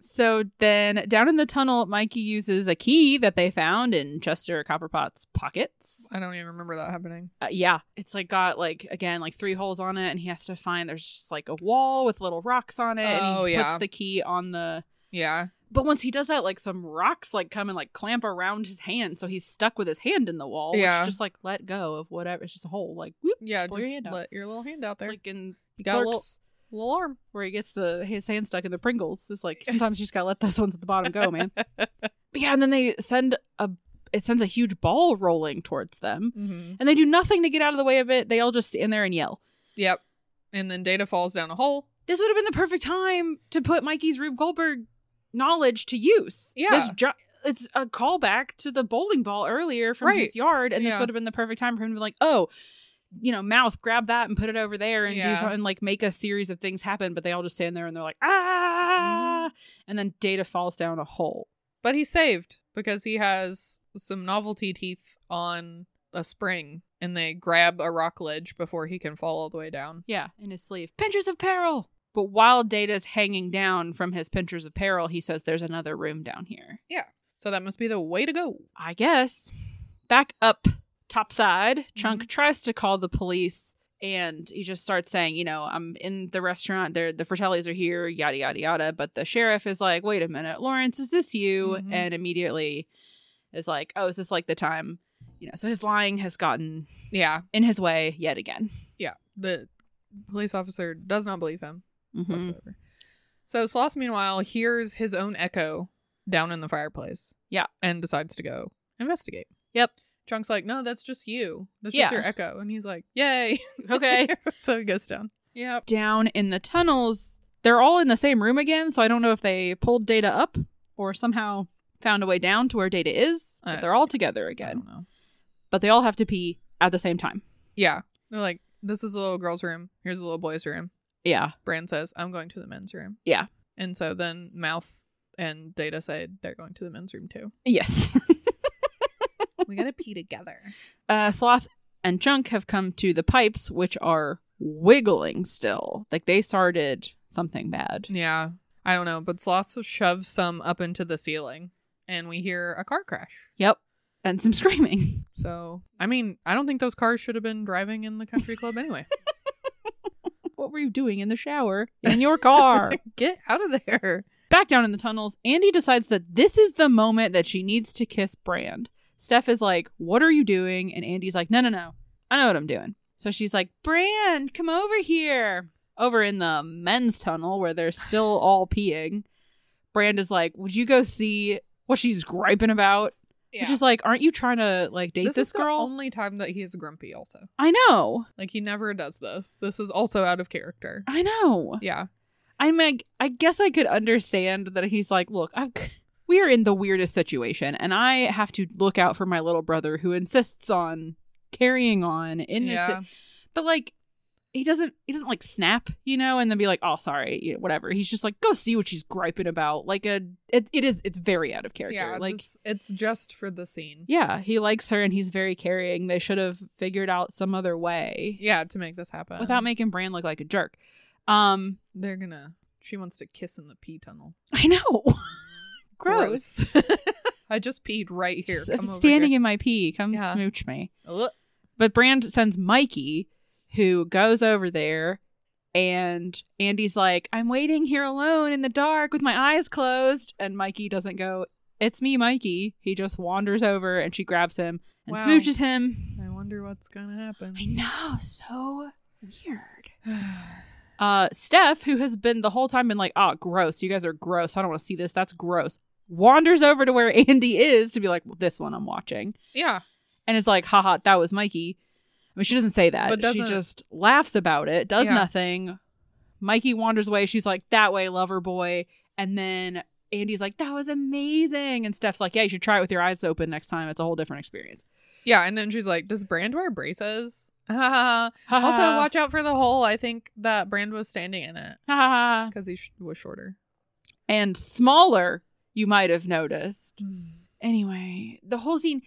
Speaker 5: So then down in the tunnel, Mikey uses a key that they found in Chester Copperpot's pockets.
Speaker 1: I don't even remember that happening.
Speaker 5: Uh, yeah.
Speaker 2: It's like got like again like three holes on it, and he has to find there's just like a wall with little rocks on it,
Speaker 1: Oh,
Speaker 2: and he
Speaker 1: yeah.
Speaker 2: puts the key on the.
Speaker 1: Yeah.
Speaker 2: But once he does that, like some rocks like come and like clamp around his hand, so he's stuck with his hand in the wall.
Speaker 1: Yeah.
Speaker 2: which just like let go of whatever. It's just a hole, like whoop,
Speaker 1: Yeah,
Speaker 2: just pull your hand
Speaker 1: just
Speaker 2: out.
Speaker 1: let your little hand out
Speaker 2: It's
Speaker 1: there.
Speaker 2: like in
Speaker 1: You got a
Speaker 2: Clerks,
Speaker 1: little- little arm.
Speaker 2: where he gets the his hand stuck in the Pringles. It's like sometimes you just gotta let those ones at the bottom go, man. But yeah, and then they send a it sends a huge ball rolling towards them,
Speaker 1: hmm
Speaker 2: and they do nothing to get out of the way of it. They all just stand there and yell.
Speaker 1: Yep. And then Data falls down a hole.
Speaker 2: This would have been the perfect time to put Mikey's Rube Goldberg knowledge to use.
Speaker 1: Yeah.
Speaker 2: this ju- it's a callback to the bowling ball earlier from his
Speaker 1: Right.
Speaker 2: yard, and this
Speaker 1: Yeah.
Speaker 2: would have been the perfect time for him to be like, oh. You know, mouth grab that and put it over there and do
Speaker 1: Yeah.
Speaker 2: something like make a series of things happen. But they all just stand there and they're like, ah,
Speaker 1: Mm-hmm.
Speaker 2: and then Data falls down a hole.
Speaker 1: But he's saved because he has some novelty teeth on a spring and they grab a rock ledge before he can fall all the way down.
Speaker 2: Yeah, in his sleeve. Pinchers of peril. But while Data's hanging down from his pinchers of peril, he says there's another room down here.
Speaker 1: So that must be the way to go.
Speaker 2: I guess. Back up topside, Chunk tries to call the police and he just starts saying, you know, I'm in the restaurant, They're, the Fratellis are here, yada, yada, yada. But the sheriff is like, wait a minute, Lawrence, is this you?
Speaker 1: Mhm.
Speaker 2: And immediately is like, oh, is this like the time? You know, so his lying has gotten
Speaker 1: Yeah.
Speaker 2: in his way yet again.
Speaker 1: Yeah. The police officer does not believe him
Speaker 2: Mhm.
Speaker 1: whatsoever. So Sloth, meanwhile, hears his own echo down in the fireplace.
Speaker 2: Yeah.
Speaker 1: And decides to go investigate.
Speaker 2: Yep.
Speaker 1: Chunk's like, no, that's just you. That's
Speaker 2: Yeah.
Speaker 1: just your echo. And he's like, yay.
Speaker 2: Okay.
Speaker 1: so he goes down.
Speaker 2: Yep. Down in the tunnels, they're all in the same room again. So I don't know if they pulled data up or somehow found a way down to where data is. But
Speaker 1: Uh,
Speaker 2: they're all together
Speaker 1: I
Speaker 2: again.
Speaker 1: don't know.
Speaker 2: But they all have to pee at the same time.
Speaker 1: Yeah. They're like, this is a little girl's room. Here's a little boy's room.
Speaker 2: Yeah.
Speaker 1: Bran says, I'm going to the men's room.
Speaker 2: Yeah.
Speaker 1: And so then Mouth and Data say they're going to the men's room too.
Speaker 2: Yes.
Speaker 1: we gotta pee together.
Speaker 2: uh, Sloth and Chunk have come to the pipes, which are wiggling still. Like they started something bad.
Speaker 1: Yeah. I don't know, but Sloth shoves some up into the ceiling and we hear a car crash.
Speaker 2: Yep. And some screaming.
Speaker 1: So, I mean, I don't think those cars should have been driving in the country club anyway.
Speaker 2: What were you doing in the shower? In your car.
Speaker 1: Get out of there.
Speaker 2: Back down in the tunnels, Andy decides that this is the moment that she needs to kiss Brand. Steph is like, What are you doing? And Andy's like, No, no, no. I know what I'm doing. So she's like, Brand, come over here. Over in the men's tunnel where they're still all peeing, Brand is like, Would you go see what she's griping about? Which is like, Aren't you trying to like date this,
Speaker 1: this is the
Speaker 2: girl?
Speaker 1: only time that he is grumpy, also.
Speaker 2: I know.
Speaker 1: Like, he never does this. This is also out of character.
Speaker 2: I know.
Speaker 1: Yeah.
Speaker 2: I mean, I guess I could understand that he's like, look, I've, we are in the weirdest situation, and I have to look out for my little brother who insists on carrying on in this.
Speaker 1: yeah.
Speaker 2: But like, he doesn't, he doesn't like snap, you know, and then be like, oh, sorry, you know, whatever. He's just like, go see what she's griping about. Like a, it, it is, it's very out of character.
Speaker 1: Yeah,
Speaker 2: like,
Speaker 1: this- it's just for the scene.
Speaker 2: yeah, he likes her, and he's very caring. They should have figured out some other way
Speaker 1: Yeah, to make this happen.
Speaker 2: without making Brand look like a jerk. Um,
Speaker 1: They're gonna. She wants to kiss in the pee tunnel.
Speaker 2: I know. Gross.
Speaker 1: Gross. I just peed right here.
Speaker 2: S-
Speaker 1: Come
Speaker 2: I'm
Speaker 1: over
Speaker 2: standing
Speaker 1: here.
Speaker 2: in my pee. Come
Speaker 1: Yeah.
Speaker 2: smooch me.
Speaker 1: Ugh.
Speaker 2: But Brand sends Mikey, who goes over there, and Andy's like, I'm waiting here alone in the dark with my eyes closed. And Mikey doesn't go, It's me, Mikey. He just wanders over and she grabs him and
Speaker 1: Wow.
Speaker 2: smooches him.
Speaker 1: I wonder what's gonna happen.
Speaker 2: I know. So weird. Uh, Steph, who has been the whole time been like, oh, gross. You guys are gross. I don't want to see this. That's gross. Wanders over to where Andy is to be like, well, this one I'm watching.
Speaker 1: yeah,
Speaker 2: and it's like, haha, that was Mikey. I mean, she doesn't say that.
Speaker 1: But
Speaker 2: she
Speaker 1: doesn't-
Speaker 2: just laughs about it, does
Speaker 1: Yeah.
Speaker 2: nothing. Mikey wanders away. She's like, that way, lover boy. And then Andy's like, that was amazing. And Steph's like, yeah, you should try it with your eyes open next time. It's a whole different experience.
Speaker 1: yeah. And then she's like, "Does Brand wear braces?" also,
Speaker 2: Haha.
Speaker 1: watch out for the hole. I think that Brand was standing in it
Speaker 2: Haha.
Speaker 1: because he sh- was shorter.
Speaker 2: and smaller, you might
Speaker 1: Hmm.
Speaker 2: have noticed. Anyway, the whole scene,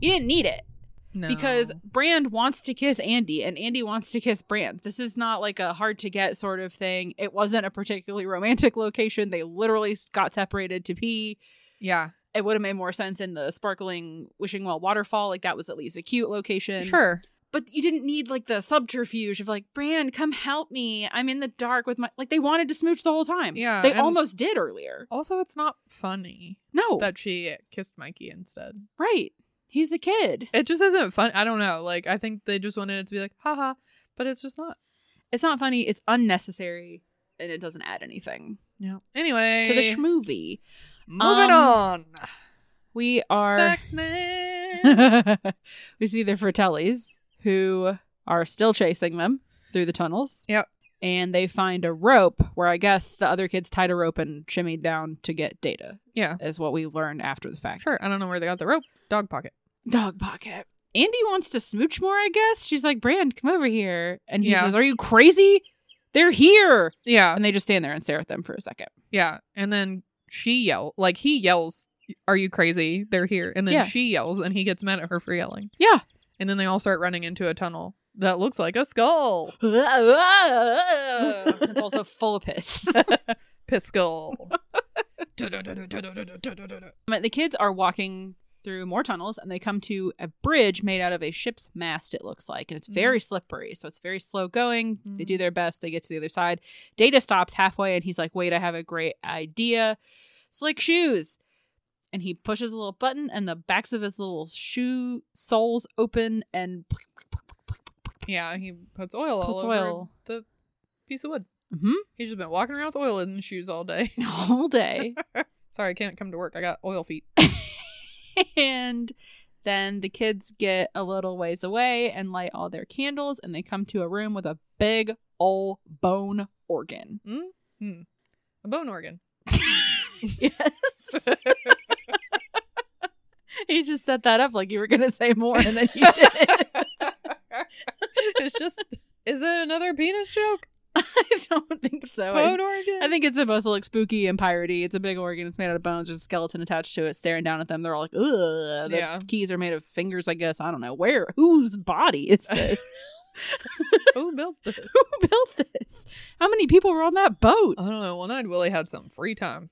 Speaker 2: you didn't need it.
Speaker 1: No.
Speaker 2: because Brand wants to kiss Andy and Andy wants to kiss Brand. This is not like a hard to get sort of thing. It wasn't a particularly romantic location. They literally got separated to pee.
Speaker 1: yeah,
Speaker 2: It would have made more sense in the sparkling wishing well waterfall. Like that was at least a cute location.
Speaker 1: sure.
Speaker 2: But you didn't need like the subterfuge of like, Brand, come help me. I'm in the dark with my like they wanted to smooch the whole time.
Speaker 1: Yeah,
Speaker 2: They
Speaker 1: and-
Speaker 2: almost did earlier.
Speaker 1: Also, it's not funny
Speaker 2: No.
Speaker 1: that she kissed Mikey instead.
Speaker 2: right. He's a kid.
Speaker 1: It just isn't fun. I don't know. Like, I think they just wanted it to be like, haha, but it's just not.
Speaker 2: It's not funny. It's unnecessary. And it doesn't add anything
Speaker 1: Yeah. Anyway,
Speaker 2: to the um, schmovie.
Speaker 1: moving on.
Speaker 2: We are
Speaker 1: Sex man.
Speaker 2: we see the Fratellis who are still chasing them through the tunnels.
Speaker 1: Yep.
Speaker 2: And they find a rope where I guess the other kids tied a rope and shimmied down to get data,
Speaker 1: yeah,
Speaker 2: is what we learned after the fact.
Speaker 1: Oh. sure. I don't know where they got the rope. Dog pocket.
Speaker 2: Dog pocket. Andy wants to smooch more, I guess. She's like, Brand, come over here. And he
Speaker 1: Yeah.
Speaker 2: says, Are you crazy? They're here.
Speaker 1: Yeah,
Speaker 2: And they just stand there and stare at them for a second.
Speaker 1: yeah. And then she yell like he yells, "Are you crazy? They're here!" And then
Speaker 2: Yeah.
Speaker 1: she yells, and he gets mad at her for yelling.
Speaker 2: Yeah.
Speaker 1: And then they all start running into a tunnel that looks like a skull.
Speaker 2: it's also full of piss.
Speaker 1: Piss skull. Du-du-du-du-du-du-du-du-du-du.
Speaker 2: But the kids are walking through more tunnels and they come to a bridge made out of a ship's mast, it looks like. And it's very slippery. So it's very slow going. They do their best. They get to the other side. Data stops halfway and he's like, wait, I have a great idea. Slick shoes. And he pushes a little button and the backs of his little shoe soles open and.
Speaker 1: yeah, he puts oil all
Speaker 2: Puts
Speaker 1: over
Speaker 2: oil.
Speaker 1: the piece of wood.
Speaker 2: Mhm.
Speaker 1: He's just been walking around with oil in his shoes all day.
Speaker 2: All day.
Speaker 1: Sorry, I can't come to work. I got oil feet.
Speaker 2: and then the kids get a little ways away and light all their candles and they come to a room with a big ol' bone organ.
Speaker 1: Hmm. A bone organ.
Speaker 2: yes. you just set that up like you were going to say more and then you didn't.
Speaker 1: it's just is it another penis joke?
Speaker 2: I don't think so.
Speaker 1: Bone
Speaker 2: I,
Speaker 1: organ?
Speaker 2: I think it's supposed to look spooky and piratey. It's a big organ. It's made out of bones. There's a skeleton attached to it staring down at them. They're all like, ugh. The
Speaker 1: Yeah.
Speaker 2: keys are made of fingers, I guess. I don't know. Where? Whose body is this?
Speaker 1: Who built this?
Speaker 2: Who built this? How many people were on that boat?
Speaker 1: I don't know. One eyed Willie had some free time.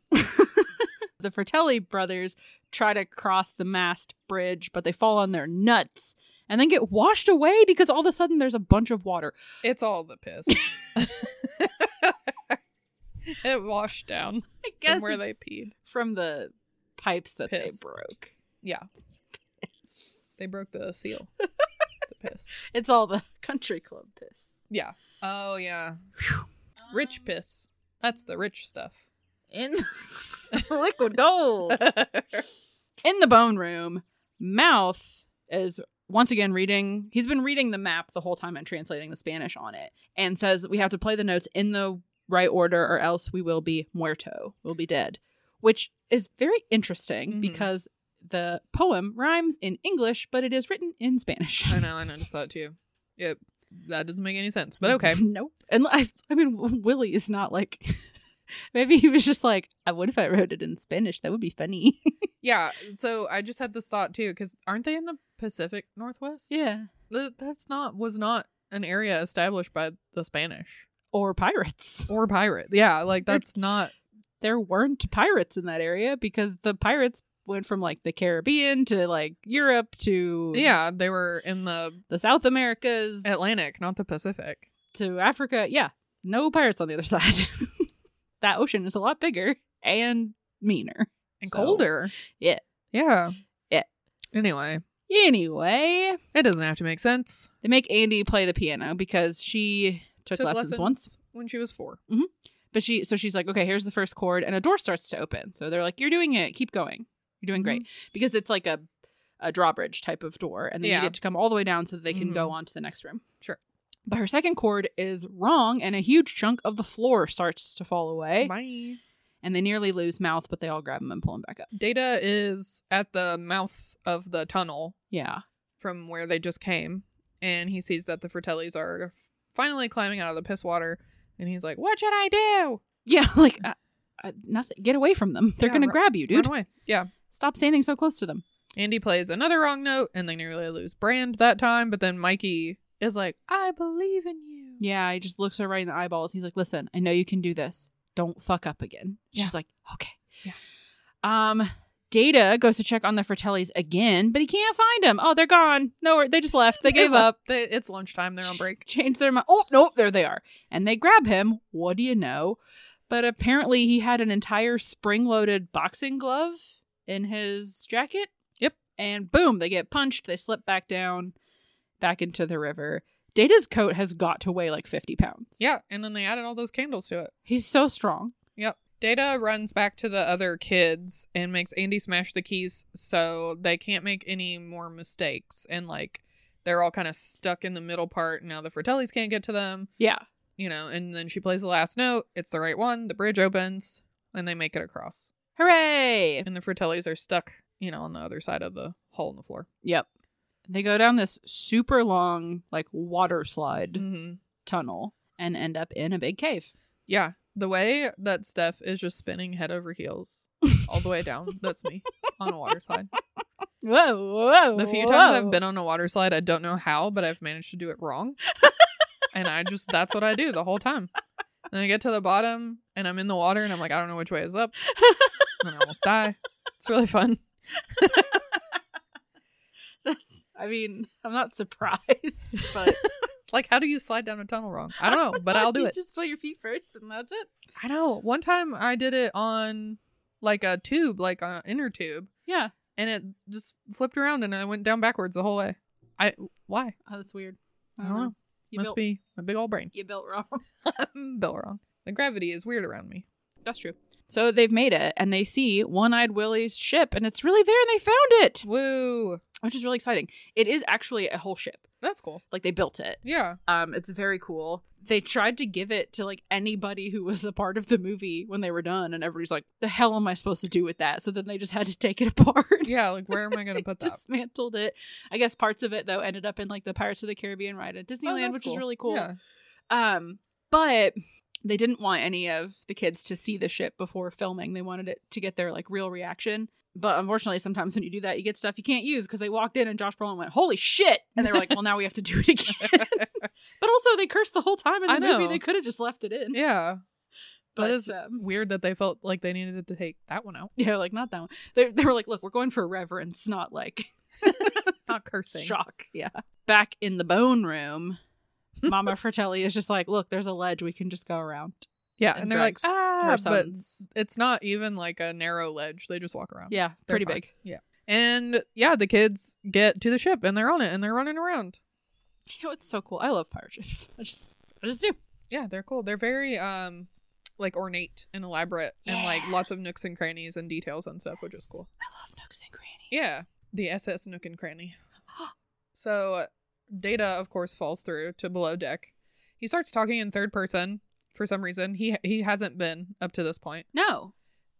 Speaker 2: the Fratelli brothers try to cross the mast bridge, but they fall on their nuts and then get washed away because all of a sudden there's a bunch of water.
Speaker 1: It's all the piss. it washed down
Speaker 2: I guess
Speaker 1: from where they
Speaker 2: it's
Speaker 1: peed.
Speaker 2: from the pipes that
Speaker 1: Piss.
Speaker 2: they broke.
Speaker 1: Yeah. They broke the seal. the piss.
Speaker 2: It's all the country club piss.
Speaker 1: Yeah. Oh yeah.
Speaker 2: Um.
Speaker 1: Rich piss. That's the rich stuff.
Speaker 2: In liquid gold. In the bone room, Mouth is once again reading. He's been reading the map the whole time and translating the Spanish on it and says, We have to play the notes in the right order or else we will be muerto. We'll be dead. Which is very interesting
Speaker 1: Mhm.
Speaker 2: because the poem rhymes in English, but it is written in Spanish.
Speaker 1: I know, I noticed that too. Yep. That doesn't make any sense, but okay.
Speaker 2: nope. And I, I mean, Willie is not like. Maybe he was just like, "I "What if I wrote it in Spanish? That would be funny."
Speaker 1: Yeah, so I just had this thought too, because aren't they in the Pacific Northwest?
Speaker 2: yeah.
Speaker 1: Th- That's not was not an area established by the Spanish
Speaker 2: Or pirates.
Speaker 1: or pirate. Yeah, like that's not.
Speaker 2: there weren't pirates in that area because the pirates went from like the Caribbean to like Europe to
Speaker 1: Yeah, they were in the
Speaker 2: the South Americas,
Speaker 1: Atlantic, not the Pacific.
Speaker 2: to Africa. Yeah, no pirates on the other side. that ocean is a lot bigger and meaner
Speaker 1: And
Speaker 2: So,
Speaker 1: colder.
Speaker 2: Yeah.
Speaker 1: Yeah.
Speaker 2: Yeah.
Speaker 1: Anyway,
Speaker 2: Anyway,
Speaker 1: it doesn't have to make sense.
Speaker 2: they make Andy play the piano because she took, lessons once
Speaker 1: when she was four.
Speaker 2: But she, so she's like, okay, here's the first chord, and a door starts to open. So they're like, you're doing it, keep going, you're doing great, because it's like a, a drawbridge type of door, and they
Speaker 1: Mm-hmm. Yeah. Mm-hmm.
Speaker 2: need it to come all the way down so that they can go on to the next room.
Speaker 1: Sure.
Speaker 2: But her second chord is wrong, and a huge chunk of the floor starts to fall away,
Speaker 1: Bye.
Speaker 2: and they nearly lose mouth, but they all grab him and pull him back up.
Speaker 1: Data is at the mouth of the tunnel
Speaker 2: Yeah,
Speaker 1: from where they just came, and he sees that the Fratellis are finally climbing out of the piss water, and he's like, "What should I do?
Speaker 2: yeah, like uh, uh, nothing. Get away from them. They're
Speaker 1: Yeah,
Speaker 2: gonna
Speaker 1: ru-
Speaker 2: grab you,
Speaker 1: Run
Speaker 2: dude.
Speaker 1: away? Yeah,
Speaker 2: Stop standing so close to them.
Speaker 1: Andy plays another wrong note, and they nearly lose Brand that time. But then Mikey is like, "I believe in you."
Speaker 2: Yeah, he just looks her right in the eyeballs. He's like, "Listen, I know you can do this. Don't fuck up again." She's
Speaker 6: Yeah.
Speaker 2: like, "Okay."
Speaker 6: Yeah.
Speaker 2: Um, Data goes to check on the Fratellis again, but he can't find them. Oh, they're gone. No, they just left. They gave up.
Speaker 1: They, it's lunchtime. They're on break.
Speaker 2: Change their mind. Oh, nope, there they are. And they grab him. What do you know? But apparently, he had an entire spring loaded boxing glove in his jacket.
Speaker 1: Yep.
Speaker 2: And boom, they get punched. They slip back down, back into the river. Data's coat has got to weigh like 50 pounds.
Speaker 1: Yeah, and then they added all those candles to it.
Speaker 2: He's so strong.
Speaker 1: Yep. Data runs back to the other kids and makes Andy smash the keys so they can't make any more mistakes. And like, they're all kind of stuck in the middle part. Now the Fratellis can't get to them,
Speaker 2: Yeah.
Speaker 1: you know. And then she plays the last note. It's the right one. The bridge opens, and they make it across.
Speaker 2: Hooray.
Speaker 1: And the Fratellis are stuck, you know, on the other side of the hole in the floor.
Speaker 2: Yep. They go down this super long, like water slide
Speaker 1: Mm-hmm.
Speaker 2: tunnel and end up in a big cave.
Speaker 1: Yeah, the way that Steph is just spinning head over heels all the way down. That's me on a water slide.
Speaker 2: Whoa, whoa.
Speaker 1: The few times I've been on a water slide, I don't know how, but I've managed to do it wrong. and I just that's what I do the whole time. Then I get to the bottom and I'm in the water and I'm like, I don't know which way is up. And I almost die. It's really fun.
Speaker 2: I mean, I'm not surprised, but
Speaker 1: Like, how do you slide down a tunnel wrong? I don't know, but I'll do
Speaker 2: You
Speaker 1: it.
Speaker 2: Just put your feet first, and that's it.
Speaker 1: I know. One time I did it on like a tube, like an inner tube,
Speaker 2: Yeah,
Speaker 1: and it just flipped around and I went down backwards the whole way. I why?
Speaker 2: oh, that's weird.
Speaker 1: I don't know.
Speaker 2: You
Speaker 1: Must
Speaker 2: built,
Speaker 1: be my big old brain.
Speaker 2: you built wrong.
Speaker 1: Built wrong. The gravity is weird around me.
Speaker 2: That's true. So they've made it, and they see One-Eyed Willie's ship, and it's really there, and they found it,
Speaker 1: Woo.
Speaker 2: which is really exciting. It is actually a whole ship.
Speaker 1: That's cool.
Speaker 2: Like they built it.
Speaker 1: Yeah.
Speaker 2: Um, it's very cool. They tried to give it to like anybody who was a part of the movie when they were done, and everybody's like, "The hell am I supposed to do with that?" So then they just had to take it apart.
Speaker 1: Yeah. Like, where am I going to
Speaker 2: They
Speaker 1: put that?
Speaker 2: Dismantled it. I guess parts of it though ended up in like the Pirates of the Caribbean ride at
Speaker 1: Oh,
Speaker 2: Disneyland,
Speaker 1: that's
Speaker 2: which is really cool.
Speaker 1: Yeah.
Speaker 2: Um, but they didn't want any of the kids to see the ship before filming. They wanted it to get their like real reaction. But unfortunately, sometimes when you do that, you get stuff you can't use because they walked in and Josh Brolin went, "Holy shit!" and they were like, "Well, now we have to do it again." but also, they cursed the whole time in the
Speaker 1: I
Speaker 2: movie.
Speaker 1: know.
Speaker 2: They could have just left it in.
Speaker 1: Yeah.
Speaker 2: but
Speaker 1: that is
Speaker 2: um,
Speaker 1: weird that they felt like they needed to take that one out.
Speaker 2: yeah, like not that one. They they were like, "Look, we're going for reverence, not like
Speaker 1: Not cursing.
Speaker 2: shock." Yeah. Back in the bone room, Mama Fratelli is just like, "Look, there's a ledge we can just go around."
Speaker 1: Yeah. And, they're like,
Speaker 2: drags
Speaker 1: ah,
Speaker 2: her
Speaker 1: but
Speaker 2: sons.
Speaker 1: it's not even like a narrow ledge. They just walk around.
Speaker 2: Yeah,
Speaker 1: They're
Speaker 2: pretty
Speaker 1: fine.
Speaker 2: big.
Speaker 1: Yeah. And yeah, the kids get to the ship and they're on it and they're running around.
Speaker 2: You know, it's so cool. I love pirate ships. I just, I just do.
Speaker 1: Yeah, they're cool. They're very um like ornate and elaborate and like
Speaker 2: Yeah.
Speaker 1: lots of nooks and crannies and details and stuff, which is cool.
Speaker 2: I love nooks and crannies.
Speaker 1: Yeah, the SS Nook and Cranny. so, Data, of course, falls through to below deck. He starts talking in third person for some reason. He he hasn't been up to this point,
Speaker 2: No.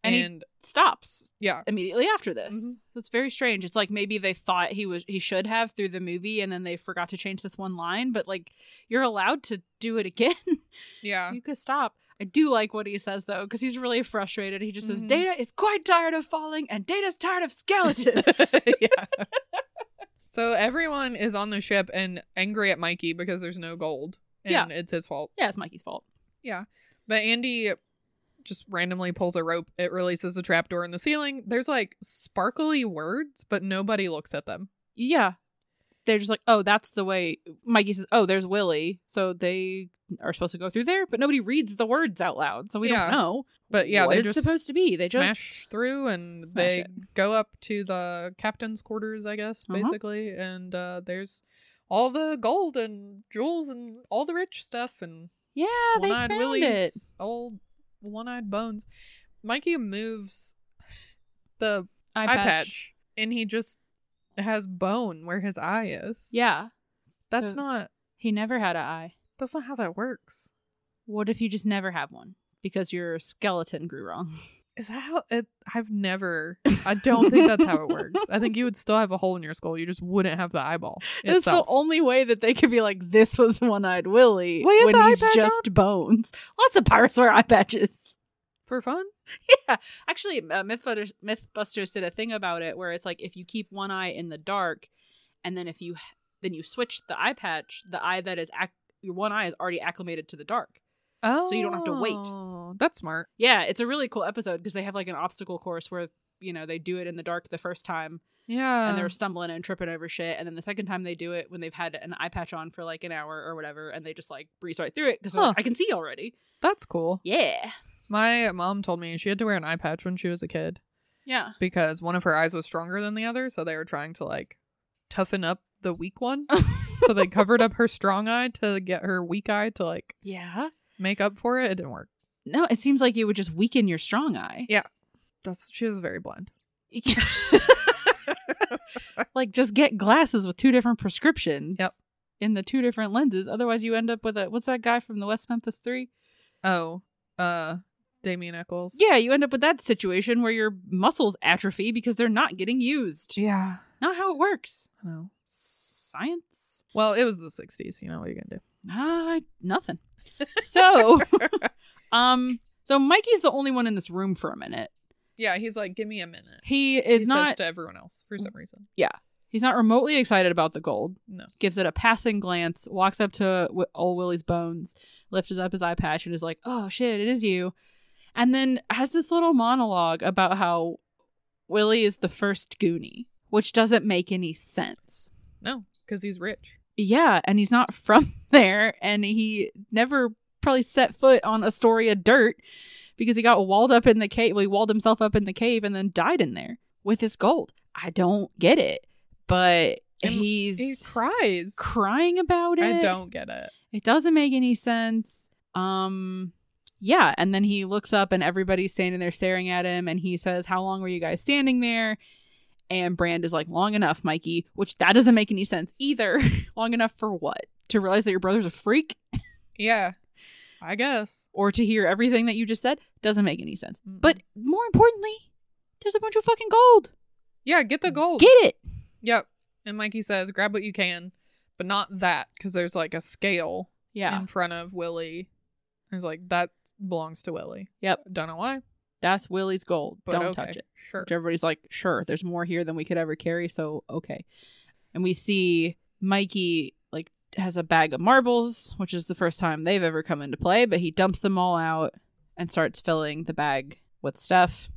Speaker 2: And,
Speaker 1: and,
Speaker 2: he stops
Speaker 1: yeah,
Speaker 2: immediately after this.
Speaker 1: Mhm.
Speaker 2: It's very strange. It's like maybe they thought he was he should have through the movie and then they forgot to change this one line, but like you're allowed to do it again.
Speaker 1: yeah,
Speaker 2: you could stop. I do like what he says though, because he's really frustrated. He just says,
Speaker 1: Mhm.
Speaker 2: Data is quite tired of falling and Data's tired of skeletons.
Speaker 1: yeah. So everyone is on the ship and angry at Mikey because there's no gold, and
Speaker 2: Yeah.
Speaker 1: it's his fault.
Speaker 2: yeah, it's Mikey's fault.
Speaker 1: But Andy just randomly pulls a rope. It releases a trapdoor in the ceiling. There's like sparkly words, but nobody looks at them.
Speaker 2: Yeah. They're just like, oh, that's the way. Mikey says, oh, there's Willie. So they are supposed to go through there, but nobody reads the words out loud. So we
Speaker 1: Yeah.
Speaker 2: don't know.
Speaker 1: But yeah,
Speaker 2: what
Speaker 1: they
Speaker 2: it's
Speaker 1: just
Speaker 2: supposed to be. They
Speaker 1: smash
Speaker 2: just.
Speaker 1: through and
Speaker 2: smash
Speaker 1: they go up to the captain's quarters, I guess,
Speaker 2: Uh-huh.
Speaker 1: basically. And uh, there's all the gold and jewels and all the rich stuff and
Speaker 2: Yeah, they
Speaker 1: one-eyed
Speaker 2: found
Speaker 1: Willie's
Speaker 2: it.
Speaker 1: old one-eyed bones. Mikey moves the
Speaker 2: Eye
Speaker 1: eye patch. and he just has bone where his eye is.
Speaker 2: Yeah.
Speaker 1: that's
Speaker 2: so-
Speaker 1: not
Speaker 2: He never had an eye.
Speaker 1: that's not how that works.
Speaker 2: What if you just never have one? Because your skeleton grew wrong.
Speaker 1: Is that how it? I've never. I don't think that's how it works. I think you would still have a hole in your skull. You just wouldn't have the eyeball.
Speaker 2: It's the
Speaker 1: itself.
Speaker 2: only way that they could be like, this was one eyed Willie
Speaker 1: Well, he has
Speaker 2: when
Speaker 1: the eye
Speaker 2: he's
Speaker 1: patch
Speaker 2: just bones. Lots of pirates wear eye patches.
Speaker 1: for fun.
Speaker 2: yeah. Actually, uh, Mythbusters, Mythbusters did a thing about it where it's like if you keep one eye in the dark, and then if you then you switch the eye patch, the eye that is ac- your one eye is already acclimated to the dark.
Speaker 1: Oh,
Speaker 2: you don't have to wait.
Speaker 1: That's smart.
Speaker 2: Yeah, it's a really cool episode because they have like an obstacle course where you know they do it in the dark the first time
Speaker 1: Yeah.
Speaker 2: and they're stumbling and tripping over shit, and then the second time they do it when they've had an eye patch on for like an hour or whatever, and they just like breeze right through it because
Speaker 1: Huh.
Speaker 2: I can see already.
Speaker 1: That's cool.
Speaker 2: Yeah.
Speaker 1: My mom told me she had to wear an eye patch when she was a kid
Speaker 2: Yeah.
Speaker 1: because one of her eyes was stronger than the other, so they were trying to like toughen up the weak one. so they covered up her strong eye to get her weak eye to like
Speaker 2: Yeah.
Speaker 1: make up for it. It didn't work.
Speaker 2: No, it seems like you would just weaken your strong eye.
Speaker 1: That's she was very blind.
Speaker 2: like just get glasses with two different prescriptions
Speaker 1: Yep.
Speaker 2: in the two different lenses. Otherwise you end up with a what's that guy from the West Memphis three?
Speaker 1: Oh, uh, Damien Eccles.
Speaker 2: Yeah, you end up with that situation where your muscles atrophy because they're not getting used.
Speaker 1: yeah.
Speaker 2: Not how it works.
Speaker 1: I know.
Speaker 2: Science?
Speaker 1: Well, it was the '60s. You know what you're gonna do.
Speaker 2: Ah, nothing. So um so Mikey's the only one in this room for a minute.
Speaker 1: Yeah, he's like, give me a minute.
Speaker 2: He
Speaker 1: He
Speaker 2: is
Speaker 1: says
Speaker 2: not
Speaker 1: to everyone else for some reason.
Speaker 2: He's not remotely excited about the gold.
Speaker 1: No.
Speaker 2: Gives it a passing glance, walks up to w- old Willie's bones, lifts up his eye patch, and is like, oh shit, it is you. And then has this little monologue about how Willie is the first Goonie, which doesn't make any sense.
Speaker 1: No, because he's rich.
Speaker 2: Yeah, and he's not from there, and he never probably set foot on Astoria dirt because he got walled up in the cave. Well, he walled himself up in the cave and then died in there with his gold. I don't get it, but
Speaker 1: And
Speaker 2: he's
Speaker 1: He cries.
Speaker 2: crying about it.
Speaker 1: I don't get it.
Speaker 2: It doesn't make any sense. Um yeah, and then he looks up and everybody's standing there staring at him and he says, "How long were you guys standing there?" And Brand is like, "Long enough, Mikey," which that doesn't make any sense either. long enough for what? To realize that your brother's a freak
Speaker 1: Yeah, I guess.
Speaker 2: or to hear everything that you just said doesn't make any sense.
Speaker 1: Mm-mm.
Speaker 2: But more importantly, there's a bunch of fucking gold.
Speaker 1: Yeah, get the gold.
Speaker 2: Get it.
Speaker 1: yep. And Mikey says, grab what you can, but not that, because there's like a scale
Speaker 2: Yeah.
Speaker 1: in front of Willie. He's like, that belongs to Willie.
Speaker 2: Yep.
Speaker 1: Don't know why,
Speaker 2: That's Willie's gold.
Speaker 1: but
Speaker 2: Don't
Speaker 1: okay,
Speaker 2: touch it.
Speaker 1: Sure.
Speaker 2: Which everybody's like, sure, there's more here than we could ever carry, so okay. And we see Mikey like has a bag of marbles, which is the first time they've ever come into play, but he dumps them all out and starts filling the bag with stuff.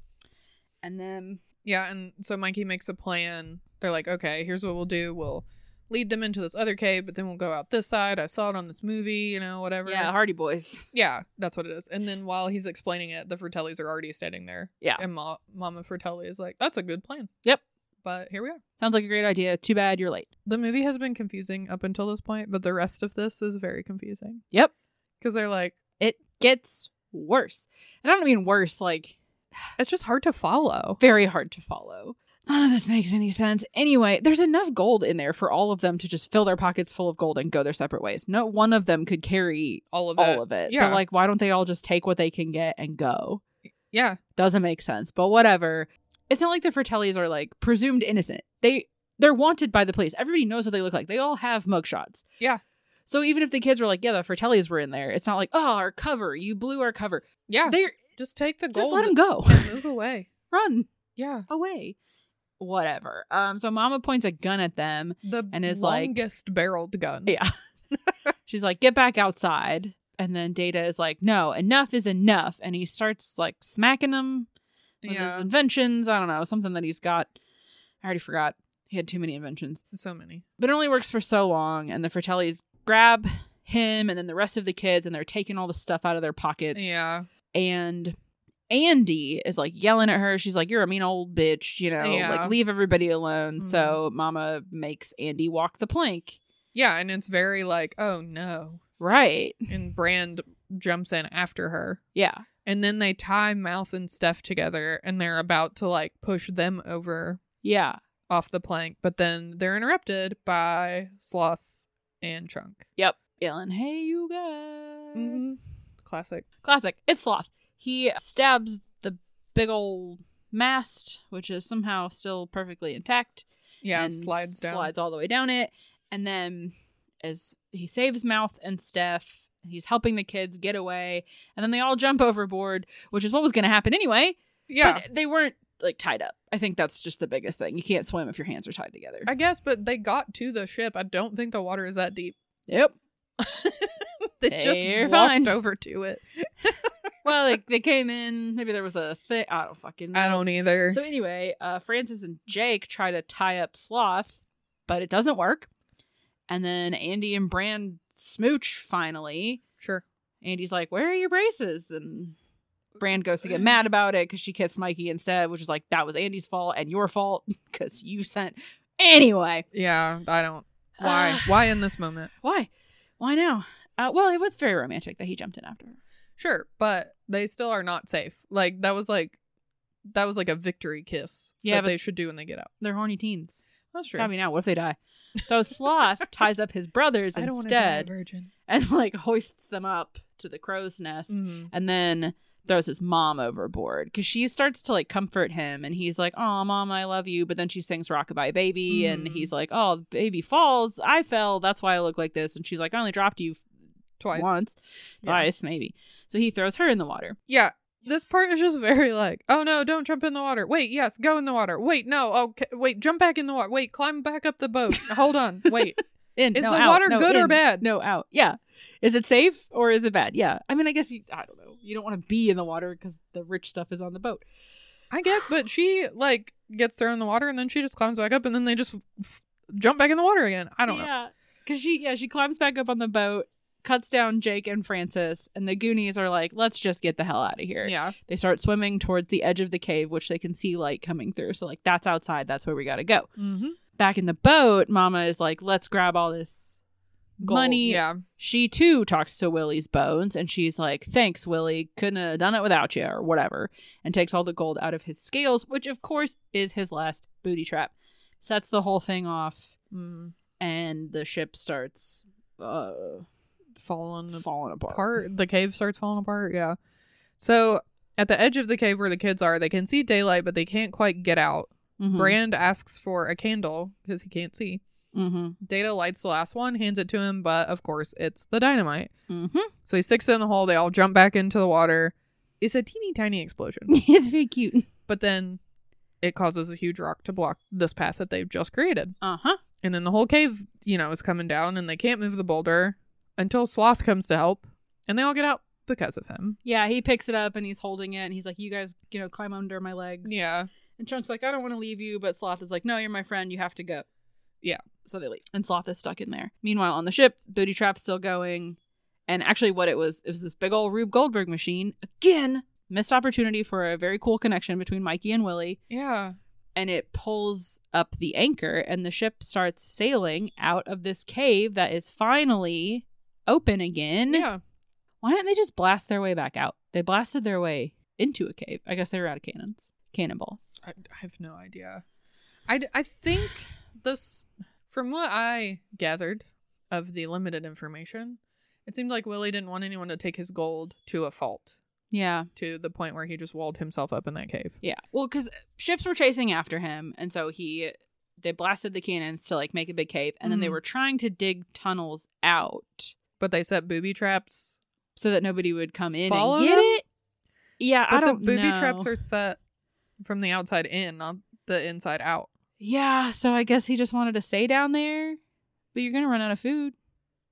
Speaker 2: And then
Speaker 1: Yeah, and so Mikey makes a plan. They're like, okay, here's what we'll do. We'll lead them into this other cave, but then we'll go out this side. I saw it on this movie, you know, whatever.
Speaker 2: yeah, Hardy Boys.
Speaker 1: Yeah, that's what it is. And then while he's explaining it, the Fratellis are already standing there.
Speaker 2: Yeah.
Speaker 1: And Ma- Mama Fratelli is like, that's a good plan.
Speaker 2: Yep.
Speaker 1: But here we are.
Speaker 2: Sounds like a great idea. Too bad you're late.
Speaker 1: The movie has been confusing up until this point, but the rest of this is very confusing.
Speaker 2: Yep.
Speaker 1: Because they're like,
Speaker 2: It gets worse. And I don't mean worse like
Speaker 1: it's just hard to follow.
Speaker 2: very hard to follow. None of this makes any sense. Anyway, there's enough gold in there for all of them to just fill their pockets full of gold and go their separate ways. No one of them could carry
Speaker 1: All of it.
Speaker 2: all of it.
Speaker 1: Yeah.
Speaker 2: So, like, why don't they all just take what they can get and go?
Speaker 1: yeah.
Speaker 2: Doesn't make sense, but whatever. It's not like the Fratellis are like presumed innocent. They they're wanted by the police. Everybody knows what they look like. They all have mugshots.
Speaker 1: Yeah.
Speaker 2: So even if the kids were like, yeah, the Fratellis were in there, it's not like, oh, our cover, you blew our cover.
Speaker 1: Yeah.
Speaker 2: They're
Speaker 1: just take the gold.
Speaker 2: just let them go.
Speaker 1: And move away.
Speaker 2: Run
Speaker 1: Yeah.
Speaker 2: away. Whatever. Um, so Mama points a gun at them.
Speaker 1: The
Speaker 2: And is like-
Speaker 1: longest barreled gun.
Speaker 2: Yeah. She's like, get back outside. And then Data is like, no, enough is enough. And he starts like smacking them with his
Speaker 1: Yeah.
Speaker 2: inventions. I don't know, something that he's got. I already forgot. He had too many inventions.
Speaker 1: So many.
Speaker 2: But it only works for so long. And the Fratellis grab him and then the rest of the kids and they're taking all the stuff out of their pockets.
Speaker 1: yeah.
Speaker 2: and Andy is like yelling at her. She's like, "You're a mean old bitch," you know,
Speaker 1: Yeah.
Speaker 2: like leave everybody alone. So Mama makes Andy walk the plank.
Speaker 1: Yeah. And it's very like, oh no.
Speaker 2: Right?
Speaker 1: And Brand jumps in after her.
Speaker 2: Yeah.
Speaker 1: And then they tie Mouth and Steph together and they're about to like push them over
Speaker 2: Yeah.
Speaker 1: off the plank, but then they're interrupted by Sloth and Chunk. Mm-hmm.
Speaker 2: Yep. Yelling, "Hey, you guys!"
Speaker 1: Classic.
Speaker 2: Classic. It's sloth. He stabs the big old mast, which is somehow still perfectly intact.
Speaker 1: Yeah,
Speaker 2: and
Speaker 1: slides down.
Speaker 2: slides all the way down it, and then as he saves Mouth and Steph, He's helping the kids get away, and then they all jump overboard, which is what was going to happen anyway.
Speaker 1: Yeah.
Speaker 2: But they weren't like tied up. I think that's just the biggest thing. You can't swim if your hands are tied together.
Speaker 1: I guess, but they got to the ship. I don't think the water is that deep.
Speaker 2: yep.
Speaker 1: they just
Speaker 2: They're
Speaker 1: walked
Speaker 2: fine.
Speaker 1: over to it.
Speaker 2: Well, like they came in. Maybe there was a thing. I don't fucking. Know.
Speaker 1: I don't either.
Speaker 2: So anyway, uh, Francis and Jake try to tie up Sloth, but it doesn't work. And then Andy and Brand smooch finally.
Speaker 1: sure.
Speaker 2: Andy's like, "Where are your braces?" And Brand goes to
Speaker 1: Mm-hmm.
Speaker 2: get mad about it because she kissed Mikey instead, which is like that was Andy's fault and your fault because you sent. Anyway,
Speaker 1: Yeah, I don't. Why?
Speaker 2: Ah.
Speaker 1: Why in this moment?
Speaker 2: why, why now? Uh, well, it was very romantic that he jumped in after her.
Speaker 1: Sure, but they still are not safe. Like that was like that was like a victory kiss
Speaker 2: Yeah,
Speaker 1: that
Speaker 2: but-
Speaker 1: they should do when they get out.
Speaker 2: They're horny teens.
Speaker 1: That's true.
Speaker 2: I mean, now what if they die? So Sloth ties up his brothers
Speaker 1: I don't want to die a
Speaker 2: instead
Speaker 1: virgin.
Speaker 2: and like hoists them up to the crow's nest.
Speaker 1: Mhm.
Speaker 2: and then throws his mom overboard because she starts to like comfort him and he's like oh mom i love you but then she sings rockabye baby and
Speaker 1: Mm.
Speaker 2: he's like oh the baby falls i fell that's why i look like this and she's like i only dropped you
Speaker 1: Twice.
Speaker 2: once
Speaker 1: Yeah.
Speaker 2: twice maybe so he throws her in the water
Speaker 1: Yeah. This part is just very like, oh no, don't jump in the water. Wait, yes, go in the water. Wait, no, okay, wait, jump back in the water. Wait, climb back up the boat. Hold on, wait.
Speaker 2: in
Speaker 1: Is
Speaker 2: no,
Speaker 1: the
Speaker 2: out.
Speaker 1: water
Speaker 2: No,
Speaker 1: good or
Speaker 2: in.
Speaker 1: bad?
Speaker 2: no out yeah is it safe or is it bad yeah i mean i guess you i don't know you don't want to be in the water because the rich stuff is on the boat
Speaker 1: I guess, but she like gets thrown in the water and then she just climbs back up and then they just f- jump back in the water again. I don't know.
Speaker 2: Yeah, because she yeah she climbs back up on the boat, cuts down Jake and Francis, and the Goonies are like, let's just get the hell out of here.
Speaker 1: Yeah,
Speaker 2: They start swimming towards the edge of the cave, which they can see light coming through. So like that's outside. That's where we got to go.
Speaker 1: mm-hmm.
Speaker 2: Back in the boat, Mama is like, let's grab all this money.
Speaker 1: Yeah,
Speaker 2: She too talks to Willie's bones and she's like, Thanks, Willie. Couldn't have done it without you, or whatever, and takes all the gold out of his scales, which of course is his last booty trap. Sets the whole thing off
Speaker 1: mm.
Speaker 2: and the ship starts uh,
Speaker 1: falling
Speaker 2: falling apart.
Speaker 1: apart. The cave starts falling apart. Yeah. So at the edge of the cave where the kids are, they can see daylight, but they can't quite get out.
Speaker 2: Mhm.
Speaker 1: Brand asks for a candle because he can't see.
Speaker 2: Mhm.
Speaker 1: Data lights the last one, hands it to him, but of course it's the dynamite.
Speaker 2: Mhm.
Speaker 1: So he sticks it in the hole. They all jump back into the water. It's a teeny tiny explosion,
Speaker 2: it's very cute.
Speaker 1: but then it causes a huge rock to block this path that they've just created.
Speaker 2: Uh huh.
Speaker 1: And then the whole cave, you know, is coming down and they can't move the boulder until Sloth comes to help and they all get out because of him.
Speaker 2: Yeah, he picks it up and he's holding it and he's like, "You guys, you know, climb under my legs."
Speaker 1: Yeah.
Speaker 2: And Chunk's like, "I don't want to leave you," but Sloth is like, "No, you're my friend. You have to go."
Speaker 1: Yeah.
Speaker 2: So they leave, and Sloth is stuck in there. Meanwhile, on the ship, booty trap's still going. And actually, what it was, it was this big old Rube Goldberg machine again. Missed opportunity for a very cool connection between Mikey and Willie.
Speaker 1: Yeah.
Speaker 2: and it pulls up the anchor and the ship starts sailing out of this cave that is finally open again.
Speaker 1: Yeah.
Speaker 2: Why didn't they just blast their way back out? They blasted their way into a cave. I guess they were out of cannons. Cannonballs.
Speaker 1: I, I have no idea. I, d- I think this, from what I gathered of the limited information, it seemed like Willie didn't want anyone to take his gold to a fault,
Speaker 2: Yeah.
Speaker 1: to the point where he just walled himself up in that cave.
Speaker 2: Yeah. Well, because ships were chasing after him, and so he they blasted the cannons to like make a big cave, and then they
Speaker 1: Mhm.
Speaker 2: were trying to dig tunnels out
Speaker 1: But they set booby traps.
Speaker 2: so that nobody would come in
Speaker 1: Follow
Speaker 2: and get
Speaker 1: them?
Speaker 2: it. Yeah,
Speaker 1: But
Speaker 2: I don't
Speaker 1: the booby
Speaker 2: know.
Speaker 1: traps are set from the outside in, not the inside out.
Speaker 2: Yeah, so I guess he just wanted to stay down there, but you're going to run out of food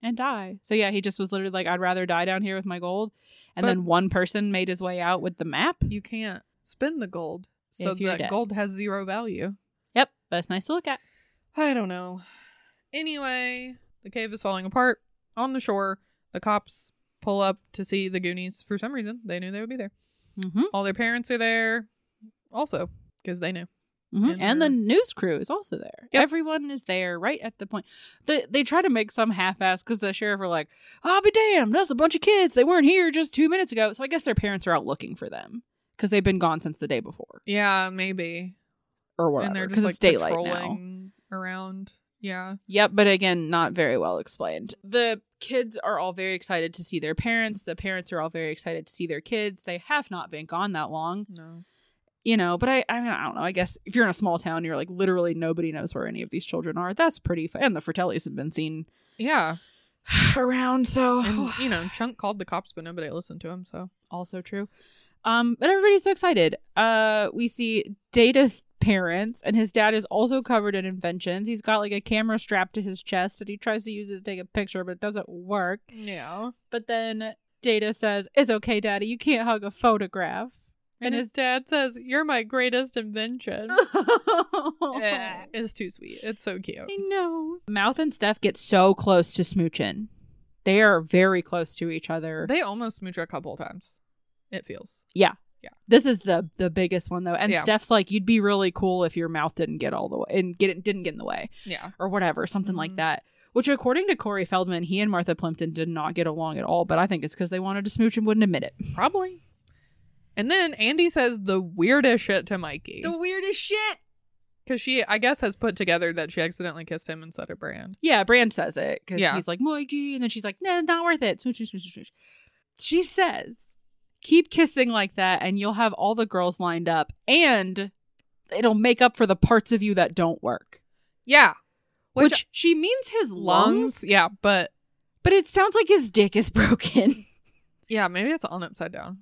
Speaker 2: and die. So yeah, he just was literally like, I'd rather die down here with my gold. And
Speaker 1: But-
Speaker 2: then one person made his way out with the map.
Speaker 1: You can't spend the gold, so
Speaker 2: If you're
Speaker 1: that
Speaker 2: dead.
Speaker 1: gold has zero value.
Speaker 2: Yep, but it's nice to look at.
Speaker 1: I don't know. Anyway, the cave is falling apart. On the shore, the cops pull up to see the Goonies. For some reason, they knew they would be there.
Speaker 2: hmm
Speaker 1: All their parents are there also because they knew.
Speaker 2: hmm
Speaker 1: And
Speaker 2: And the
Speaker 1: they're-
Speaker 2: news crew is also there.
Speaker 1: Yep.
Speaker 2: Everyone is there right at the point. They, they try to make some half ass because the sheriff are like, I'll be damned, that's a bunch of kids. They weren't here just two minutes ago. So I guess their parents are out looking for them because they've been gone since the day before
Speaker 1: Yeah, maybe.
Speaker 2: or whatever.
Speaker 1: and they're just
Speaker 2: Because
Speaker 1: like
Speaker 2: it's daylight now.
Speaker 1: patrolling around. Yeah.
Speaker 2: Yep, but again, not very well explained. The kids are all very excited to see their parents. The parents are all very excited to see their kids. They have not been gone that long,
Speaker 1: No.
Speaker 2: you know. But I, I mean, I don't know. I guess if you're in a small town, you're like literally nobody knows where any of these children are. That's pretty. F- and the Fratellis have been seen
Speaker 1: Yeah.
Speaker 2: around. So
Speaker 1: And you know, Chunk called the cops, but nobody listened to him. So
Speaker 2: also true. Um, but everybody's so excited. Uh, we see Data's parents, and his dad is also covered in inventions. He's got like a camera strapped to his chest, and he tries to use it to take a picture, but it doesn't work.
Speaker 1: yeah.
Speaker 2: But then Data says, "It's okay, Daddy. You can't hug a photograph."
Speaker 1: And his dad says, "You're my greatest invention." Eh,
Speaker 2: I
Speaker 1: it's too sweet. It's so cute.
Speaker 2: know. Mouth and Steph get so close to smooching. They are very close to each other.
Speaker 1: They almost smooch a couple times. It feels.
Speaker 2: Yeah.
Speaker 1: Yeah.
Speaker 2: This is the the biggest one though. And
Speaker 1: Yeah.
Speaker 2: Steph's like, you'd be really cool if your mouth didn't get all the way and get it didn't get in the way
Speaker 1: Yeah.
Speaker 2: or whatever, something like
Speaker 1: Mhm.
Speaker 2: that. Which according to Corey Feldman, he and Martha Plimpton did not get along at all, but I think it's because they wanted to smooch and wouldn't admit it.
Speaker 1: Probably. And then Andy says the weirdest shit to Mikey.
Speaker 2: weirdest shit.
Speaker 1: Because she, I guess, has put together that she accidentally kissed him instead of Brand.
Speaker 2: Yeah, Brand says it because
Speaker 1: Yeah.
Speaker 2: he's like, Mikey. And then she's like, nah, not worth it. Smooch, smooch, smooch, smooch. She says, keep kissing like that and you'll have all the girls lined up and it'll make up for the parts of you that don't work.
Speaker 1: Yeah.
Speaker 2: Which, she means his lungs,
Speaker 1: Yeah, but
Speaker 2: but it sounds like his dick is broken.
Speaker 1: yeah, maybe it's on upside down.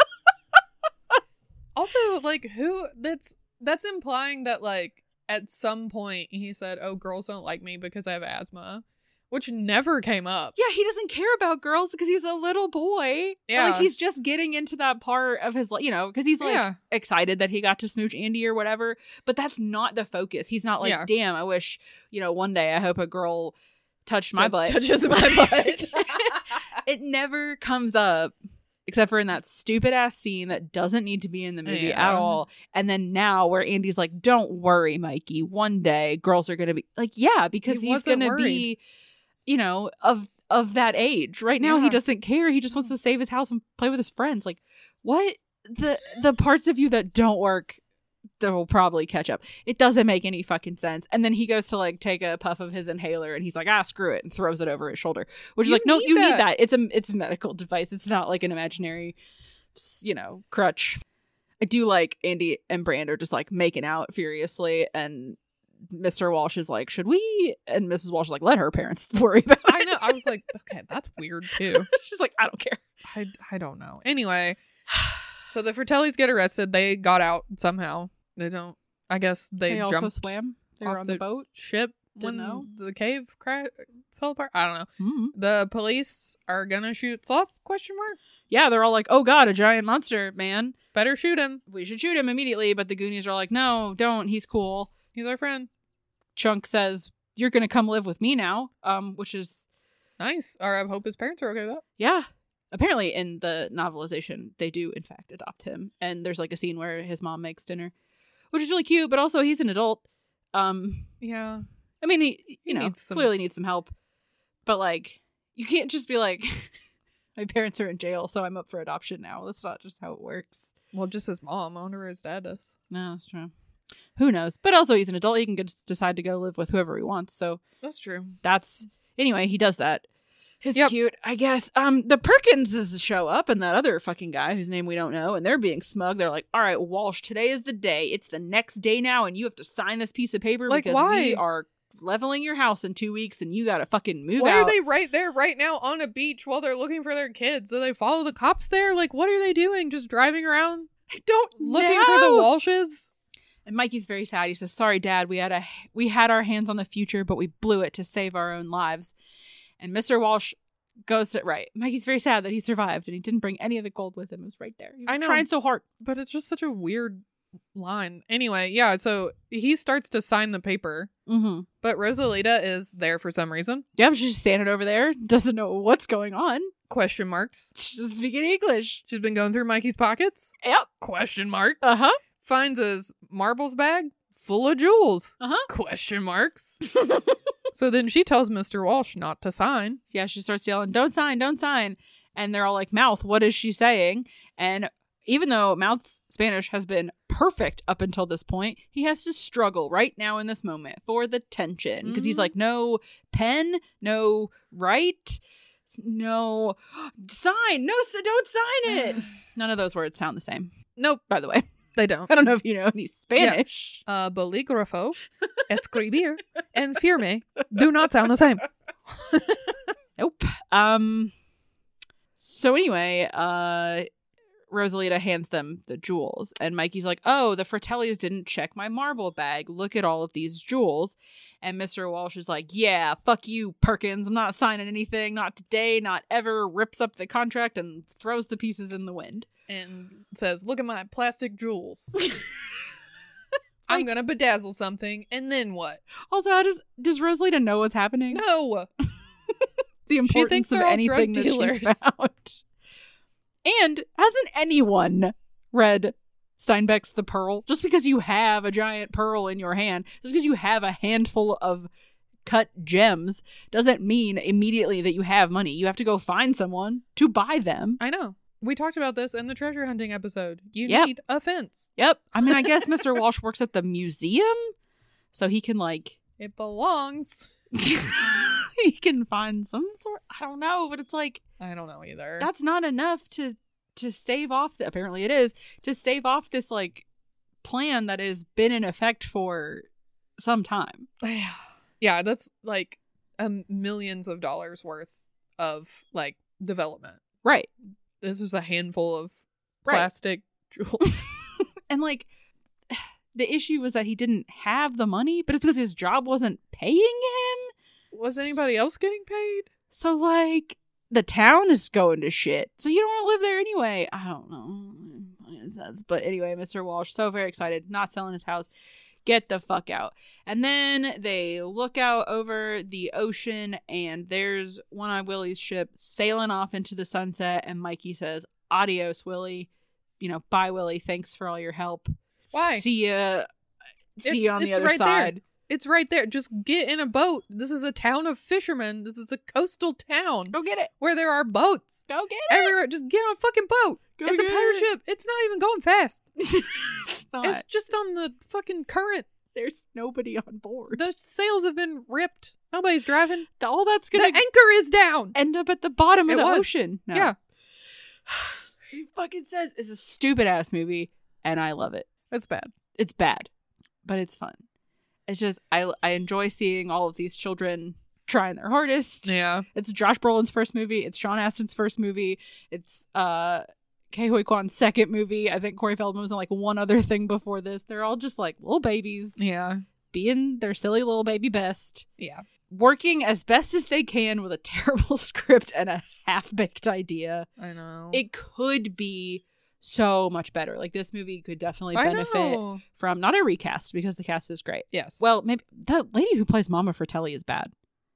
Speaker 1: also, like, who? That's that's implying that like at some point he said, "Oh, girls don't like me because I have asthma," which never came up.
Speaker 2: yeah, he doesn't care about girls because he's a little boy.
Speaker 1: Yeah.
Speaker 2: Like he's just getting into that part of his, li- you know, because he's like
Speaker 1: Yeah.
Speaker 2: excited that he got to smooch Andy or whatever. But that's not the focus. He's not like,
Speaker 1: Yeah.
Speaker 2: damn, I wish, you know, one day I hope a girl touched my
Speaker 1: Tou-
Speaker 2: butt.
Speaker 1: touches my butt.
Speaker 2: it never comes up except for in that stupid ass scene that doesn't need to be in the movie at
Speaker 1: Yeah.
Speaker 2: all and then now where andy's like don't worry mikey one day girls are gonna be like yeah because
Speaker 1: He
Speaker 2: he's
Speaker 1: wasn't
Speaker 2: gonna
Speaker 1: worried.
Speaker 2: be you know of of that age right now he
Speaker 1: Yeah. Mm.
Speaker 2: doesn't care he just wants to save his house and play with his friends like what the the parts of you that don't work that will probably catch up it doesn't make any fucking sense and then he goes to like take a puff of his inhaler and he's like ah screw it and throws it over his shoulder which is
Speaker 1: You
Speaker 2: like no
Speaker 1: need
Speaker 2: you need
Speaker 1: that.
Speaker 2: that it's a it's a medical device it's not like an imaginary s- you know crutch i do like andy and brand are just like making out furiously and mr walsh is like should we and mrs walsh is like let her parents worry about it
Speaker 1: I know. I was like, okay, that's weird too.
Speaker 2: she's like i don't care
Speaker 1: I, I don't know. Anyway, so the Fratellis get arrested. They got out somehow. They don't. I guess they,
Speaker 2: they
Speaker 1: jumped
Speaker 2: also swam they were
Speaker 1: off
Speaker 2: on the,
Speaker 1: the-
Speaker 2: boat
Speaker 1: ship
Speaker 2: Didn't
Speaker 1: when
Speaker 2: know.
Speaker 1: the cave cra- fell apart. I don't know.
Speaker 2: Mhm.
Speaker 1: The police are gonna shoot Sloth? Question mark.
Speaker 2: yeah they're all like oh god a giant monster man
Speaker 1: Better shoot him.
Speaker 2: we should shoot him immediately but the goonies are like no don't he's cool
Speaker 1: He's our friend.
Speaker 2: Chunk says, "You're gonna come live with me now," um, which is
Speaker 1: Nice. Or I hope his parents are okay with that.
Speaker 2: yeah. Apparently, in the novelization, they do in fact adopt him, and there's like a scene where his mom makes dinner, which is really cute. But also, he's an adult. Um,
Speaker 1: Yeah.
Speaker 2: I mean, he you
Speaker 1: He
Speaker 2: know
Speaker 1: needs some-
Speaker 2: clearly needs some help, but like you can't just be like, "My parents are in jail, so I'm up for adoption now." That's not just how it works.
Speaker 1: Well, just his mom. I wonder where his dad is.
Speaker 2: No, that's true. Who knows? But also, he's an adult. He can just decide to go live with whoever he wants. So
Speaker 1: That's true.
Speaker 2: that's anyway he does that it's
Speaker 1: Yep.
Speaker 2: cute i guess um the perkinses show up and that other fucking guy whose name we don't know and they're being smug they're like all right walsh today is the day it's the next day now and you have to sign this piece of paper
Speaker 1: Like,
Speaker 2: because
Speaker 1: why?
Speaker 2: we are leveling your house in two weeks and you gotta fucking move
Speaker 1: Why
Speaker 2: out
Speaker 1: are they right there, right now, on a beach while they're looking for their kids? Do they follow the cops there? Like, what are they doing? Just driving around,
Speaker 2: I don't
Speaker 1: looking for the
Speaker 2: know.
Speaker 1: Walshes?
Speaker 2: and mikey's very sad he says sorry dad we had a we had our hands on the future but we blew it to save our own lives and mr walsh goes to right mikey's very sad that he survived and he didn't bring any of the gold with him it was right there he was
Speaker 1: I know.
Speaker 2: trying so hard
Speaker 1: But it's just such a weird line. Anyway, yeah. So he starts to sign the paper.
Speaker 2: mm-hmm
Speaker 1: But Rosalita is there for some reason.
Speaker 2: Yeah, she's just standing over there, doesn't know what's going on.
Speaker 1: Question marks.
Speaker 2: She's speaking English.
Speaker 1: She's been going through Mikey's pockets.
Speaker 2: Yep.
Speaker 1: Question marks.
Speaker 2: Uh huh.
Speaker 1: Finds his marbles bag full of jewels.
Speaker 2: Uh huh.
Speaker 1: Question marks. so then she tells Mr. Walsh not to sign.
Speaker 2: Yeah, she starts yelling, "Don't sign, don't sign," and they're all like, "Mouth, what is she saying?" And even though Mouth's Spanish has been perfect up until this point, he has to struggle right now in this moment for the tension because he's
Speaker 1: Mhm.
Speaker 2: like, "No pen, no right, no sign, no, s- don't sign it." None of those words sound the same,
Speaker 1: Nope,
Speaker 2: by the way.
Speaker 1: they don't.
Speaker 2: I don't know if you know any Spanish.
Speaker 1: Uh, bolígrafo, escribir, and firme do not sound the same.
Speaker 2: Nope. Um so anyway, uh Rosalita hands them the jewels and Mikey's like, "Oh, the Fratellis didn't check my marble bag. Look at all of these jewels." And Mr. Walsh is like, "Yeah, fuck you, Perkins. I'm not signing anything, not today, not ever." Rips up the contract and throws the pieces in the wind.
Speaker 1: and says, "Look at my plastic jewels. I'm gonna bedazzle something, and then what?
Speaker 2: Also, how does does Rosalita know what's happening?
Speaker 1: No,
Speaker 2: the
Speaker 1: She
Speaker 2: importance
Speaker 1: thinks
Speaker 2: of
Speaker 1: they're all drug
Speaker 2: anything that she's
Speaker 1: dealers.
Speaker 2: found. And hasn't anyone read Steinbeck's The Pearl? Just because you have a giant pearl in your hand, just because you have a handful of cut gems, doesn't mean immediately that you have money. You have to go find someone to buy them.
Speaker 1: I know. We talked about this in the treasure hunting episode. You
Speaker 2: Yep.
Speaker 1: need a fence.
Speaker 2: Yep. I mean, I guess Mr. Walsh works at the museum, so he can like
Speaker 1: It belongs.
Speaker 2: he can find some sort. I don't know, but it's like
Speaker 1: I don't know either.
Speaker 2: that's not enough to to stave off the, apparently it is to stave off this like plan that has been in effect for some time
Speaker 1: yeah, that's like um millions of dollars worth of like development.
Speaker 2: right
Speaker 1: This is a handful of
Speaker 2: Right.
Speaker 1: plastic jewels.
Speaker 2: and like the issue was that he didn't have the money but it's because his job wasn't paying him
Speaker 1: Was anybody else getting paid?
Speaker 2: so like the town is going to shit so you don't want to live there anyway i don't know It sucks. but anyway mr walsh so very excited not selling his house get the fuck out. And then they look out over the ocean and there's One Eye Willie's ship sailing off into the sunset. And Mikey says, Adios, Willie. You know, bye, Willie. Thanks for all your help.
Speaker 1: Why?
Speaker 2: See ya. See
Speaker 1: It-
Speaker 2: ya on the
Speaker 1: it's
Speaker 2: other
Speaker 1: right there.
Speaker 2: side.
Speaker 1: It's right there. Just get in a boat. This is a town of fishermen. This is a coastal town
Speaker 2: Go get it.
Speaker 1: where there are boats
Speaker 2: Go get it.
Speaker 1: everywhere. Just get on a fucking boat.
Speaker 2: Go
Speaker 1: it's a
Speaker 2: get
Speaker 1: pirate
Speaker 2: it.
Speaker 1: ship. It's not even going fast.
Speaker 2: it's not.
Speaker 1: It's just on the fucking current.
Speaker 2: There's nobody on board.
Speaker 1: The sails have been ripped. Nobody's driving.
Speaker 2: All that's
Speaker 1: The
Speaker 2: going to
Speaker 1: anchor is down.
Speaker 2: end up at the bottom of
Speaker 1: It
Speaker 2: the
Speaker 1: was.
Speaker 2: ocean. No.
Speaker 1: Yeah.
Speaker 2: He fucking says it's a stupid ass movie and I love it.
Speaker 1: That's bad.
Speaker 2: it's bad, but it's fun. It's just I I enjoy seeing all of these children trying their hardest.
Speaker 1: Yeah.
Speaker 2: It's Josh Brolin's first movie. It's Sean Astin's first movie. It's uh Kei Hui Kwan's second movie. I think Corey Feldman was in like one other thing before this. They're all just like little babies
Speaker 1: Yeah.
Speaker 2: being their silly little baby best,
Speaker 1: Yeah.
Speaker 2: working as best as they can with a terrible script and a half baked idea.
Speaker 1: I know.
Speaker 2: It could be so much better. Like this movie could definitely
Speaker 1: I
Speaker 2: benefit
Speaker 1: know.
Speaker 2: from not a recast because the cast is great.
Speaker 1: Yes.
Speaker 2: Well, maybe the lady who plays Mama Fratelli is bad.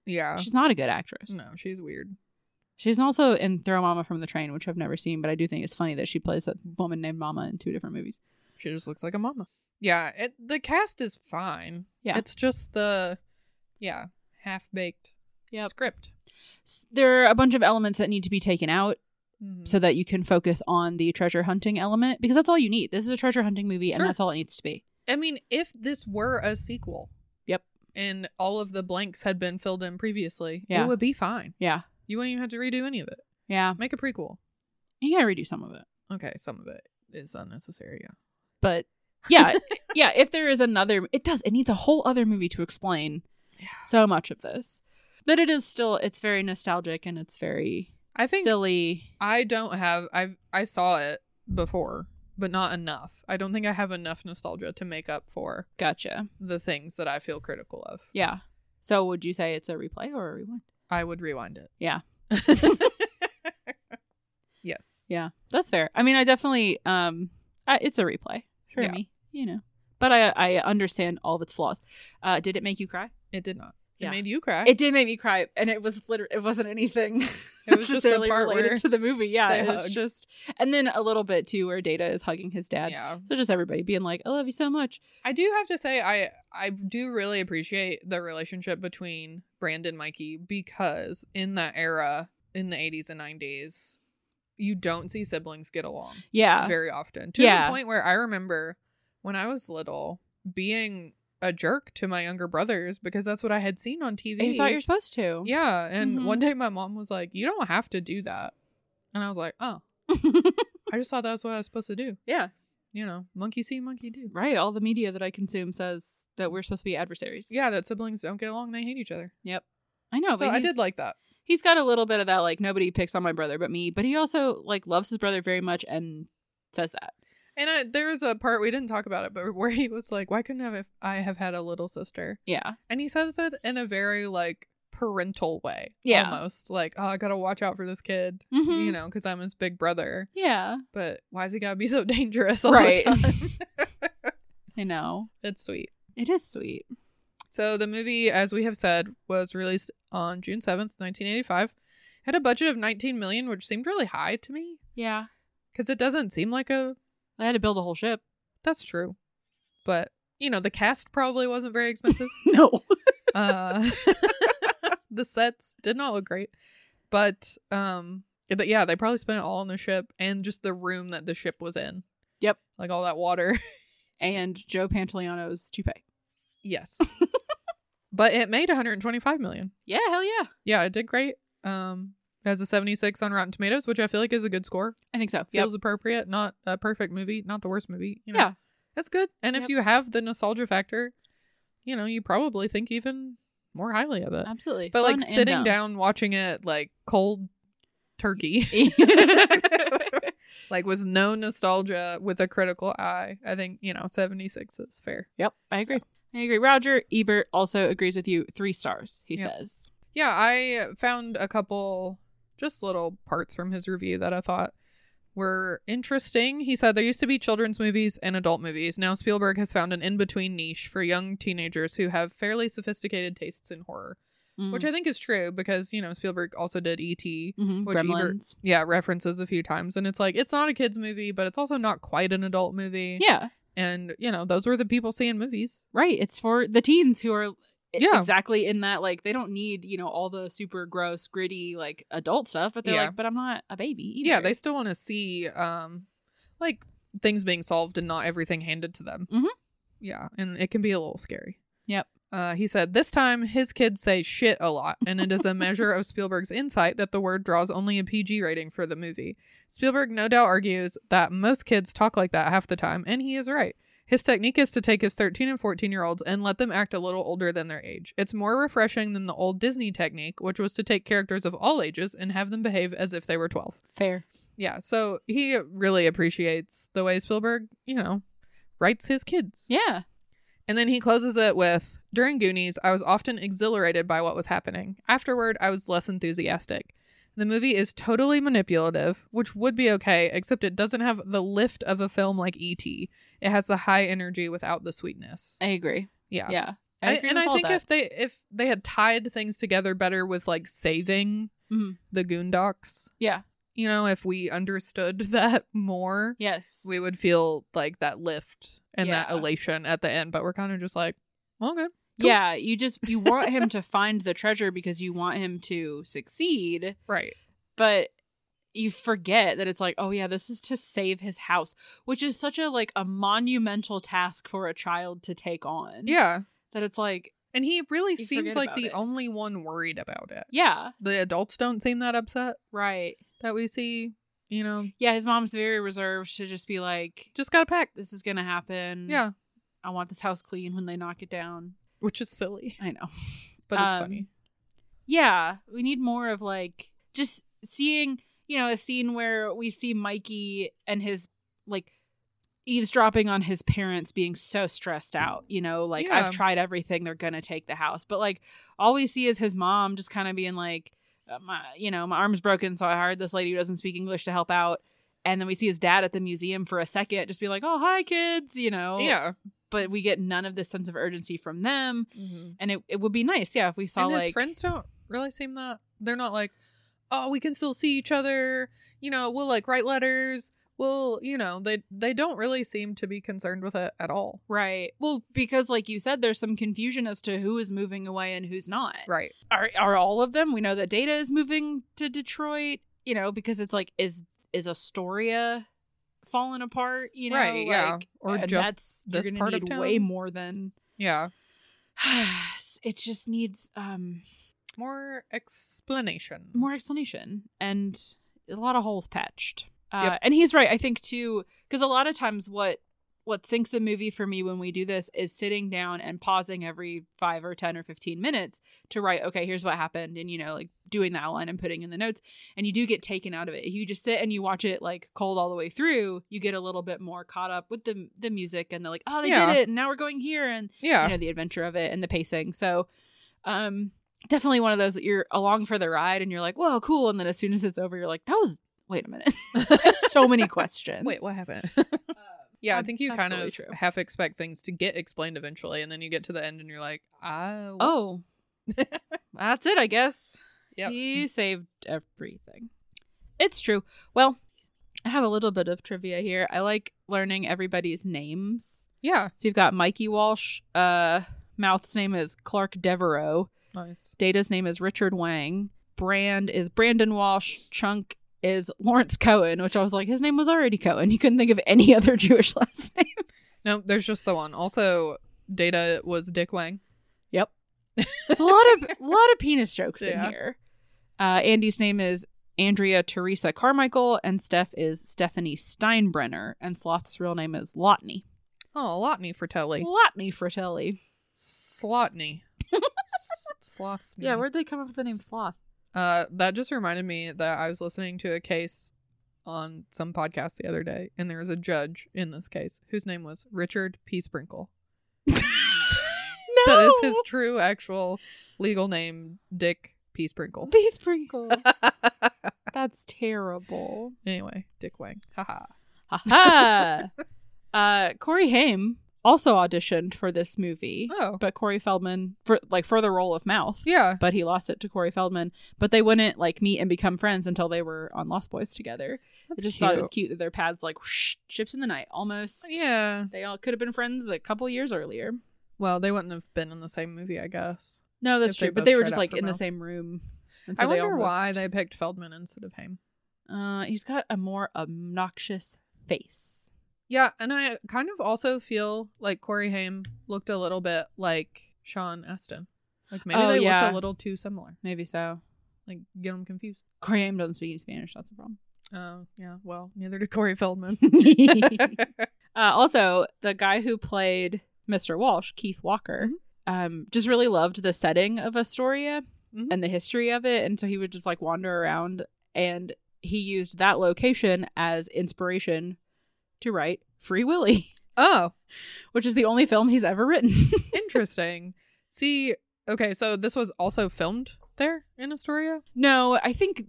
Speaker 1: yeah.
Speaker 2: She's not a good actress.
Speaker 1: Oh. No, she's weird.
Speaker 2: She's also in Throw Mama from the Train, which I've never seen, but I do think it's funny that she plays a woman named Mama in two different movies.
Speaker 1: She just looks like a mama. Yeah. It, the cast is fine.
Speaker 2: Yeah.
Speaker 1: It's just the, yeah, half baked
Speaker 2: Yep.
Speaker 1: script.
Speaker 2: S- There are a bunch of elements that need to be taken out
Speaker 1: Mhm.
Speaker 2: so that you can focus on the treasure hunting element because that's all you need. This is a treasure hunting movie, and
Speaker 1: Sure.
Speaker 2: that's all it needs to be.
Speaker 1: I mean, if this were a sequel,
Speaker 2: Yep.
Speaker 1: and all of the blanks had been filled in previously,
Speaker 2: Yeah.
Speaker 1: it would be fine.
Speaker 2: Yeah.
Speaker 1: You wouldn't even have to redo any of it.
Speaker 2: Yeah.
Speaker 1: Make a prequel.
Speaker 2: You gotta redo some of it.
Speaker 1: Okay, some of it is unnecessary. Yeah.
Speaker 2: but yeah yeah if there is another it does it needs a whole other movie to explain so much of this but it is still it's very nostalgic and it's very
Speaker 1: I think-
Speaker 2: silly
Speaker 1: I don't have. I I saw it before, but not enough. I don't think I have enough nostalgia to make up for
Speaker 2: gotcha
Speaker 1: the things that I feel critical of.
Speaker 2: yeah so would you say it's a replay or a rewind
Speaker 1: I would rewind it.
Speaker 2: yeah
Speaker 1: yes.
Speaker 2: yeah that's fair i mean i definitely um I, it's a replay for
Speaker 1: Yeah.
Speaker 2: me you know but i i understand all of its flaws uh did it make you cry
Speaker 1: It did not.
Speaker 2: Yeah.
Speaker 1: It made you cry.
Speaker 2: it did make me cry and it was literally it wasn't anything
Speaker 1: It was just the
Speaker 2: necessarily
Speaker 1: part
Speaker 2: related
Speaker 1: where
Speaker 2: to the movie yeah
Speaker 1: they
Speaker 2: it was
Speaker 1: hug.
Speaker 2: just and then a little bit too where data is hugging his dad
Speaker 1: Yeah.
Speaker 2: so just everybody being like i love you so much
Speaker 1: I do have to say I I do really appreciate the relationship between Brand and Mikey because in that era in the 80s and 90s you don't see siblings get along
Speaker 2: yeah
Speaker 1: very often to
Speaker 2: Yeah.
Speaker 1: the point where I remember when I was little being a jerk to my younger brothers because that's what I had seen on TV.
Speaker 2: you thought you're supposed to
Speaker 1: yeah, and
Speaker 2: Mhm.
Speaker 1: one day my mom was like, "You don't have to do that," and I was like, "Oh, I just thought that's what I was supposed to do."
Speaker 2: yeah
Speaker 1: You know, monkey see, monkey do.
Speaker 2: right all the media that i consume says that we're supposed to be adversaries
Speaker 1: Yeah, that siblings don't get along, they hate each other.
Speaker 2: yep I know,
Speaker 1: so
Speaker 2: but
Speaker 1: I
Speaker 2: he's-
Speaker 1: did like that.
Speaker 2: He's got a little bit of that, like nobody picks on my brother but me. But he also like loves his brother very much and says that.
Speaker 1: And I, there was a part we didn't talk about it, but where he was like, "Why couldn't have if I have had a little sister?"
Speaker 2: Yeah,
Speaker 1: And he says it in a very like parental way,
Speaker 2: Yeah.
Speaker 1: almost like, "Oh, I gotta watch out for this kid,
Speaker 2: Mhm.
Speaker 1: you know, because I'm his big brother."
Speaker 2: yeah,
Speaker 1: But why's he gotta be so dangerous all
Speaker 2: Right.
Speaker 1: the time?
Speaker 2: I know.
Speaker 1: it's sweet.
Speaker 2: It is sweet.
Speaker 1: So the movie, as we have said, was released on June seventh, nineteen eighty-five. Had a budget of nineteen million, which seemed really high to me
Speaker 2: Yeah,
Speaker 1: because it doesn't seem like a.
Speaker 2: they had to build a whole ship.
Speaker 1: That's true, but you know the cast probably wasn't very expensive.
Speaker 2: No,
Speaker 1: uh, the sets did not look great, but um, but yeah, they probably spent it all on the ship and just the room that the ship was in.
Speaker 2: Yep.
Speaker 1: like all that water.
Speaker 2: and Joe Pantoliano's toupee.
Speaker 1: yes, but it made 125 million.
Speaker 2: Yeah, hell yeah,
Speaker 1: Yeah, it did great. Um, it has a 76 on Rotten Tomatoes, which I feel like is a good score.
Speaker 2: I think so. Yep.
Speaker 1: Feels appropriate. Not a perfect movie, not the worst movie. You know?
Speaker 2: Yeah.
Speaker 1: that's good. And if
Speaker 2: Yep.
Speaker 1: you have the nostalgia factor, you know you probably think even more highly of it.
Speaker 2: Absolutely.
Speaker 1: But like
Speaker 2: Fun and
Speaker 1: sitting
Speaker 2: dumb.
Speaker 1: down watching it like cold turkey, like with no nostalgia, with a critical eye, I think, you know, 76 is fair.
Speaker 2: yep, I agree. I agree. Roger Ebert also agrees with you. Three stars, he
Speaker 1: Yep.
Speaker 2: says.
Speaker 1: Yeah, I found a couple just little parts from his review that I thought were interesting. He said there used to be children's movies and adult movies. Now Spielberg has found an in between niche for young teenagers who have fairly sophisticated tastes in horror,
Speaker 2: Mm.
Speaker 1: which I think is true because, you know, Spielberg also did E.T.
Speaker 2: Mhm.
Speaker 1: which Ebert-
Speaker 2: Gremlins.
Speaker 1: yeah references a few times and it's like it's not a kids movie but it's also not quite an adult movie
Speaker 2: Yeah,
Speaker 1: and you know those were the people seeing movies
Speaker 2: right. It's for the teens who are i-
Speaker 1: Yeah.
Speaker 2: exactly in that. Like they don't need you know all the super gross, gritty like adult stuff, but they're
Speaker 1: Yeah.
Speaker 2: like, but I'm not a baby. Either.
Speaker 1: yeah they still want to see um like things being solved and not everything handed to them
Speaker 2: Mhm.
Speaker 1: yeah and it can be a little scary
Speaker 2: Yep.
Speaker 1: uh, he said this time his kids say shit a lot and it is a measure of spielberg's insight that the word draws only a pg rating for the movie spielberg no doubt argues that most kids talk like that half the time and he is right His technique is to take his 13 and 14 year olds and let them act a little older than their age. It's more refreshing than the old Disney technique, which was to take characters of all ages and have them behave as if they were 12.
Speaker 2: fair.
Speaker 1: Yeah, so he really appreciates the way Spielberg, you know, writes his kids.
Speaker 2: Yeah,
Speaker 1: And then he closes it with During Goonies, I was often exhilarated by what was happening. Afterward, I was less enthusiastic. The movie is totally manipulative, which would be okay, except it doesn't have the lift of a film like E.T. It has the high energy without the sweetness.
Speaker 2: I agree.
Speaker 1: Yeah.
Speaker 2: Yeah,
Speaker 1: I-
Speaker 2: agree
Speaker 1: and
Speaker 2: with
Speaker 1: I
Speaker 2: all
Speaker 1: think
Speaker 2: that.
Speaker 1: if they if they had tied things together better with like saving
Speaker 2: Mhm.
Speaker 1: the Goondocks,
Speaker 2: yeah,
Speaker 1: you know, if we understood that more,
Speaker 2: yes,
Speaker 1: we would feel like that lift and that
Speaker 2: Yeah.
Speaker 1: elation at the end. But we're kind of just like, well, okay. Cool.
Speaker 2: Yeah, you just you want him to find the treasure because you want him to succeed,
Speaker 1: Right.
Speaker 2: but you forget that it's like, oh yeah, this is to save his house, which is such a like a monumental task for a child to take on.
Speaker 1: Yeah.
Speaker 2: That it's like,
Speaker 1: And he really
Speaker 2: You
Speaker 1: seems
Speaker 2: forget
Speaker 1: like
Speaker 2: about
Speaker 1: the
Speaker 2: it.
Speaker 1: only one worried about it.
Speaker 2: yeah,
Speaker 1: The adults don't seem that upset
Speaker 2: right.
Speaker 1: that we see, you know,
Speaker 2: Yeah, his mom's very reserved to just be like,
Speaker 1: just got to pack.
Speaker 2: this is gonna happen.
Speaker 1: Yeah.
Speaker 2: I want this house clean when they knock it down.
Speaker 1: Which is silly,
Speaker 2: I know.
Speaker 1: but it's
Speaker 2: Um,
Speaker 1: funny.
Speaker 2: Yeah, we need more of like just seeing, you know, a scene where we see Mikey and his like eavesdropping on his parents being so stressed out, you know, like
Speaker 1: Yeah.
Speaker 2: I've tried everything, they're going to take the house. But like all we see is his mom just kind of being like uh, my you know, my arm's broken, so I hired this lady who doesn't speak English to help out. And then we see his dad at the museum for a second just be like, "Oh, hi kids," you know.
Speaker 1: yeah.
Speaker 2: But we get none of this sense of urgency from them, and it, it would be nice, yeah, if we saw
Speaker 1: and his
Speaker 2: mm-hmm. like
Speaker 1: friends don't really seem that. They're not like, oh, we can still see each other. You know, we'll like write letters. We'll, you know, they they don't really seem to be concerned with it at all.
Speaker 2: Right. Well, because like you said, there's some confusion as to who is moving away and who's not.
Speaker 1: Right.
Speaker 2: Are are all of them? We know that Data is moving to Detroit. You know, because it's like is is Astoria falling apart? You know,
Speaker 1: Right, yeah.
Speaker 2: Like,
Speaker 1: Or
Speaker 2: and
Speaker 1: just
Speaker 2: that's
Speaker 1: this
Speaker 2: you're gonna
Speaker 1: part of
Speaker 2: need way
Speaker 1: town.
Speaker 2: more than.
Speaker 1: Yeah.
Speaker 2: it just needs um
Speaker 1: More explanation.
Speaker 2: more explanation and a lot of holes patched. Uh, And he's right, I think too, because a lot of times what what sinks the movie for me when we do this is sitting down and pausing every five or 10 or 15 minutes to write, okay, here's what happened. And, you know, like doing the outline and putting in the notes. And you do get taken out of it. If you just sit and you watch it like cold all the way through, you get a little bit more caught up with the, the music and the like, oh, they
Speaker 1: Yeah.
Speaker 2: did it. And now we're going here. And,
Speaker 1: Yeah.
Speaker 2: you know, the adventure of it and the pacing. So, um, definitely one of those that you're along for the ride and you're like, whoa, cool. And then as soon as it's over, you're like, that was, wait a minute. I have so many questions.
Speaker 1: Wait, what happened? yeah, I
Speaker 2: ab-
Speaker 1: think you kind
Speaker 2: absolutely
Speaker 1: of
Speaker 2: true.
Speaker 1: half expect things to get explained eventually, and then you get to the end and you're like, oh,
Speaker 2: Oh, that's it, I guess.
Speaker 1: Yep.
Speaker 2: He saved everything. It's true. Well, I have a little bit of trivia here. I like learning everybody's names.
Speaker 1: yeah,
Speaker 2: So you've got Mikey Walsh. Uh, Mouth's name is Clark Devereaux.
Speaker 1: nice.
Speaker 2: Data's name is Richard Wang. Brand is Brandon Walsh. Chunk is Lawrence Cohen, which I was like, his name was already Cohen. You couldn't think of any other Jewish last name.
Speaker 1: No, there's just the one. Also, Data was Dick Lang.
Speaker 2: Yep. It's a lot of a lot of penis jokes
Speaker 1: Yeah.
Speaker 2: in here. Uh, Andy's name is Andrea Teresa Carmichael, and Steph is Stephanie Steinbrenner, and Sloth's real name is Lotney.
Speaker 1: Oh, Lotney for Telly.
Speaker 2: Lotney Fratelli.
Speaker 1: Slotney. Slotney.
Speaker 2: Yeah, where'd they come up with the name Sloth?
Speaker 1: Uh, that just reminded me that I was listening to a case on some podcast the other day, and there was a judge in this case whose name was Richard P. Sprinkle.
Speaker 2: No,
Speaker 1: That is his true, actual legal name, Dick P. Sprinkle.
Speaker 2: Bee sprinkle. That's terrible.
Speaker 1: Anyway, Dick Wang. Haha.
Speaker 2: Haha. uh, Corey Haim also auditioned for this movie,
Speaker 1: Oh.
Speaker 2: but Corey Feldman for like for the role of Mouth.
Speaker 1: Yeah.
Speaker 2: but he lost it to Corey Feldman. But they wouldn't like meet and become friends until they were on Lost Boys together. I
Speaker 1: That's
Speaker 2: just thought it was
Speaker 1: cute. Oh,
Speaker 2: cute that their paths like whoosh, ships in the night almost.
Speaker 1: Yeah.
Speaker 2: they all could have been friends a couple years earlier.
Speaker 1: Well, they wouldn't have been in the same movie, I guess.
Speaker 2: No, that's
Speaker 1: If they
Speaker 2: true. But
Speaker 1: both
Speaker 2: they were
Speaker 1: tried
Speaker 2: just
Speaker 1: out
Speaker 2: like
Speaker 1: for
Speaker 2: in the
Speaker 1: Mouth.
Speaker 2: same room. And
Speaker 1: I
Speaker 2: so they
Speaker 1: wonder why
Speaker 2: almost-
Speaker 1: they picked Feldman instead of Haim.
Speaker 2: Uh, he's got a more obnoxious face.
Speaker 1: Yeah, and I kind of also feel like Corey Haim looked a little bit like Sean Astin. Like maybe
Speaker 2: Oh,
Speaker 1: they
Speaker 2: yeah.
Speaker 1: looked a little too similar.
Speaker 2: Maybe so.
Speaker 1: Like get them confused.
Speaker 2: Corey Haim doesn't speak any Spanish. That's a problem.
Speaker 1: Oh yeah. Well, neither did Corey Feldman.
Speaker 2: Uh, also, the guy who played Mr. Walsh, Keith Walker, um, just really loved the setting of Astoria
Speaker 1: Mhm.
Speaker 2: and the history of it. And so he would just like wander around and he used that location as inspiration to write Free Willy,
Speaker 1: oh,
Speaker 2: which is the only film he's ever written.
Speaker 1: interesting. See, okay, so this was also filmed there in Astoria.
Speaker 2: no, I think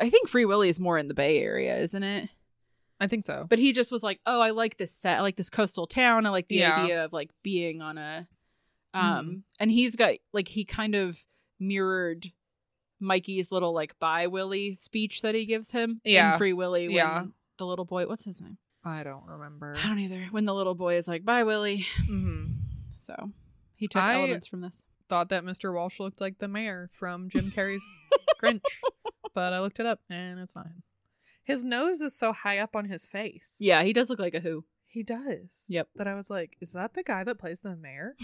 Speaker 2: I think Free Willy is more in the Bay Area, isn't it?
Speaker 1: I think so.
Speaker 2: But he just was like, "Oh, I like this set. I like this coastal town. I like the
Speaker 1: Yeah. Mm-hmm.
Speaker 2: idea of like being on a." Um, and he's got like he kind of mirrored Mikey's little like "Bye Willie" speech that he gives him
Speaker 1: Yeah.
Speaker 2: in Free Willy. When
Speaker 1: Yeah.
Speaker 2: the little boy. What's his name?
Speaker 1: I don't remember.
Speaker 2: I don't either. When the little boy is like "Bye Willie,"
Speaker 1: hmm
Speaker 2: so he took
Speaker 1: I-
Speaker 2: elements from this.
Speaker 1: Thought that Mr. Walsh looked like the mayor from Jim Carrey's Grinch, but I looked it up and it's not him. His nose is so high up on his face.
Speaker 2: Yeah, he does look like a who.
Speaker 1: he does.
Speaker 2: Yep.
Speaker 1: That I was like, is that the guy that plays the mayor?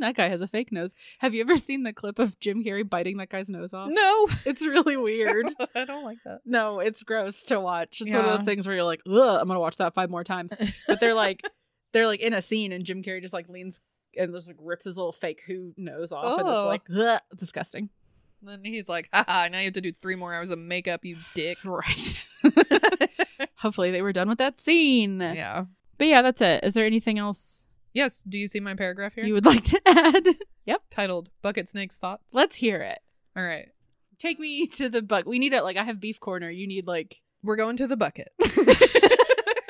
Speaker 2: that guy has a fake nose. Have you ever seen the clip of Jim Carrey biting that guy's nose off?
Speaker 1: No,
Speaker 2: It's really Uh, weird.
Speaker 1: I don't like that.
Speaker 2: No, it's gross to watch. It's one of
Speaker 1: Yeah.
Speaker 2: those things where you're like, ugh, I'm gonna watch that five more times. But they're like, they're like in a scene, and Jim Carrey just like leans and just like rips his little fake who nose off, and it's
Speaker 1: Oh.
Speaker 2: like, ugh, it's disgusting.
Speaker 1: And then he's like, haha, now you have to do three more hours of makeup, you dick.
Speaker 2: Right. Hopefully they were done with that scene.
Speaker 1: yeah.
Speaker 2: But yeah, that's it. Is there anything else
Speaker 1: Yes. Do you see my paragraph here?
Speaker 2: you would like to add? yep.
Speaker 1: Titled Bucket Snake's Thoughts.
Speaker 2: Let's hear it.
Speaker 1: All right.
Speaker 2: Take me to the buck. We need it. Like I have beef corner. You need like.
Speaker 1: We're going to the bucket.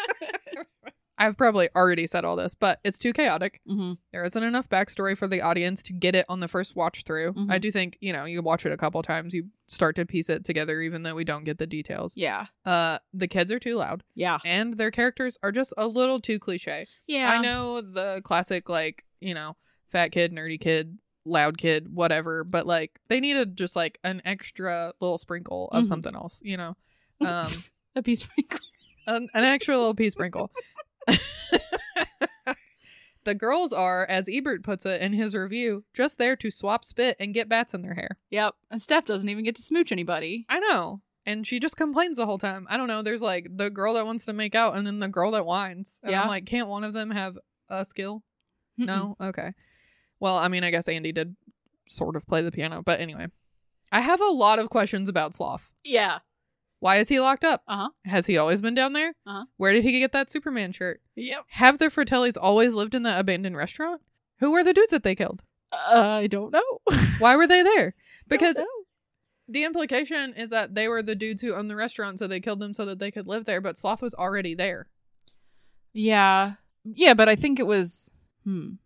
Speaker 1: I've probably already said all this, but it's too chaotic.
Speaker 2: Mhm.
Speaker 1: There isn't enough backstory for the audience to get it on the first watch through.
Speaker 2: Mhm.
Speaker 1: I do think, you know, you watch it a couple times, you start to piece it together, even though we don't get the details.
Speaker 2: Yeah.
Speaker 1: Uh, the kids are too loud,
Speaker 2: Yeah.
Speaker 1: and their characters are just a little too cliche.
Speaker 2: Yeah.
Speaker 1: I know the classic, like, you know, fat kid, nerdy kid, loud kid, whatever, but like they needed just like an extra little sprinkle of
Speaker 2: Mhm.
Speaker 1: something else, you know? Um,
Speaker 2: A piece.
Speaker 1: an, an extra little pea sprinkle. the girls are, as Ebert puts it in his review, just there to swap spit and get bats in their hair.
Speaker 2: Yep. And Steph doesn't even get to smooch anybody.
Speaker 1: I know. and she just complains the whole time. I don't know. There's like the girl that wants to make out and then the girl that whines. And
Speaker 2: Yeah.
Speaker 1: I'm like, can't one of them have a skill? No? Okay. Well, I mean, I guess Andy did sort of play the piano, but anyway. I have a lot of questions about Sloth.
Speaker 2: Yeah.
Speaker 1: Why is he locked up?
Speaker 2: Uh huh.
Speaker 1: Has he always been down there?
Speaker 2: Uh-huh.
Speaker 1: Where did he get that Superman shirt?
Speaker 2: Yep.
Speaker 1: Have the Fratellis always lived in that abandoned restaurant? Who were the dudes that they killed?
Speaker 2: Uh, I don't know.
Speaker 1: Why were they there?
Speaker 2: Don't
Speaker 1: Because
Speaker 2: know.
Speaker 1: the implication is that they were the dudes who owned the restaurant, so they killed them so that they could live there, but Sloth was already there.
Speaker 2: yeah, yeah, but I think it was. Hmm.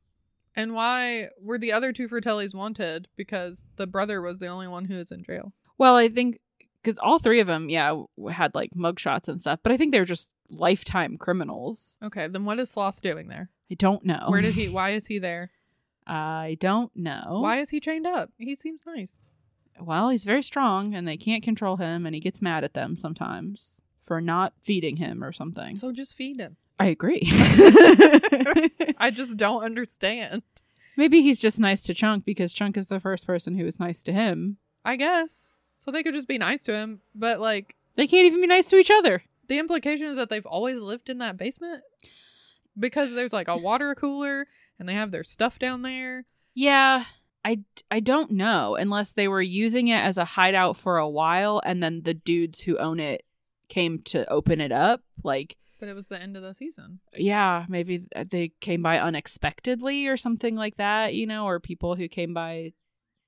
Speaker 1: And why were the other two Fratellis wanted? Because the brother was the only one who was in jail.
Speaker 2: Well, I think because all three of them, yeah, w- had like mugshots and stuff, but I think they're just lifetime criminals.
Speaker 1: Okay, then what is Sloth doing there?
Speaker 2: I don't know.
Speaker 1: Where did he why is he there?
Speaker 2: I don't know.
Speaker 1: Why is he chained up? He seems nice.
Speaker 2: Well, he's very strong, and they can't control him, and he gets mad at them sometimes for not feeding him or something.
Speaker 1: So just feed him.
Speaker 2: I agree.
Speaker 1: I just don't understand.
Speaker 2: Maybe he's just nice to Chunk because Chunk is the first person who was nice to him.
Speaker 1: I guess. So they could just be nice to him, but like
Speaker 2: They can't even be nice to each other.
Speaker 1: the implication is that they've always lived in that basement because there's like a water cooler and they have their stuff down there.
Speaker 2: Yeah, I, I don't know unless they were using it as a hideout for a while and then the dudes who own it came to open it up. Like,
Speaker 1: But it was the end of the season.
Speaker 2: yeah, maybe uh, they came by unexpectedly or something like that, you know, or people who came by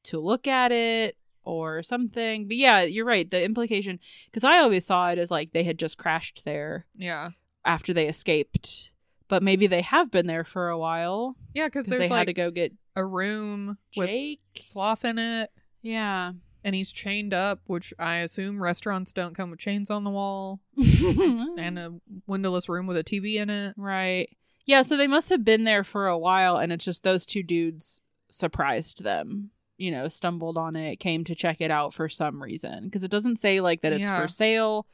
Speaker 2: to look at it or something. But yeah, you're right. The implication, because I always saw it as like they had just crashed there
Speaker 1: Yeah.
Speaker 2: after they escaped, but maybe they have been there for a while
Speaker 1: Yeah, because
Speaker 2: because
Speaker 1: there's
Speaker 2: they had
Speaker 1: like
Speaker 2: to go get
Speaker 1: a room with
Speaker 2: Jake.
Speaker 1: sloth in it
Speaker 2: Yeah.
Speaker 1: and he's chained up, which I assume restaurants don't come with chains on the wall
Speaker 2: Hmm.
Speaker 1: and a windowless room with a TV in it.
Speaker 2: right. Yeah, so they must have been there for a while and it's just those two dudes surprised them. You know, stumbled on it, came to check it out for some reason because it doesn't say like that it's
Speaker 1: Yeah.
Speaker 2: for sale.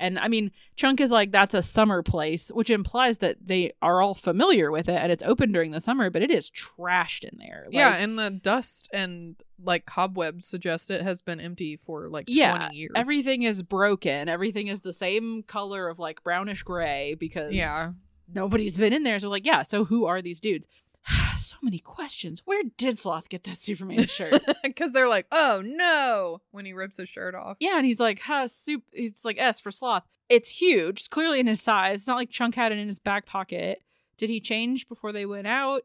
Speaker 2: And I mean, Chunk is like that's a summer place, which implies that they are all familiar with it and it's open during the summer, but it is trashed in there.
Speaker 1: yeah,
Speaker 2: Like,
Speaker 1: and the dust and like cobwebs suggest it has been empty for like
Speaker 2: Yeah,
Speaker 1: 20 years.
Speaker 2: everything is broken. Everything is the same color of like brownish gray because
Speaker 1: Yeah.
Speaker 2: nobody's been in there. So like, yeah, so who are these dudes? so many questions. Where did Sloth get that Superman shirt?
Speaker 1: Because they're like, oh no, when he rips his shirt off.
Speaker 2: yeah, and he's like, huh, soup it's like S for Sloth. It's huge. It's clearly in his size. It's not like Chunk had it in his back pocket. Did he change before they went out?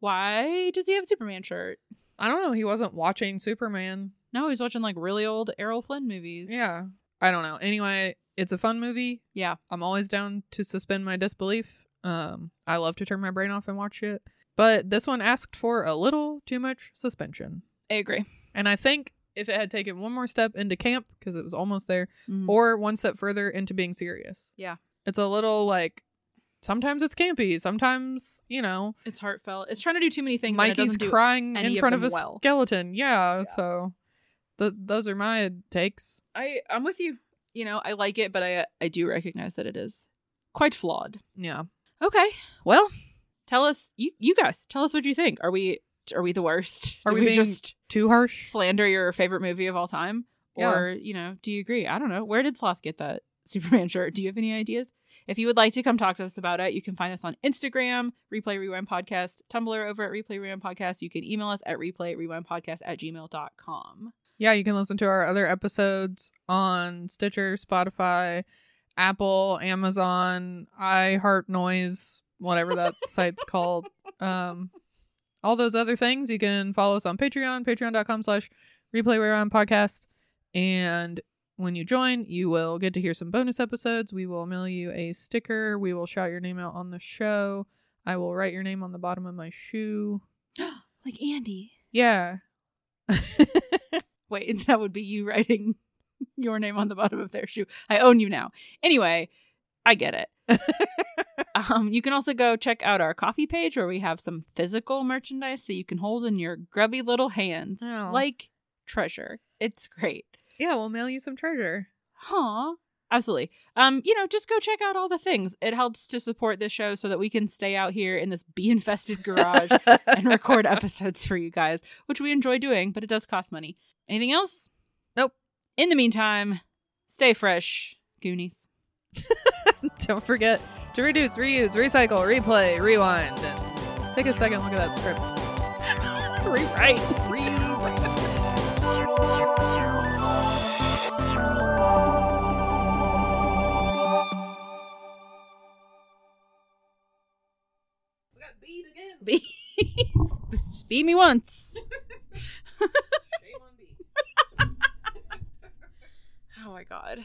Speaker 2: Why does he have a Superman shirt?
Speaker 1: I don't know. He wasn't watching Superman.
Speaker 2: No, he's watching like really old Errol Flynn movies.
Speaker 1: Yeah. I don't know. Anyway, it's a fun movie.
Speaker 2: Yeah.
Speaker 1: I'm always down to suspend my disbelief. Um, I love to turn my brain off and watch it. But this one asked for a little too much suspension.
Speaker 2: I agree.
Speaker 1: And I think if it had taken one more step into camp, because it was almost there,
Speaker 2: Mm.
Speaker 1: or one step further into being serious.
Speaker 2: Yeah.
Speaker 1: It's a little like sometimes it's campy, sometimes, you know,
Speaker 2: It's heartfelt. It's trying to do too many things. and it
Speaker 1: Mikey's
Speaker 2: doesn't do
Speaker 1: crying
Speaker 2: any
Speaker 1: in
Speaker 2: of
Speaker 1: front of,
Speaker 2: them
Speaker 1: a
Speaker 2: well.
Speaker 1: skeleton. Yeah, so th- those are my takes.
Speaker 2: I I'm with you. You know, I like it, but I I do recognize that it is quite flawed.
Speaker 1: Yeah.
Speaker 2: Okay. Well, tell us you you guys tell us what you think. Are we are we the worst?
Speaker 1: Are
Speaker 2: Did
Speaker 1: we being-
Speaker 2: just
Speaker 1: Too harsh?
Speaker 2: slander your favorite movie of all time?
Speaker 1: Yeah.
Speaker 2: Or, you know, do you agree? I don't know. Where did Sloth get that Superman shirt? Do you have any ideas? If you would like to come talk to us about it, you can find us on Instagram, Replay Rewind Podcast, Tumblr over at Replay Rewind Podcast. You can email us at replay rewind podcast at gmail.com.
Speaker 1: Yeah, you can listen to our other episodes on Stitcher, Spotify, Apple, Amazon, iHeartNoise, whatever that site's called. Um, all those other things. You can follow us on Patreon, patreon.com slash replay rewind podcast. And when you join, you will get to hear some bonus episodes. We will mail you a sticker. We will shout your name out on the show. I will write your name on the bottom of my shoe.
Speaker 2: Like Andy.
Speaker 1: Yeah.
Speaker 2: Wait, that would be you writing your name on the bottom of their shoe. I own you now. Anyway, I get it. um, you can also go check out our coffee page where we have some physical merchandise that you can hold in your grubby little hands
Speaker 1: Oh.
Speaker 2: like treasure. It's great.
Speaker 1: yeah, we'll mail you some treasure.
Speaker 2: Huh. Absolutely. Um, you know, just go check out all the things. It helps to support this show so that we can stay out here in this bee infested garage and record episodes for you guys, which we enjoy doing, but it does cost money. Anything else?
Speaker 1: Nope.
Speaker 2: In the meantime,
Speaker 5: Stay fresh, Goonies.
Speaker 1: Don't forget to reduce, reuse, recycle, replay, rewind. Take a second, look at that script.
Speaker 5: Rewrite.
Speaker 2: Be, be me once. oh my god.